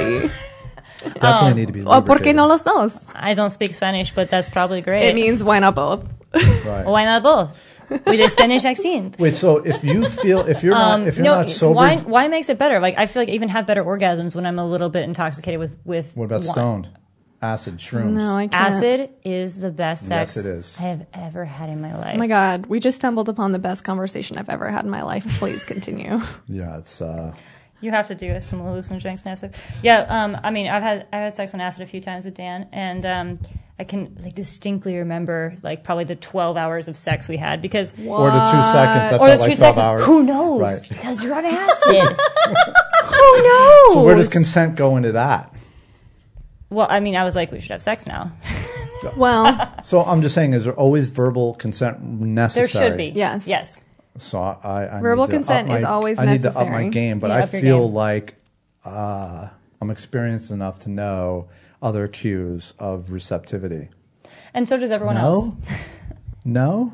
S2: Tipsy.
S3: Definitely need to be
S2: oh, ¿por qué
S3: lubricated.
S2: no los dos?
S1: I don't speak Spanish, but that's probably great.
S2: It means why not both?
S3: Right.
S1: why not both with a Spanish
S3: <laughs>
S1: accent?
S3: Wait. So if you feel if you're not if you're
S1: Um, no,
S3: not
S1: it's
S3: sober,
S1: wine. Wine makes it better. Like I feel like I even have better orgasms when I'm a little bit intoxicated with with.
S3: what about
S1: wine.
S3: stoned, acid, shrooms?
S2: No, I can't.
S1: Acid is the best
S3: Yes,
S1: sex
S3: it is.
S1: I have ever had in my life.
S2: Oh my god, we just stumbled upon the best conversation I've ever had in my life. Please continue. <laughs>
S3: Yeah, it's uh,
S1: You have to do some hallucinogenic and acid. Yeah, um, I mean, I've had I've had sex on acid a few times with Dan, and um, I can like distinctly remember like probably the twelve hours of sex we had because
S3: or the two seconds.
S1: Uh,
S3: That
S1: or the
S3: felt
S1: two
S3: like twelve
S1: seconds.
S3: hours.
S1: Who knows?
S3: Right.
S1: Because you're
S2: <laughs>
S1: on acid. Who knows?
S3: So where does consent go into that?
S1: well, I mean, I was like, we should have sex
S3: <laughs>
S1: now.
S2: Well,
S3: So I'm just saying, is there always verbal consent necessary?
S1: There should be.
S2: Yes.
S1: Yes.
S3: So I, I, I
S2: Verbal
S3: need to up
S2: consent is
S3: my-
S2: always
S3: I need to up my
S2: necessary.
S3: game, but
S1: Yeah,
S3: I
S1: up your
S3: feel
S1: game.
S3: like uh, I'm experienced enough to know other cues of receptivity.
S1: And so does everyone else.
S3: No,
S2: <laughs>
S3: no.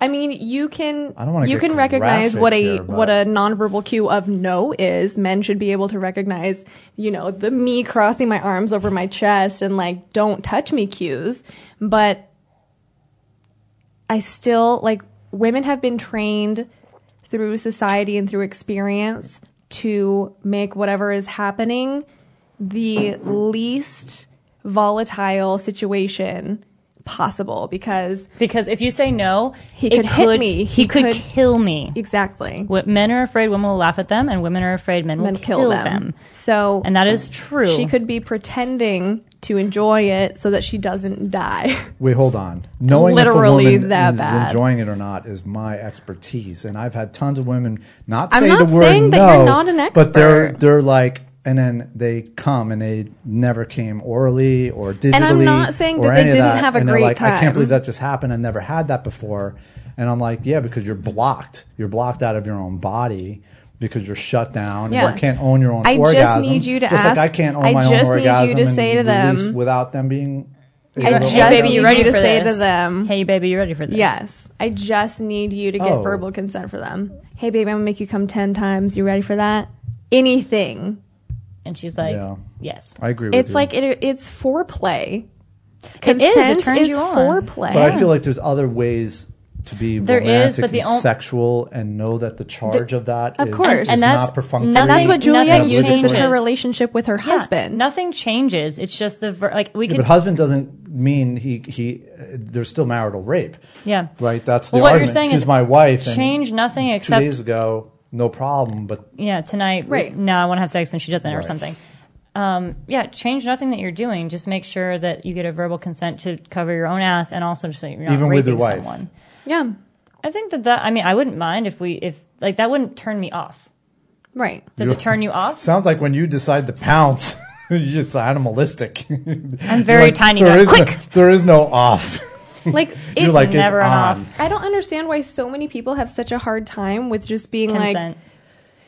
S2: I mean, you can
S3: I don't wanna
S2: you
S3: get
S2: can recognize
S3: graphic
S2: what a
S3: here, but-
S2: what a nonverbal cue of no is. Men should be able to recognize, you know, the me crossing my arms over my chest and like don't touch me cues, but I still like women have been trained through society and through experience to make whatever is happening the least volatile situation possible because
S1: Because if you say no,
S2: He
S1: it
S2: could hit me.
S1: He,
S2: He
S1: could,
S2: could-
S1: kill me.
S2: exactly
S1: What men are afraid, women will laugh at them, and women are afraid men will
S2: then
S1: kill,
S2: kill, them. So
S1: And that is true.
S2: she could be pretending to enjoy it so that she doesn't die. <laughs>
S3: Wait, hold on. Knowing
S2: Literally
S3: if a woman
S2: that
S3: is
S2: bad.
S3: enjoying it or not is my expertise, and I've had tons of women not
S2: I'm
S3: say
S2: not
S3: the word
S2: saying
S3: no,
S2: that you're not an
S3: but they're
S2: expert.
S3: they're like, and then they come and they never came orally or digitally.
S2: And I'm not saying
S3: or
S2: that they
S3: any of
S2: didn't have a
S3: and they're
S2: great
S3: like, I
S2: time.
S3: can't believe that just happened. I never had that before, and I'm like, yeah, because you're blocked. You're blocked out of your own body. Because you're shut down,
S2: Yeah.
S3: you can't own your own
S2: I just
S3: orgasm.
S2: need you to
S3: just
S2: ask-
S3: like I can't own
S2: I
S3: my
S2: just
S3: own
S2: need you to
S3: orgasm and
S2: say to them-
S3: release without them being.
S2: I
S3: able to
S2: just
S1: hey, baby,
S2: need
S1: you
S2: you
S1: ready
S2: to
S1: for
S2: say
S1: this?
S2: to them-
S1: Hey, baby, you ready for this?
S2: yes. I just need you to get
S3: Oh.
S2: verbal consent for them. Hey baby, I'm gonna make you come ten times. You ready for that? Anything.
S1: And she's like,
S3: Yeah.
S1: yes.
S3: I agree with
S2: It's
S3: you.
S2: like it, it's foreplay.
S1: It is. It turns
S2: is
S1: you on.
S2: foreplay.
S3: But I feel like there's other ways to be
S1: There is,
S3: romantic
S1: but the
S3: and
S1: on-
S3: sexual and know that the charge of that
S2: Of
S3: is-
S2: course.
S3: is
S2: And
S1: that's-
S3: not perfunctory.
S1: and
S2: and that's what
S1: nothing-
S2: Juliet
S1: nothing
S2: uses in her
S1: changes.
S2: relationship with her
S1: Yeah,
S2: husband.
S1: nothing changes. It's just the ver- like we
S3: Yeah,
S1: could.
S3: but husband doesn't mean he he. Uh, there's still marital rape.
S1: Yeah.
S3: Right. That's the
S1: Well, what you're
S3: argument.
S1: saying
S3: She's
S1: is
S3: my wife. and
S1: change nothing
S3: Two
S1: except-
S3: days ago, no problem. But
S1: yeah, tonight. we-
S2: Right.
S1: Now I want to have sex and she doesn't or
S3: Right.
S1: something. Um, yeah, change nothing that you're doing. Just make sure that you get a verbal consent to cover your own ass and also just that you're not
S3: Even
S1: raping
S3: with your wife.
S1: someone.
S2: yeah.
S1: I think that that. I mean, I wouldn't mind if we if like that wouldn't turn me off.
S3: <laughs>
S2: Right.
S1: Does it turn you off?
S3: sounds like when you decide to pounce, <laughs> it's animalistic.
S1: I'm very tiny. Like, quick.
S3: there is no off.
S2: Like
S3: <laughs> You're
S2: it-
S3: like
S1: never
S3: it's
S1: an
S3: on.
S1: off.
S2: I don't understand why so many people have such a hard time with just being like
S1: consent.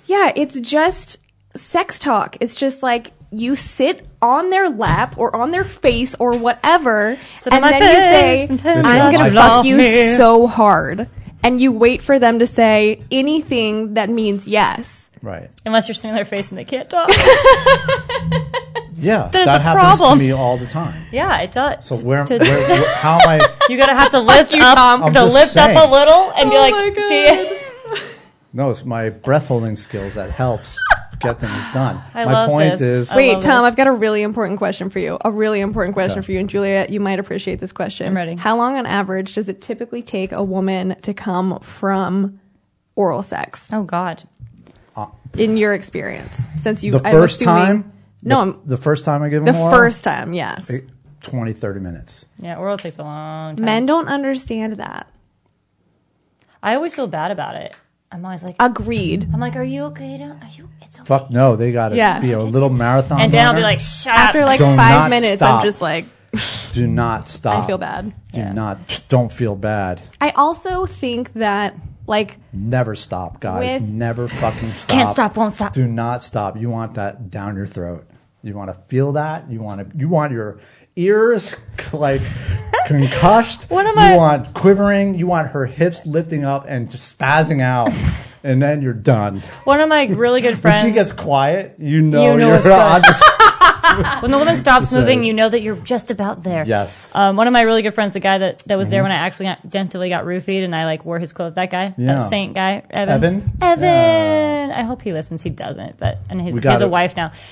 S2: Yeah, it's just sex talk. It's just like you sit on their lap or on their face or whatever,
S1: Sit on
S2: and
S1: my
S2: then
S1: face
S2: you
S1: and
S2: say,
S1: tell me
S2: "I'm
S3: you
S2: gonna
S3: love
S2: fuck you
S1: me."
S2: so hard," and you wait for them to say anything that means yes.
S3: Right.
S1: Unless you're sitting there facing the can't <laughs> talk.
S3: Yeah.
S1: There's
S3: that
S1: a
S3: happens
S1: problem.
S3: to me all the time.
S1: yeah, it does.
S3: So where,
S1: To- <laughs>
S3: where, where how am I?
S1: you gotta have to lift
S2: you, Tom.
S1: up,
S2: I'm
S1: to
S3: just
S1: lift up
S3: saying.
S1: a little and be
S2: Oh
S1: like,
S2: my God.
S1: "Dan-
S3: No, it's my breath holding skills that helps get things done.
S1: <laughs> I
S3: my
S1: love
S3: point
S1: this.
S3: is,
S1: I
S2: Wait,
S1: love
S2: Tom,
S1: this.
S2: I've got a really important question for you. A really important question
S3: Okay.
S2: for you. And Julia, you might appreciate this question.
S1: I'm ready.
S2: How long on average does it typically take a woman to come from oral sex
S1: Oh God.
S2: in your experience? Since you
S3: the
S2: I'm
S3: first
S2: assuming-
S3: time,
S2: No,
S3: the,
S2: I'm,
S3: the first time I give
S2: the
S3: them oral,
S2: first time, yes.
S3: 20, 30 minutes.
S1: Yeah, oral takes a long time.
S2: Men don't understand that.
S1: I always feel bad about it. I'm always like,
S2: Agreed.
S1: I'm like, are you okay? Don't, are you? It's okay.
S3: Fuck no, they got to
S2: Yeah.
S3: be a little marathon.
S1: And then I'll be
S3: runner.
S1: like, shut
S2: After
S1: up.
S2: like
S3: Do
S2: five
S3: not
S2: minutes,
S3: stop.
S2: I'm just like,
S3: do not stop.
S2: I feel bad.
S3: Do
S1: Yeah.
S3: not, don't feel bad.
S2: I also think that <laughs> like
S3: Never stop, guys.
S2: With-
S3: Never fucking stop.
S1: Can't stop, won't stop.
S3: Do not stop. You want that down your throat. You want to feel that. You want to. You want your ears <laughs> like concussed.
S1: <laughs> What am
S3: you
S1: I-
S3: want quivering. You want her hips lifting up and just spazzing
S1: <laughs>
S3: out, and then you're done.
S1: One of my really
S3: <laughs>
S1: good
S3: When
S1: friends.
S3: she gets quiet, you know,
S1: You know
S3: <laughs>
S1: it's good.
S3: you're on.
S1: <laughs>
S3: the-
S1: when the woman stops
S3: Sorry.
S1: moving, you know that you're just about there.
S3: Yes. Mm-hmm.
S1: Um, one of my really good friends, the guy that, that was there when I actually accidentally got roofied and I like wore his clothes, that guy,
S3: Yeah.
S1: that saint guy, Evan.
S3: Evan?
S1: Evan.
S3: Yeah.
S1: I hope he listens. He doesn't, but, and his,
S3: We
S1: he has
S3: gotta-
S1: a wife now.
S3: <laughs>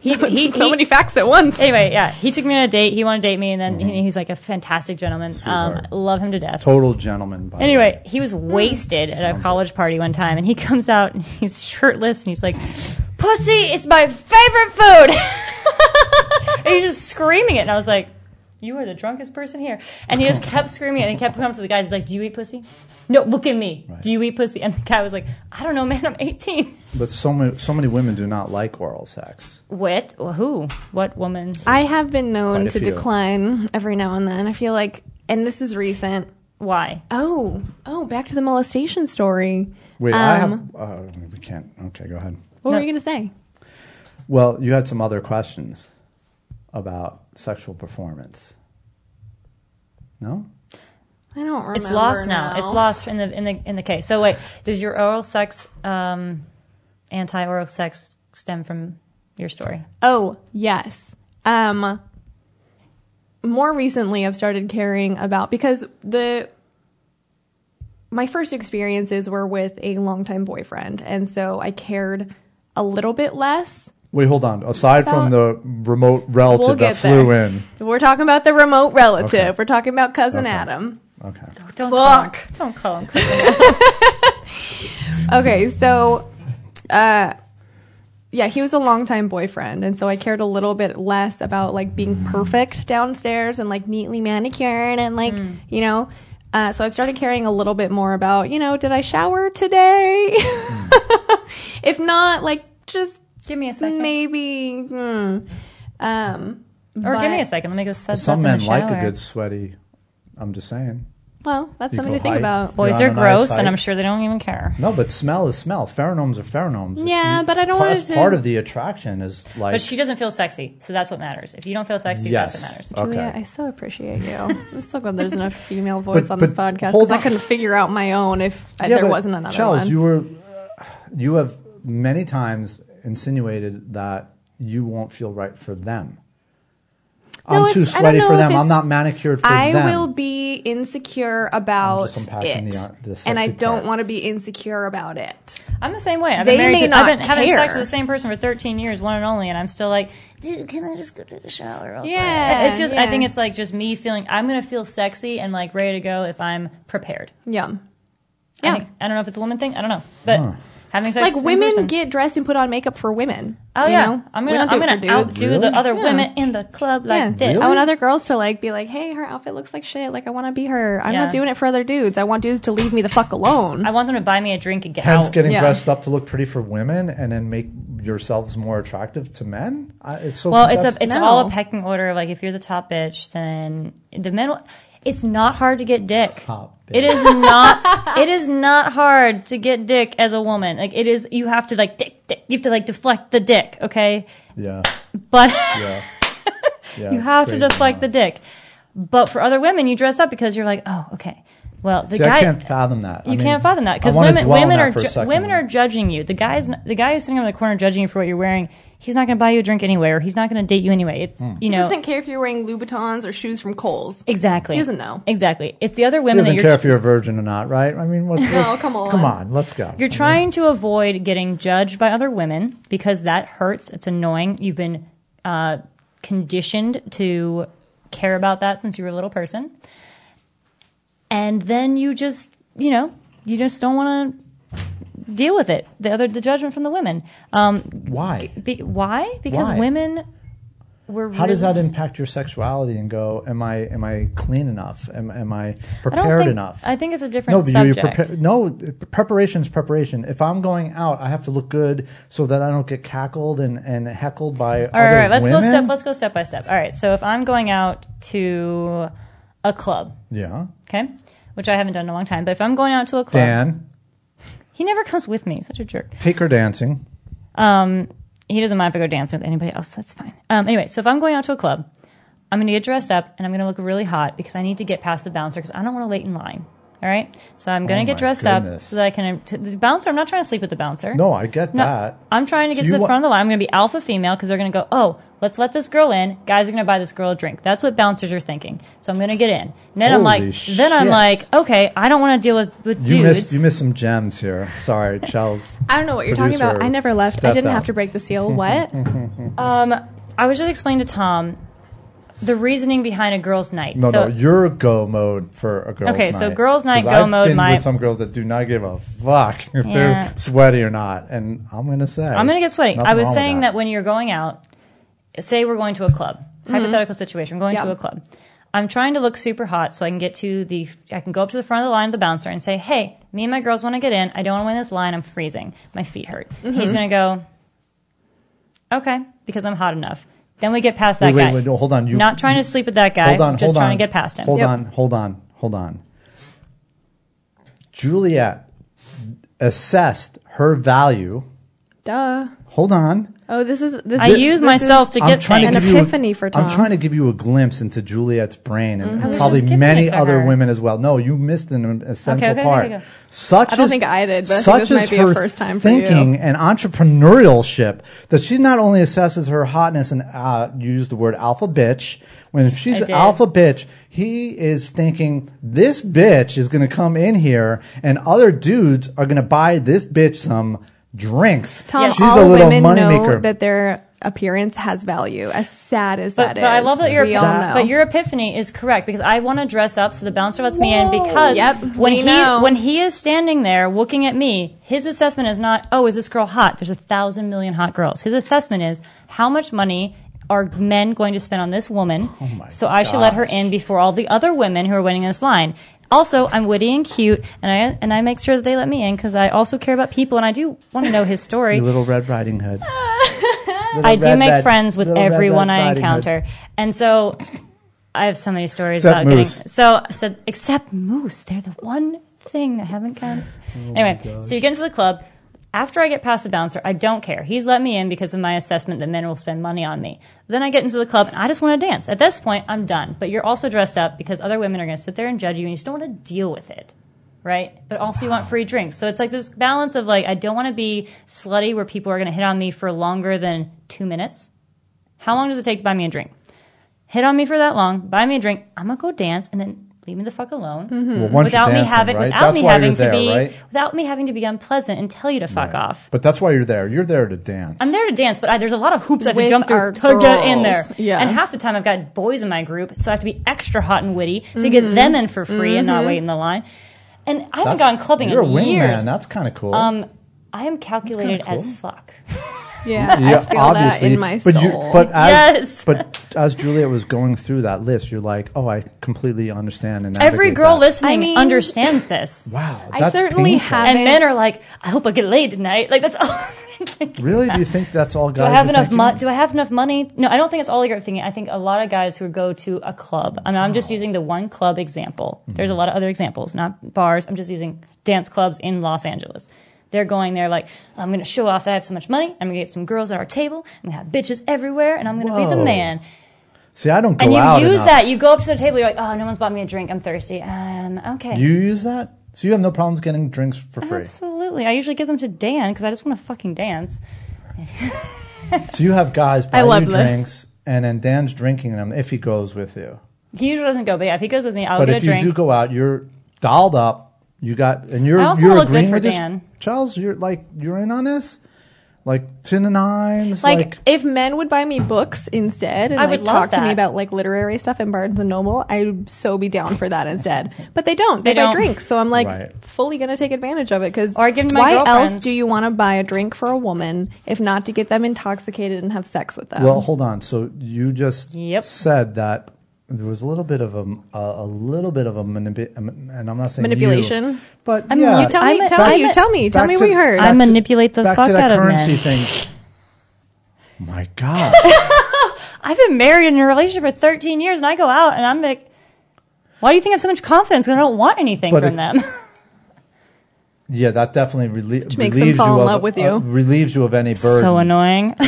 S1: He, he, he,
S2: <laughs> so
S1: he-
S2: many facts at once.
S1: Anyway, yeah, he took me on a date. He wanted to date me, and then he, he's like a fantastic gentleman. Um,
S3: Mm-hmm. Sweetheart.
S1: love him to death.
S3: Total gentleman. By the
S1: Anyway,
S3: way.
S1: he was wasted at a college party one time, and he <laughs> comes out and he's shirtless, and he's like, "Pussy, it's my favorite food," <laughs> and he's just screaming it. And I was like, "You are the drunkest person here," and he just
S3: <laughs>
S1: kept screaming it. And he kept coming up to the guys. He's like, "Do you eat pussy?" No, look at me.
S3: Right.
S1: Do you eat pussy? And the guy was like, "I don't know, man. I'm <laughs> 18."
S3: but so many, so many women do not like oral sex.
S1: What? Who? What woman?
S2: I have been known
S3: Quite a
S2: to
S3: few.
S2: decline every now and then. I feel like, and this is recent.
S1: Why?
S2: Oh, oh, back to the molestation story.
S3: Wait, I have.
S2: Um,
S3: Uh, we can't. Okay, go ahead.
S2: What
S1: No.
S2: were you gonna say?
S3: Well, you had some other questions about sexual performance. No?
S2: I don't remember.
S1: It's lost now. It's lost in the in the in the case. So wait, does your oral sex, um, anti oral sex, stem from your story?
S2: Oh yes. Um. More recently, I've started caring about because the my first experiences were with a longtime boyfriend, and so I cared a little bit less.
S3: Wait, hold on. Aside from the remote relative
S2: We'll
S3: that
S2: get
S3: flew
S2: there.
S3: in.
S2: We're talking about the remote relative.
S3: Okay.
S2: We're talking about cousin
S3: Okay.
S2: Adam.
S3: Okay.
S1: Don't Call him,
S2: Fuck.
S1: don't call him.
S2: okay, so uh yeah, he was a longtime boyfriend, and so I cared a little bit less about like
S3: Mm.
S2: being perfect downstairs and like neatly manicured and like
S3: Mm.
S2: you know. Uh, so I've started caring a little bit more about you know, did I shower today?
S3: Mm.
S2: <laughs> if not, like just
S1: Give me a second,
S2: maybe. hmm. Um,
S1: or give
S2: but-
S1: me a second. Let me go set
S3: Some
S1: up in
S3: men
S1: the
S3: like a
S1: shower.
S3: good sweaty. I'm just saying.
S2: Well, that's
S3: You
S2: something
S3: go
S2: to think
S3: hide.
S2: about.
S1: Boys
S3: You're
S1: are
S3: on a nice
S1: gross,
S3: site.
S1: and I'm sure they don't even care.
S3: No, but smell is smell. Pheromones are pheromones. It's-
S2: Yeah,
S3: you-
S2: but I don't
S3: part-
S2: want it to-
S3: Part of the attraction is like.
S1: But she doesn't feel sexy, so that's what matters. If you don't feel sexy,
S3: yes.
S1: that's what matters.
S3: Okay.
S2: Julia, I so appreciate
S3: <laughs>
S2: you. I'm so glad there's enough female voice
S3: But-
S2: on this
S3: but
S2: podcast
S3: hold
S2: because I
S3: on.
S2: couldn't figure out my own if uh,
S3: Yeah,
S2: there
S3: but
S2: wasn't another
S3: Charles,
S2: one.
S3: you were, you have many times insinuated that you won't feel right for them.
S2: No,
S3: I'm too
S2: it's- I don't
S3: sweaty
S2: know
S3: for
S2: if
S3: them. I'm
S2: it's-
S3: not manicured for
S2: I
S3: them.
S2: will be insecure about
S3: just unpacking
S2: it,
S3: the, uh, the
S2: and I
S3: sexy part.
S2: don't want to be insecure about it.
S1: I'm the same way. I've
S2: They
S1: been married
S2: may
S1: to,
S2: not
S1: I've been having
S2: care.
S1: sex with the same person for 13 years, one and only, and I'm still like, dude, can I just go to the shower? real quick?"
S2: Yeah,
S1: It's just, I
S2: yeah.
S1: think it's like just me feeling, I'm going to feel sexy and like ready to go if I'm prepared.
S2: Yeah,
S1: I
S2: yeah.
S1: think- I, don't know if it's a woman thing. I don't know. But having sex
S2: Like
S1: with the same
S2: women
S1: person-
S2: get dressed and put on makeup for women.
S1: Oh
S2: you
S1: yeah,
S2: know?
S1: I'm
S2: We
S1: gonna
S2: don't do
S1: I'm
S2: it
S1: gonna
S2: for dudes.
S1: outdo
S3: Really?
S1: the other
S2: Yeah.
S1: women in the club like
S2: yeah.
S1: this.
S2: I
S3: Really?
S2: want other girls to like be like, "Hey, her outfit looks like shit. Like, I want to be her. I'm
S1: Yeah.
S2: not doing it for other dudes. I want dudes to leave me the fuck alone."
S1: I want them to buy me a drink and get
S3: Hence,
S1: out.
S3: getting
S2: Oh, Yeah.
S3: dressed up to look pretty for women and then make yourselves more attractive to men. I, it's so
S1: well, it's
S3: that's-
S1: a it's
S2: No.
S1: all a pecking order. Of like if you're the top bitch, then the men. will- It's not hard to get dick.
S3: Top bitch.
S1: It is not. it is not hard to get dick as a woman. Like it is. You have to like dick, dick. You have to like deflect the dick. Okay,
S3: yeah,
S1: but <laughs>
S3: yeah. Yeah,
S1: you
S3: it's
S1: have to
S3: crazy,
S1: deflect
S3: huh?
S1: the dick. But for other women, you dress up because you're like, oh, okay. Well, the
S3: See,
S1: guy.
S3: I can't fathom that.
S1: You can't fathom that because women women are ju- women are judging you. The guys the guy who's sitting over in the corner judging you for what you're wearing. He's not going to buy you a drink anyway, or he's not going to date you anyway. It's
S3: Hmm.
S1: you
S2: He
S1: know
S2: doesn't care if you're wearing Louboutins or shoes from Kohl's.
S1: exactly.
S2: He doesn't know.
S1: exactly. It's the other
S3: He
S1: women that
S3: doesn't
S1: you're
S3: care if you're a virgin or not, right? I mean, what's, what's-
S2: come on.
S3: come on, let's go.
S1: you're trying to avoid getting judged by other women because that hurts. It's annoying. You've been uh, conditioned to care about that since you were a little person, and then you just you know you just don't want to deal with it. The other the judgment from the women. Um,
S3: Why?
S1: Be, why? Because
S3: Why?
S1: women we're
S3: How does
S1: really-
S3: that impact your sexuality and go? Am I am I clean enough? Am am I
S1: I don't
S3: prepared
S1: think,
S3: enough?
S1: I think it's a different
S3: no, but you- you
S1: subject.
S3: prepare. No, preparation's preparation. If I'm going out, I have to look good so that I don't get cackled and, and heckled by
S1: All right,
S3: other
S1: all right, let's
S3: women.
S1: go step. Let's go step by step. All right, so if I'm going out to a club,
S3: yeah,
S1: okay, which I haven't done in a long time, but if I'm going out to a club,
S3: Dan,
S1: he never comes with me. Such a jerk.
S3: take her dancing.
S1: Um, he doesn't mind if I go dancing with anybody else. That's fine. Um, anyway, so if I'm going out to a club, I'm going to get dressed up and I'm going to look really hot because I need to get past the bouncer because I don't want to wait in line. All right, so I'm going to get
S3: Oh my
S1: dressed up
S3: goodness.
S1: so that I can. T- the bouncer. I'm not trying to sleep with the bouncer.
S3: No, I get
S1: No,
S3: that.
S1: <laughs> I'm trying to get to
S3: So you
S1: the
S3: wa-
S1: front of the line. I'm going to be alpha female because they're going to go, oh, let's let this girl in. Guys are going to buy this girl a drink. That's what bouncers are thinking. So I'm going to get in. And then I'm
S3: Holy
S1: like, then I'm
S3: shit.
S1: like, okay, I don't want to deal with, with
S3: You
S1: dudes.
S3: missed you missed some gems here. Sorry, Chels.
S2: I don't know what you're talking
S3: Producer
S2: about. I never left. I
S3: stepped
S2: didn't
S3: out.
S2: have to break the seal.
S3: <laughs>
S2: What?
S1: um, I was just explaining to Tom the reasoning behind a girl's night.
S3: No,
S1: so
S3: no, you're go mode for a girls'
S1: Okay,
S3: night.
S1: so girls' night,
S3: 'Cause
S1: go
S3: I've
S1: mode,
S3: Been
S1: my-
S3: with some girls that do not give a fuck if
S1: Yeah.
S3: they're sweaty or not, and I'm gonna say
S1: I'm going to get sweaty.
S3: nothing
S1: I was
S3: wrong with
S1: saying that. when you're going out, say we're going to a club, hypothetical situation, going
S2: Yeah.
S1: to a club. I'm trying to look super hot so I can get to the, I can go up to the front of the line of the bouncer and say, hey, me and my girls want to get in. I don't want to win this line. I'm freezing. My feet hurt. He's going to go, okay, because I'm hot enough. Then we get past that
S3: Wait, wait,
S1: guy.
S3: wait, no, hold on. You-
S1: Not trying to sleep with that guy.
S3: hold on,
S1: just
S3: hold
S1: trying
S3: on.
S1: to get past him.
S3: Hold
S2: Yep.
S3: on, hold on, hold on. Juliet assessed her value.
S2: Duh.
S3: Hold on.
S2: Oh, this is this.
S1: I
S2: is-
S1: use
S2: this
S1: myself to
S2: is-
S1: get
S3: I'm trying
S1: things.
S3: to
S2: An
S3: give you a-
S2: epiphany for Tom. Mm-hmm.
S3: I'm trying to give you a glimpse into Juliet's brain and
S1: was
S3: probably
S1: just giving it
S3: many
S1: to
S3: other
S1: her.
S3: women as well. No, you missed an essential
S1: Okay, okay,
S3: part.
S1: okay, okay.
S3: Such
S2: I don't
S3: is-
S2: think I did, but I think
S3: such
S2: this might
S3: is
S2: be a
S3: her
S2: first time for you.
S3: thinking and entrepreneurialship that she not only assesses her hotness and uh, used the word alpha bitch. When she's
S1: did.
S3: alpha bitch, he is thinking this bitch is going to come in here and other dudes are going to buy this bitch some drinks.
S2: Tom,
S3: she's
S2: all
S3: a little
S2: women know
S3: moneymaker.
S2: that their appearance has value. As sad as
S1: But,
S2: that is,
S1: but I love that your
S2: we all
S1: epiphany,
S2: know.
S1: but your epiphany is correct because I want to dress up so the bouncer lets me in because
S2: Yep,
S1: when he
S2: we know.
S1: when he is standing there looking at me, his assessment is not oh is this girl hot? There's a thousand million hot girls. His assessment is how much money are men going to spend on this woman?
S3: Oh my
S1: so I should let her in before all the other women who are waiting in this line. Also, I'm witty and cute, and I and I make sure that they let me in because I also care about people and I do want to know his story.
S3: You <laughs> little Red Riding Hood.
S1: I do make friends with everyone I encounter, and so I have so many stories
S3: Except
S1: about
S3: Moose.
S1: getting. So, so except moose, they're the one thing I haven't counted.
S3: Oh
S1: anyway, so you get into the club. After I get past the bouncer, I don't care. He's let me in because of my assessment that men will spend money on me. Then I get into the club and I just want to dance. At this point, I'm done. But you're also dressed up because other women are going to sit there and judge you, and you just don't want to deal with it right? But also you want free drinks. So it's like this balance of like, I don't want to be slutty where people are going to hit on me for longer than two minutes. How long does it take to buy me a drink? Hit on me for that long, buy me a drink. I'm going to go dance and then leave me the fuck alone.
S2: Mm-hmm.
S3: Well, once
S1: Hmm. Without
S3: you're
S1: me
S3: dancing,
S1: having,
S3: right?
S1: without
S3: That's
S1: me
S3: why
S1: having
S3: you're there,
S1: to be,
S3: right?
S1: without me having to be unpleasant and tell you to fuck off.
S3: But that's why you're there. You're there to dance.
S1: I'm there to dance, but I, there's a lot of hoops I have to
S2: With
S1: jump
S2: our
S1: through to get in
S2: girls.
S1: there.
S2: Yeah.
S1: And half the time I've got boys in my group, so I have to be extra hot and witty to get
S2: Mm-hmm.
S1: them in for free and not wait in the line. And I haven't gone clubbing
S3: You're
S1: in
S3: a wingman.
S1: years.
S3: That's kind of cool.
S1: Um, I am calculated
S3: That's kinda
S1: as
S3: cool.
S1: fuck.
S2: yeah, I feel that in my
S3: but
S2: soul.
S3: you- but as,
S1: Yes.
S3: but as Juliet was going through that list, you're like, oh, I completely understand. And
S1: Every
S3: navigate
S1: girl
S3: that.
S1: listening
S2: I mean-
S1: understands this.
S3: Wow,
S2: I
S3: that's
S2: certainly
S3: painful.
S2: have-
S1: And
S2: mean-
S1: men are like, I hope I get laid tonight. Like that's all.
S3: Really? Do you think that's all guys?
S1: Do I have
S3: are
S1: enough
S3: thinking?
S1: money? Do I have enough money? No, I don't think it's all you're thinking. I think a lot of guys who go to a club. I mean, I'm
S3: Oh.
S1: just using the one club example.
S3: Mm-hmm.
S1: There's a lot of other examples, not bars. I'm just using dance clubs in Los Angeles. They're going there like, I'm going to show off that I have so much money. I'm going to get some girls at our table. I'm going to have bitches everywhere, and I'm going to be the
S3: Whoa.
S1: man.
S3: See, I don't go
S1: And you
S3: out
S1: use
S3: enough.
S1: that. You go up to the table. You're like, oh, no one's bought me a drink. I'm thirsty. Um, okay.
S3: You use that, so you have no problems getting drinks for free.
S1: Absolutely. I usually give them to Dan because I just want to fucking dance.
S3: So you have guys buy
S2: love
S3: you
S2: this.
S3: drinks, and then Dan's drinking them if he goes with you.
S1: He usually doesn't go, but yeah, if he goes with me, I'll
S3: But
S1: get
S3: if
S1: a
S3: you
S1: drink.
S3: do go out, you're dolled up. You got and you're
S1: I also
S3: you're
S1: wanna look good
S3: agreeing
S1: for
S3: with
S1: Dan.
S3: this, Charles. You're like you're in on this. like tin and nines,
S2: Like,
S3: like,
S2: if men would buy me books instead and
S1: I
S2: like
S1: would love
S2: talk to me
S1: that.
S2: about like literary stuff in Barnes and Noble, I'd so be down for that instead. But they don't. They,
S1: They
S2: buy
S1: don't.
S2: drinks, so I'm like
S3: Right.
S2: fully gonna take advantage of it because
S1: Or give 'em to my
S2: why else
S1: girlfriends.
S2: do you want to buy a drink for a woman if not to get them intoxicated and have sex with them?
S3: Well, hold on. So you just
S1: Yep.
S3: said that there was a little bit of a a, a little bit of a manip- and I'm not saying you,
S2: Manipulation?
S3: but
S1: I mean,
S3: yeah,
S1: you
S2: tell
S1: I'm
S2: me,
S1: a-
S2: tell
S1: I'm
S2: you,
S1: a-
S2: tell me, tell
S3: back
S2: me
S3: to-
S2: what you heard.
S1: I
S3: back to-
S1: manipulate the
S3: back
S1: fuck
S3: to that
S1: out of
S3: currency
S1: men. <laughs>
S3: thing. My God,
S1: I've been married in a relationship for 13 years and I go out and I'm like, why do you think I have so much confidence? 'Cause I don't want anything
S3: But
S1: from
S3: it-
S1: them. <laughs>
S3: yeah, that definitely relie-
S2: makes them
S3: relieves
S2: fall
S3: you
S2: in
S3: of,
S2: love with
S3: uh,
S2: you.
S3: relieves you of any burden.
S1: so
S3: <laughs>
S1: annoying. <laughs>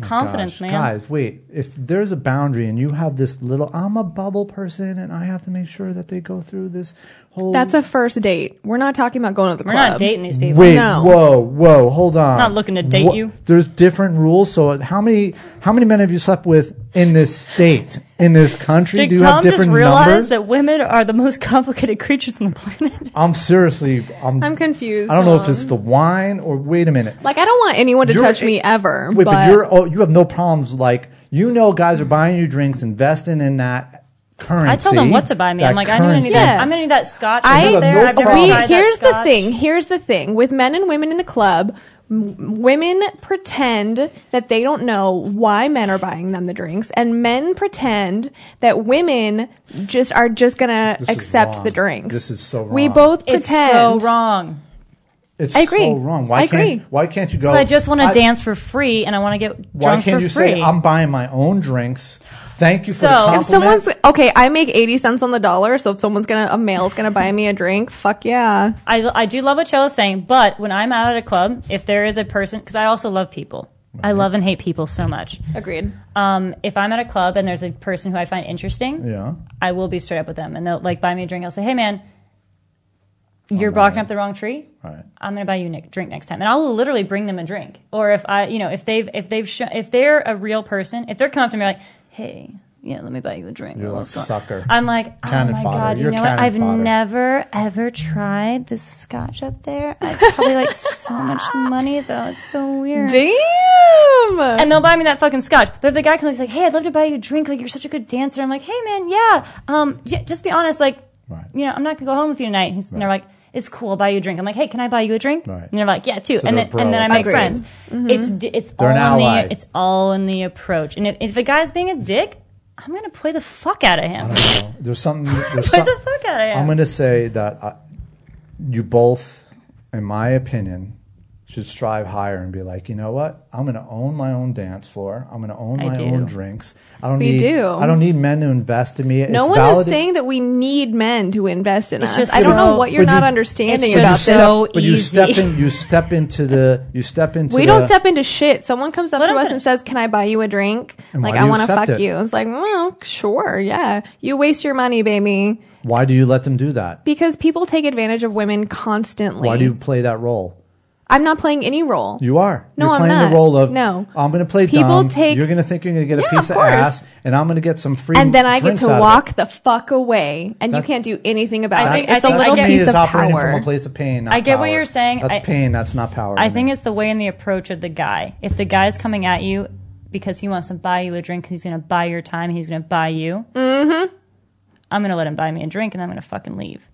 S1: confidence,
S3: Oh Gosh,
S1: man.
S3: Guys, wait. If there's a boundary and you have this little, I'm a bubble person and I have to make sure that they go through this whole.
S2: That's a first date. We're not talking about going to the
S1: We're
S2: club.
S1: not dating these people.
S3: Wait,
S2: No.
S3: whoa, whoa, hold on.
S1: Not looking to date
S3: Wha-
S1: you.
S3: There's different rules. So how many how many men have you slept with in this state, in this country?
S1: Did
S3: Do you have
S1: Tom just
S3: different
S1: realize
S3: numbers?
S1: that women are the most <laughs> complicated creatures on the planet?
S3: I'm seriously, I'm,
S2: I'm confused,
S3: I don't know if
S2: Tom.
S3: it's the wine or wait a minute.
S2: Like I don't want anyone to
S3: You're-
S2: touch me ever.
S3: Wait, but, you're oh, you have no problems. Like you know, guys are buying you drinks, investing in that currency.
S1: I tell them what to buy me. I'm
S3: that
S1: like, I need
S3: currency.
S1: any that.
S2: Yeah.
S1: I'm gonna need that scotch
S2: I
S1: over there.
S3: no
S1: I've never
S2: we,
S3: problem.
S1: tried
S2: here's
S1: that
S2: the
S1: scotch.
S2: thing. Here's the thing. With men and women in the club, m- women pretend that they don't know why men are buying them the drinks, and men pretend that women just are just gonna
S3: This is
S2: accept
S3: wrong.
S2: the drinks.
S3: This is so
S2: We
S3: wrong.
S2: both pretend.
S1: It's so wrong.
S3: It's
S2: I agree.
S3: so wrong. Why
S2: I
S3: can't
S2: agree.
S3: why can't you go?
S1: I just want to
S3: Oh, I-
S1: dance for free and I want to get
S3: Why
S1: drunk
S3: can't
S1: for
S3: you
S1: free.
S3: say I'm buying my own drinks? Thank you for
S1: So-
S3: the
S1: If
S3: compliment.
S2: If someone's okay, I make eighty cents on the dollar. So if someone's gonna a male's gonna buy me a drink, fuck yeah.
S1: I, I do love what Chella's saying, but when I'm out at a club, if there is a person, because I also love people. I love and hate people so much.
S2: Agreed.
S1: Um, if I'm at a club and there's a person who I find interesting,
S3: Yeah.
S1: I will be straight up with them, and they'll like buy me a drink. I'll say, "Hey, man, you're barking up the wrong tree.
S3: All right.
S1: I'm gonna buy you a ne- drink next time." And I'll literally bring them a drink. Or if I, you know, if they've if they've sho- if they're a real person, if they're coming up to me like, "Hey." Yeah, let me buy you a drink.
S3: You're
S1: What's
S3: a
S1: going-"
S3: sucker.
S1: I'm like, oh
S3: Cannon
S1: my
S3: fodder.
S1: god, you
S3: You're
S1: know what?
S3: cannon
S1: I've
S3: fodder.
S1: never ever tried this scotch up there. It's probably like so
S3: <laughs>
S1: much money though. It's so weird
S2: Damn.
S1: and they'll buy me that fucking scotch. But if the guy comes, he's like, "Hey, I'd love to buy you a drink. Like, you're such a good dancer." I'm like, "Hey, man, yeah. Um, j- just be honest. Like,
S3: Right.
S1: you know, I'm not gonna go home with you tonight." He's, And they're like, "It's cool. I'll buy you a drink." I'm like, "Hey, can I buy you a drink?"
S3: Right.
S1: And they're like, "Yeah, too." and
S3: they're
S1: then and then I
S3: bros.
S1: make
S2: Agreed.
S1: friends. It's d- it's
S3: They're
S1: all
S3: an ally.
S1: in the it's all in the approach. And if, if a guy's being a dick, I'm gonna play the fuck out of him.
S3: I don't know. There's something. There's
S1: Play
S3: some,
S1: the fuck out of him.
S3: I'm going to say that I, you both, in my opinion, should strive higher and be like, you know what? I'm going to own my own dance floor. I'm going to own
S1: I
S3: my
S1: do.
S3: own drinks. I don't
S2: We
S3: need.
S2: do.
S3: I don't need men to invest in me.
S2: No
S3: it's
S2: one
S3: valid-
S2: is saying that we need men to invest in
S1: It's
S2: us.
S1: just
S2: I don't know
S1: so-
S2: what you're
S3: But
S2: not
S3: you-
S2: understanding
S1: It's
S2: about
S1: just
S2: this.
S1: so
S3: But you
S1: easy.
S3: step in. You step into the. You step into.
S2: we
S3: the,
S2: don't step into shit. Someone comes up
S1: Let
S2: to
S1: him
S2: us
S1: finish.
S2: and says, "Can I buy you a drink?"
S3: And why
S2: like
S3: do
S2: I
S3: you
S2: want to
S3: accept
S2: fuck
S3: it?
S2: you. It's like, well, sure, yeah. You waste your money, baby,
S3: Why do you let them do that?
S2: because people take advantage of women constantly.
S3: Why do you play that role?
S2: I'm not playing any role.
S3: You are.
S2: No,
S3: you're
S2: I'm
S3: playing
S2: not.
S3: the role of
S2: No.
S3: I'm going to play
S2: People
S3: dumb.
S2: take-
S3: you're going to think you're going to get
S2: Yeah,
S3: a piece
S2: of
S3: of,
S2: course.
S3: ass, and I'm going to get some free.
S2: and then I get
S3: drinks
S2: to
S3: out of it.
S2: walk the fuck away, and you
S3: That-
S2: can't do anything
S1: I
S2: about it.
S1: think-
S2: it's
S1: I think
S2: a
S1: I
S2: little
S1: get-
S2: piece
S3: is
S2: of
S3: operating
S2: power.
S3: from a place of pain. not
S1: I get what
S3: power.
S1: you're saying.
S3: That's
S1: I-
S3: pain. That's not power.
S1: I
S3: to
S1: think
S3: me.
S1: it's the way and the approach of the guy. If the guy's coming at you because he wants to buy you a drink, 'cause he's going to buy your time, he's going to buy you. Mm-hmm. I'm going to let him buy me a drink, and I'm going to fucking leave.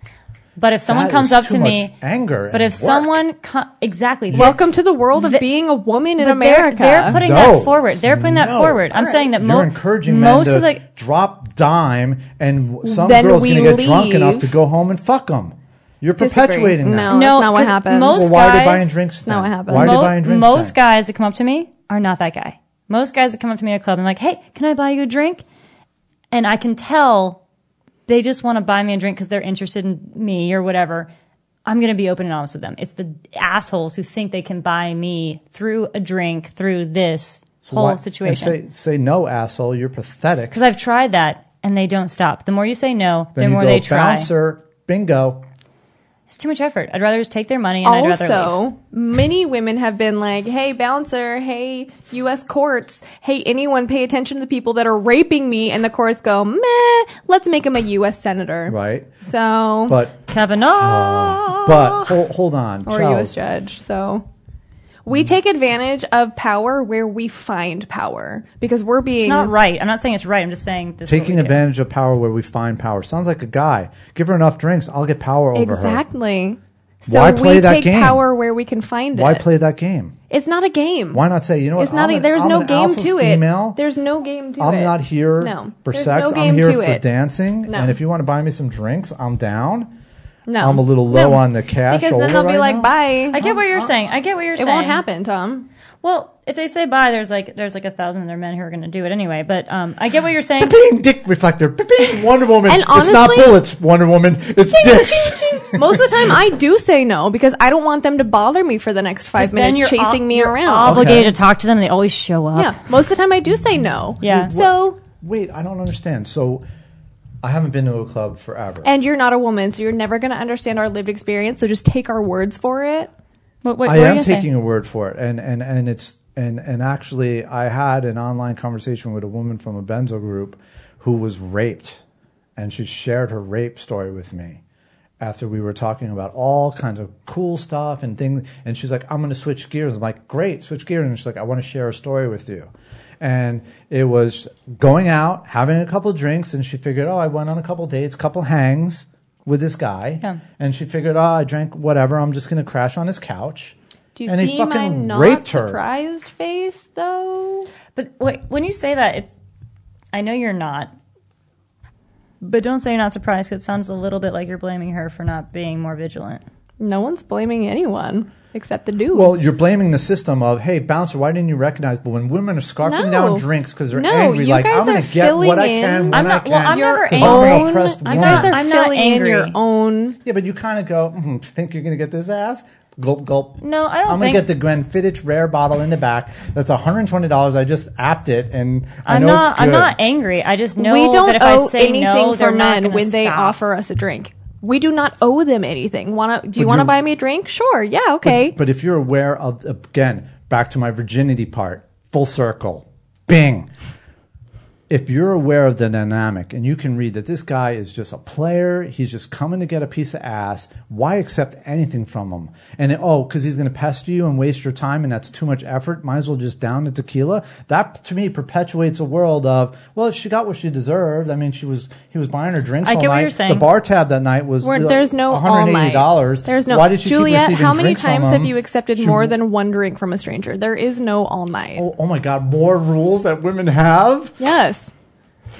S1: But if someone
S3: That
S1: comes
S3: is
S1: up
S3: too
S1: to
S3: much
S1: me,
S3: anger.
S1: but if
S3: and work.
S1: someone co- exactly, they're-
S2: Welcome to the world of
S1: The-
S2: being a woman in
S1: but they're,
S2: America.
S1: they're putting
S3: No.
S1: that forward. They're putting that
S3: No.
S1: forward. I'm
S2: All
S1: saying that
S3: you're
S1: mo-
S3: encouraging
S1: most
S3: men to
S1: of the
S3: drop dime, and w- some
S2: Then
S3: girl's
S2: we
S3: going to get drunk
S2: leave.
S3: enough to go home and fuck them. You're perpetuating
S2: Disagree.
S3: that.
S2: No, that's not what
S1: 'cause
S2: happens.
S1: Most
S3: Well, why are
S1: guys,
S3: they buying drinks?
S2: not
S3: then?
S2: what happens.
S3: Why are
S2: Mo-
S3: they buying drinks?
S1: most
S3: then?
S1: guys that come up to me are not that guy. Most guys that come up to me at a club and like, hey, can I buy you a drink? And I can tell they just want to buy me a drink because they're interested in me or whatever. I'm going to be open and honest with them. It's the assholes who think they can buy me through a drink, through this
S3: So
S1: whole
S3: why- and
S1: situation.
S3: Say, say no, asshole. You're pathetic.
S1: Because I've tried that and they don't stop. The more you say no, the
S3: Then you
S1: more
S3: go,
S1: they try.
S3: Bouncer, bingo.
S1: It's too much effort. I'd rather just take their money and I'd rather leave.
S2: also, many women have been like, "Hey, bouncer, hey, U.S. courts, hey, anyone, pay attention to the people that are raping me." And the courts go, "Meh, let's make him a U.S. senator."
S3: Right.
S2: So,
S3: But
S1: Kavanaugh.
S3: Oh. but hold, hold on,
S2: or a
S3: Charles.
S2: U.S. judge. So, We take advantage of power where we find power because we're being
S1: It's not right. I'm not saying it's right. I'm just saying this. is what
S3: Taking
S1: we do.
S3: advantage of power where we find power. Sounds like a guy. Give her enough drinks, I'll get power over her.
S2: exactly. So
S3: Why play
S2: we
S3: that
S2: take
S3: game?
S2: power where we we can find
S3: Why
S2: it.
S3: play that game?
S2: It's not a game.
S3: Why not say, you know what?
S2: It's not.
S3: I'm
S2: A,
S3: an-
S2: there's
S3: I'm
S2: no
S3: an
S2: game
S3: alpha
S2: to
S3: female.
S2: it. There's no game to it.
S3: I'm not here
S2: No.
S3: for
S2: There's
S3: sex.
S2: No game
S3: I'm here
S2: to
S3: for
S2: it.
S3: dancing.
S2: No.
S3: And if you want to buy me some drinks, I'm down.
S2: No.
S3: I'm a little
S2: No.
S3: low on the cash.
S2: Because
S3: over
S2: then they'll be
S3: right
S2: like,
S3: now.
S2: "Bye."
S1: I get what you're saying. I get what you're
S2: Oh, it
S1: saying.
S2: won't happen, Tom.
S1: Well, if they say bye, there's like there's like a thousand other men who are going to do it anyway. But um, I get what you're
S2: <laughs>
S1: saying.
S3: Bing, dick reflector. Bing, Wonder Woman.
S2: And
S3: it's not
S2: honestly-
S3: bullets, Wonder Woman. It's <laughs> dicks.
S2: Most of the time, I do say no because I don't want them to bother me for the next five
S1: Then
S2: minutes
S1: you're
S2: chasing
S1: ob-
S2: me
S1: you're
S2: around.
S1: Obligated to
S3: Okay.
S1: talk to them. They always show up.
S2: yeah, most of the time I do say no.
S1: Yeah.
S2: So,
S3: Wait, I don't understand. So I haven't been to a club forever.
S2: and you're not a woman, so you're never going to understand our lived experience. So just take our words for it.
S1: What, what,
S3: I
S1: what were you
S3: am
S1: gonna say?
S3: taking a word for it, and and and it's and and actually, I had an online conversation with a woman from a Benzo group who was raped, and she shared her rape story with me after we were talking about all kinds of cool stuff and things. And she's like, "I'm going to switch gears." I'm like, "Great, switch gears." And she's like, "I want to share a story with you." And it was going out, having a couple drinks, and she figured, "Oh, I went on a couple dates, couple hangs." With this guy,
S1: Yeah.
S3: and she figured, oh, I drank whatever. I'm just going to crash on his couch.
S2: Do you
S3: And he
S2: see
S3: fucking
S2: my not
S3: raped her.
S2: surprised face though?
S1: But wait, when you say that, it's I know you're not, but don't say you're not surprised. 'cause it sounds a little bit like you're blaming her for not being more vigilant.
S2: No one's blaming anyone except the dude.
S3: Well, you're blaming the system of, hey, bouncer, why didn't you recognize? But when women are scarfing
S2: No.
S3: down drinks because they're
S2: No,
S3: angry,
S2: you
S3: like
S2: guys
S3: I'm going
S2: are
S3: to get what
S2: filling
S3: I can
S2: in-
S3: when
S1: I'm
S3: i
S1: not-
S3: can.
S1: well, I'm
S2: your
S1: never
S3: 'Cause
S1: angry.
S3: I'm an
S2: own.
S3: oppressed
S2: You guys
S3: woman.
S2: are
S1: I'm not
S2: filling in your
S1: angry.
S2: own.
S3: yeah, but you kind of go, mm, think you're going to get this ass? Gulp, gulp.
S1: No, I don't
S3: I'm gonna
S1: think-
S3: get the Glenfiddich rare bottle in the back. That's 120. dollars I just apped it, and I
S1: I'm
S3: know
S1: not.
S3: it's good.
S1: I'm not angry. I just know
S2: we don't
S1: that if
S2: owe
S1: I say
S2: anything
S1: no,
S2: for
S1: they're not
S2: men
S1: gonna
S2: when they
S1: stop.
S2: offer us a drink. We do not owe them anything. Wanna? Do you
S3: But
S2: want to
S3: you-
S2: buy me a drink? Sure. Yeah. Okay.
S3: But if you're aware of, again, back to my virginity part, full circle, bing. If you're aware of the dynamic and you can read that this guy is just a player, he's just coming to get a piece of ass, why accept anything from him? And it- oh, because he's going to pester you and waste your time and that's too much effort, might as well just down the tequila. That to me perpetuates a world of, well, she got what she deserved. I mean, she was, he was buying her drinks
S1: I
S3: all
S1: get what
S3: night.
S1: you're saying.
S3: The bar tab that night was
S2: We're-
S3: like,
S2: there's no all night.
S3: $180.
S2: There's no.
S3: Why did she keep
S2: Juliet,
S3: receiving
S2: how many
S3: drinks from
S2: times have
S3: him?
S2: you accepted
S3: She-
S2: more than one drink from a stranger? There is no all night.
S3: Oh, oh my God, more rules that women have?
S2: Yes.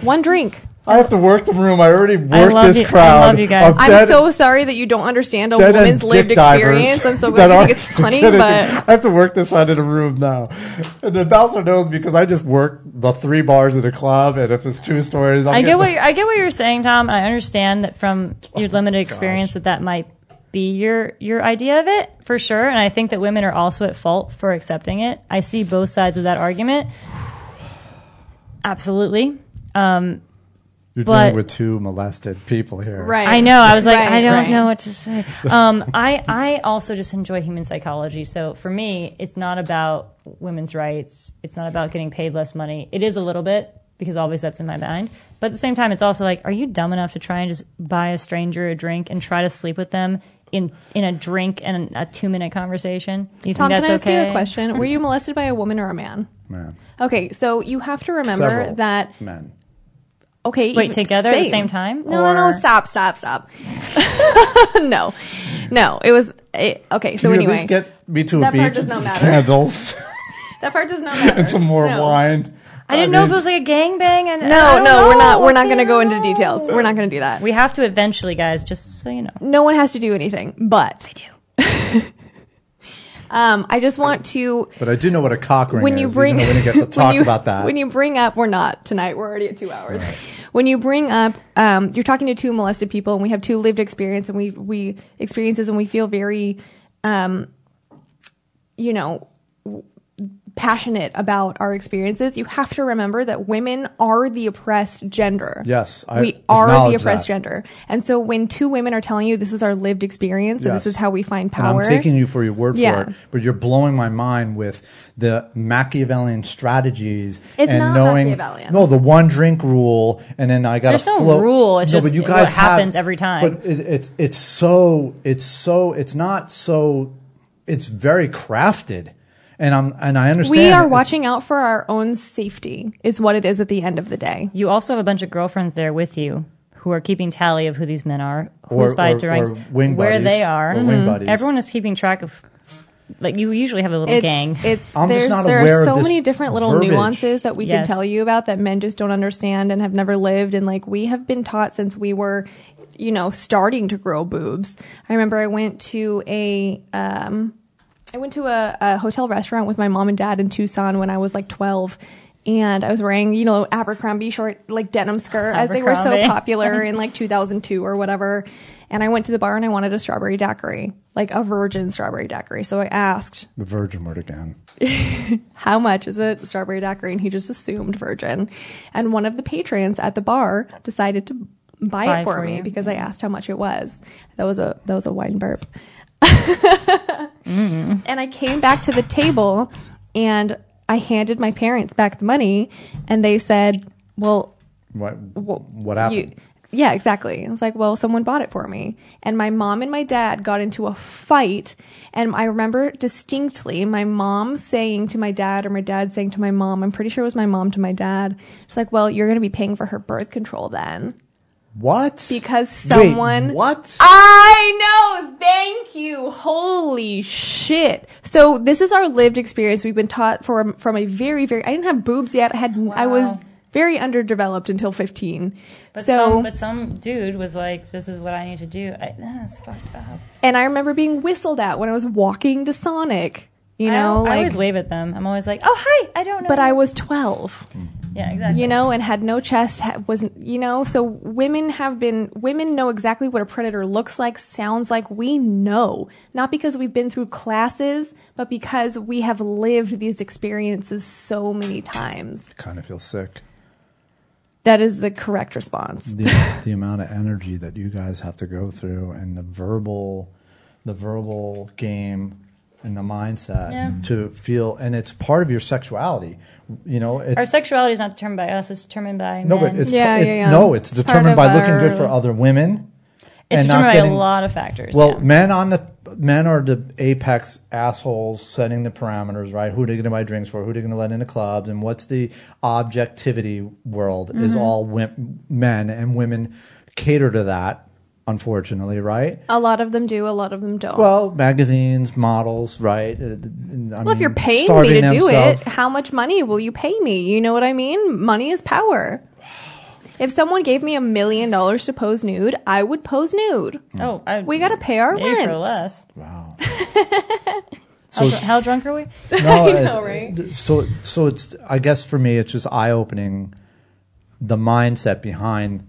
S2: One drink.
S3: I have to work the room. I already worked
S1: love
S3: this
S1: you- I
S3: crowd.
S1: love you guys.
S3: of
S2: I'm
S3: dead-
S2: so sorry that you don't understand a
S3: dead end
S2: woman's lived
S3: dick divers
S2: experience. I'm so
S3: <laughs> that
S2: glad you think
S3: are-
S2: it's funny,
S3: that are-
S2: but
S3: I have to work this out in a room now. And the bouncer knows because I just work the three bars at a club, and if it's two stories, I'm
S1: I get
S3: getting-
S1: what you're, I get what you're saying, Tom. and I understand that from your limited experience that that might be your your idea of it for sure. And I think that women are also at fault for accepting it. I see both sides of that argument. Absolutely. Um,
S3: You're
S1: but-
S3: dealing with two molested people here.
S2: right.
S1: I know. I was like,
S2: Right,
S1: I don't
S2: right.
S1: know what to say. Um, I I also just enjoy human psychology. So for me, it's not about women's rights. It's not about getting paid less money. It is a little bit because always that's in my mind. But at the same time, it's also like, are you dumb enough to try and just buy a stranger a drink and try to sleep with them in in a drink and a two minute conversation? You think
S2: Tom,
S1: that's
S2: can I ask
S1: okay?
S2: you a question? Were you molested by a woman or a man?
S3: Man.
S2: Okay, so you have to remember
S3: Several
S2: that.
S3: men.
S2: Okay,
S1: Wait,
S2: even-
S1: together at the same time,
S2: No, no,
S1: or-
S2: no, stop, stop, stop. <laughs> no, no, it was it, okay. So
S3: Can you
S2: anyway,
S3: at least get me to a
S2: that
S3: beach
S2: part does
S3: and
S2: not
S3: some
S2: matter.
S3: candles
S2: <laughs> that part does not matter.
S3: and <laughs> some more
S2: No.
S3: wine. Uh,
S1: I didn't know if
S3: mean-
S1: it was like a gangbang. And I
S2: No, no,
S1: don't know.
S2: we're not. We're not
S1: I
S2: going to
S1: don't
S2: go into
S1: know.
S2: details. We're not going to do that.
S1: We have to eventually, guys. Just so you know.
S2: no one has to do anything, but I do. <laughs> um, I just want to
S3: But I do know what a cock ring
S2: when
S3: is.
S2: you bring
S3: even though
S2: <laughs>
S3: we didn't get to talk
S2: when you,
S3: about that.
S2: when you bring up we're not tonight we're already at two hours when you bring up um, you're talking to two molested people and we have two lived experience and we we experiences and we feel very um, you know w- passionate about our experiences you have to remember that women are the oppressed gender
S3: Yes, I
S2: we are the
S3: acknowledge
S2: oppressed
S3: that.
S2: gender and so when two women are telling you this is our lived experience and this
S3: Yes.
S2: is how we find
S3: And
S2: power
S3: I'm taking you for your word
S2: Yeah.
S3: for it, but you're blowing my mind with the Machiavellian strategies
S2: It's
S3: and
S2: not
S3: knowing
S2: Machiavellian.
S3: no the one drink rule, and then I got
S1: There's no rule, it's just what happens every time.
S3: But it, it's it's so it's so it's not so it's very crafted. And I'm and I understand
S2: We are
S3: it-
S2: watching out for our own safety, is what it is at the end of the day.
S1: You also have a bunch of girlfriends there with you who are keeping tally of who these men are, who's
S3: or,
S1: by
S3: or,
S1: ranks,
S3: or wing
S1: where
S3: buddies,
S1: they are.
S3: or
S2: Mm-hmm.
S3: wing buddies.
S1: Everyone is keeping track of. Like you usually have a little
S2: It's,
S1: gang.
S2: it's
S3: I'm just
S2: there's,
S3: not
S2: there
S3: aware
S2: are
S3: of
S2: so
S3: this
S2: many different little
S3: verbiage.
S2: nuances that we
S1: Yes.
S2: can tell you about that men just don't understand and have never lived. And like we have been taught since we were, you know, starting to grow boobs. I remember I went to a um, I went to a, a hotel restaurant with my mom and dad in Tucson when I was like 12. And I was wearing, you know, Abercrombie short, like denim skirt, as they were so
S1: Abercrombie. <laughs>
S2: popular in like 2002 or whatever. And I went to the bar and I wanted a strawberry daiquiri, like a virgin strawberry daiquiri. So I asked,
S3: the virgin word again.
S2: how much is a strawberry daiquiri? And he just assumed virgin. And one of the patrons at the bar decided to buy,
S1: Buy
S2: it for,
S1: for
S2: me
S1: you.
S2: because I asked how much it was. That was a that was a wine burp. And I came back to the table and I handed my parents back the money and they said, Well,
S3: What
S2: well,
S3: what happened?
S2: you- yeah, exactly. I was like, well, someone bought it for me. And my mom and my dad got into a fight. And I remember distinctly my mom saying to my dad, or my dad saying to my mom, I'm pretty sure it was my mom to my dad, she's like, well, you're going to be paying for her birth control then.
S3: what?
S2: Because
S3: Wait,
S2: someone.
S3: what?
S2: I know. Thank you. Holy shit. So this is our lived experience. We've been taught from from a very very. I didn't have boobs yet. I had. I was very underdeveloped until fifteen.
S1: But
S2: so
S1: some, but some dude was like, "This is what I need to do." I, that's fucked up.
S2: and I remember being whistled at when I was walking to Sonic. You
S1: I,
S2: know,
S1: al- I
S2: like.
S1: always wave at them. I'm always like, "Oh hi, I don't know."
S2: but
S1: you."
S2: I was twelve.
S1: yeah, exactly.
S2: you know, and had no chest, ha- wasn't, you know, so women have been, women know exactly what a predator looks like, sounds like. We know, not because we've been through classes, but because we have lived these experiences so many times.
S3: kind of feel sick.
S2: That is the correct response.
S3: the, the amount of energy that you guys have to go through and the verbal the verbal game and the mindset
S1: Yeah.
S3: to feel and it's part of your sexuality you know it's
S1: Our sexuality is not determined by us; it's determined by
S3: no
S1: men.
S3: but it's,
S2: Yeah,
S3: it's
S2: yeah, yeah.
S3: no it's
S2: It's part
S3: determined
S2: of
S3: by looking
S2: our-
S3: good for other women
S1: It's determined
S3: and not
S1: by
S3: getting
S1: a lot of factors.
S3: well
S1: yeah.
S3: men on the men are the apex assholes setting the parameters right who are they going to buy drinks for who are they going to let into clubs and what's the objectivity world is
S2: Mm-hmm.
S3: all wim- men and women cater to that unfortunately right
S2: A lot of them do, a lot of them don't. Well,
S3: Well, magazines, models, right? Uh, Well,
S2: if you're paying me to do it, how much money will you pay me? You know what I mean? Money is power. If someone gave me a million dollars to pose nude, I would pose nude.
S1: oh, I,
S3: Mm.
S2: We gotta pay our
S1: pay for
S2: rent.
S1: less.
S2: <laughs>
S3: Wow.
S1: How,
S3: so
S1: dr- how drunk are we? <laughs>
S3: it's, no, it's-
S2: know, right?
S3: So, so it's. I guess for me, it's just eye opening, the mindset behind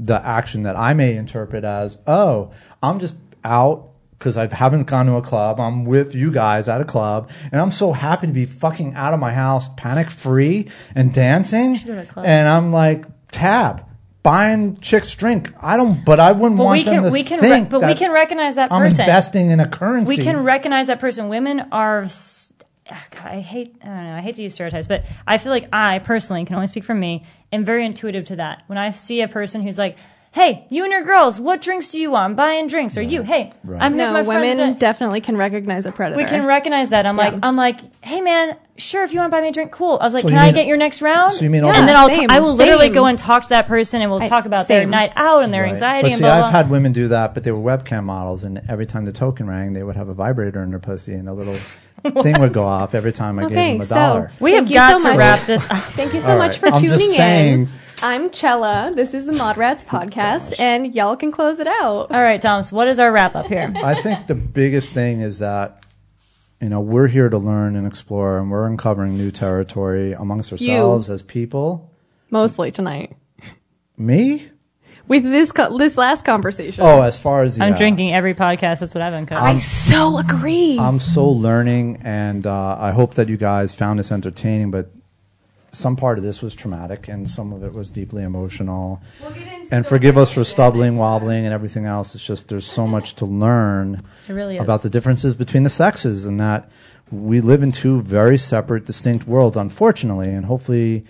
S3: the action that I may interpret as, oh, I'm just out because I haven't gone to a club. I'm with you guys at a club, and I'm so happy to be fucking out of my house, panic free, and dancing.
S1: have a club.
S3: And I'm like, tab. Buying chicks drink. I don't, but I wouldn't
S1: But
S3: want
S1: we
S3: them
S1: can-
S3: to
S1: we can
S3: think
S1: rec- but we
S3: that
S1: can recognize that
S3: I'm
S1: person.
S3: investing in a currency.
S1: we can recognize that person. Women are. s- ah, God, I hate. I don't know. I hate to use stereotypes, but I feel like I personally can only speak for me. Am very intuitive to that. When I see a person who's like, "Hey, you and your girls, what drinks do you want? I'm buying drinks." Or you, "Hey,
S3: Right.
S1: I'm here
S2: No,
S1: with my friend
S2: women
S1: today."
S2: definitely can recognize a predator.
S1: we can recognize that. I'm
S2: Yeah.
S1: like, I'm like, hey man, sure, if you want to buy me a drink, cool. I was like,
S3: So you
S1: can I
S3: mean-
S1: get your next round?
S3: so you mean all-
S1: and then
S2: Yeah,
S1: I'll, t-
S2: same,
S1: I will literally
S2: same.
S1: go and talk to that person, and we'll
S2: I-
S1: talk about their
S2: same.
S1: night out and their
S3: Right.
S1: anxiety
S3: But
S1: and
S3: see,
S1: blah blah.
S3: I've had women do that, but they were webcam models, and every time the token rang, they would have a vibrator in their pussy, and a little
S1: <laughs>
S3: thing would go off every time I
S2: Okay,
S3: gave them a
S2: so
S3: dollar.
S1: we
S2: Thank
S1: have
S2: you
S1: got
S2: so
S1: to
S2: much.
S1: wrap this up. <laughs>
S2: Thank you so
S3: All
S2: much
S3: right.
S2: for
S3: I'm just
S2: tuning
S3: saying- Oh,
S2: in. I'm Chella. This is the Mod
S3: <laughs>
S2: Rats podcast, and y'all can close it out.
S1: All right, Thomas, what is our wrap up here?
S3: I think the biggest thing is that you know we're here to learn and explore, and we're uncovering new territory amongst ourselves as people.
S2: Mostly tonight
S3: Me?
S2: with this co- this last conversation.
S3: Oh, as far as the,
S1: I'm
S3: uh,
S1: drinking every podcast. That's what I've uncovered.
S2: I so agree.
S3: I'm so learning, and uh, I hope that you guys found this entertaining. But some part of this was traumatic, and some of it was deeply emotional.
S2: We'll get into
S3: and
S2: the
S3: forgive us for
S2: writing
S3: stumbling, wobbling, and everything else. It's just there's so much to learn
S1: There really is.
S3: about the differences between the sexes, and that we live in two very separate, distinct worlds, unfortunately. And hopefully,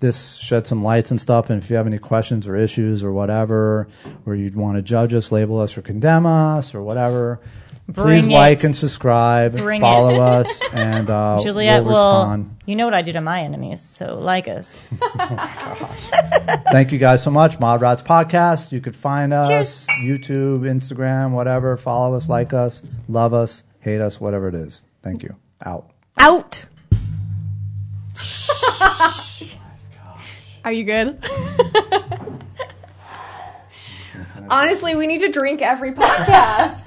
S3: this shed some lights and stuff. And if you have any questions or issues or whatever, or you'd want to judge us, label us, or condemn us, or whatever,
S1: Bring
S3: Please
S1: it.
S3: like and subscribe.
S1: Bring <laughs>
S3: follow
S1: it.
S3: us, and uh,
S1: Juliet
S3: we'll
S1: will.
S3: respond.
S1: You know what I do to my enemies, so like us.
S3: Thank you guys so much. Mod Rods Podcast. You could find us YouTube, Instagram, whatever. Follow us, like us, love us, hate us, whatever it is. Thank you. Out.
S2: Out. Are you good? Honestly, we need to drink every podcast.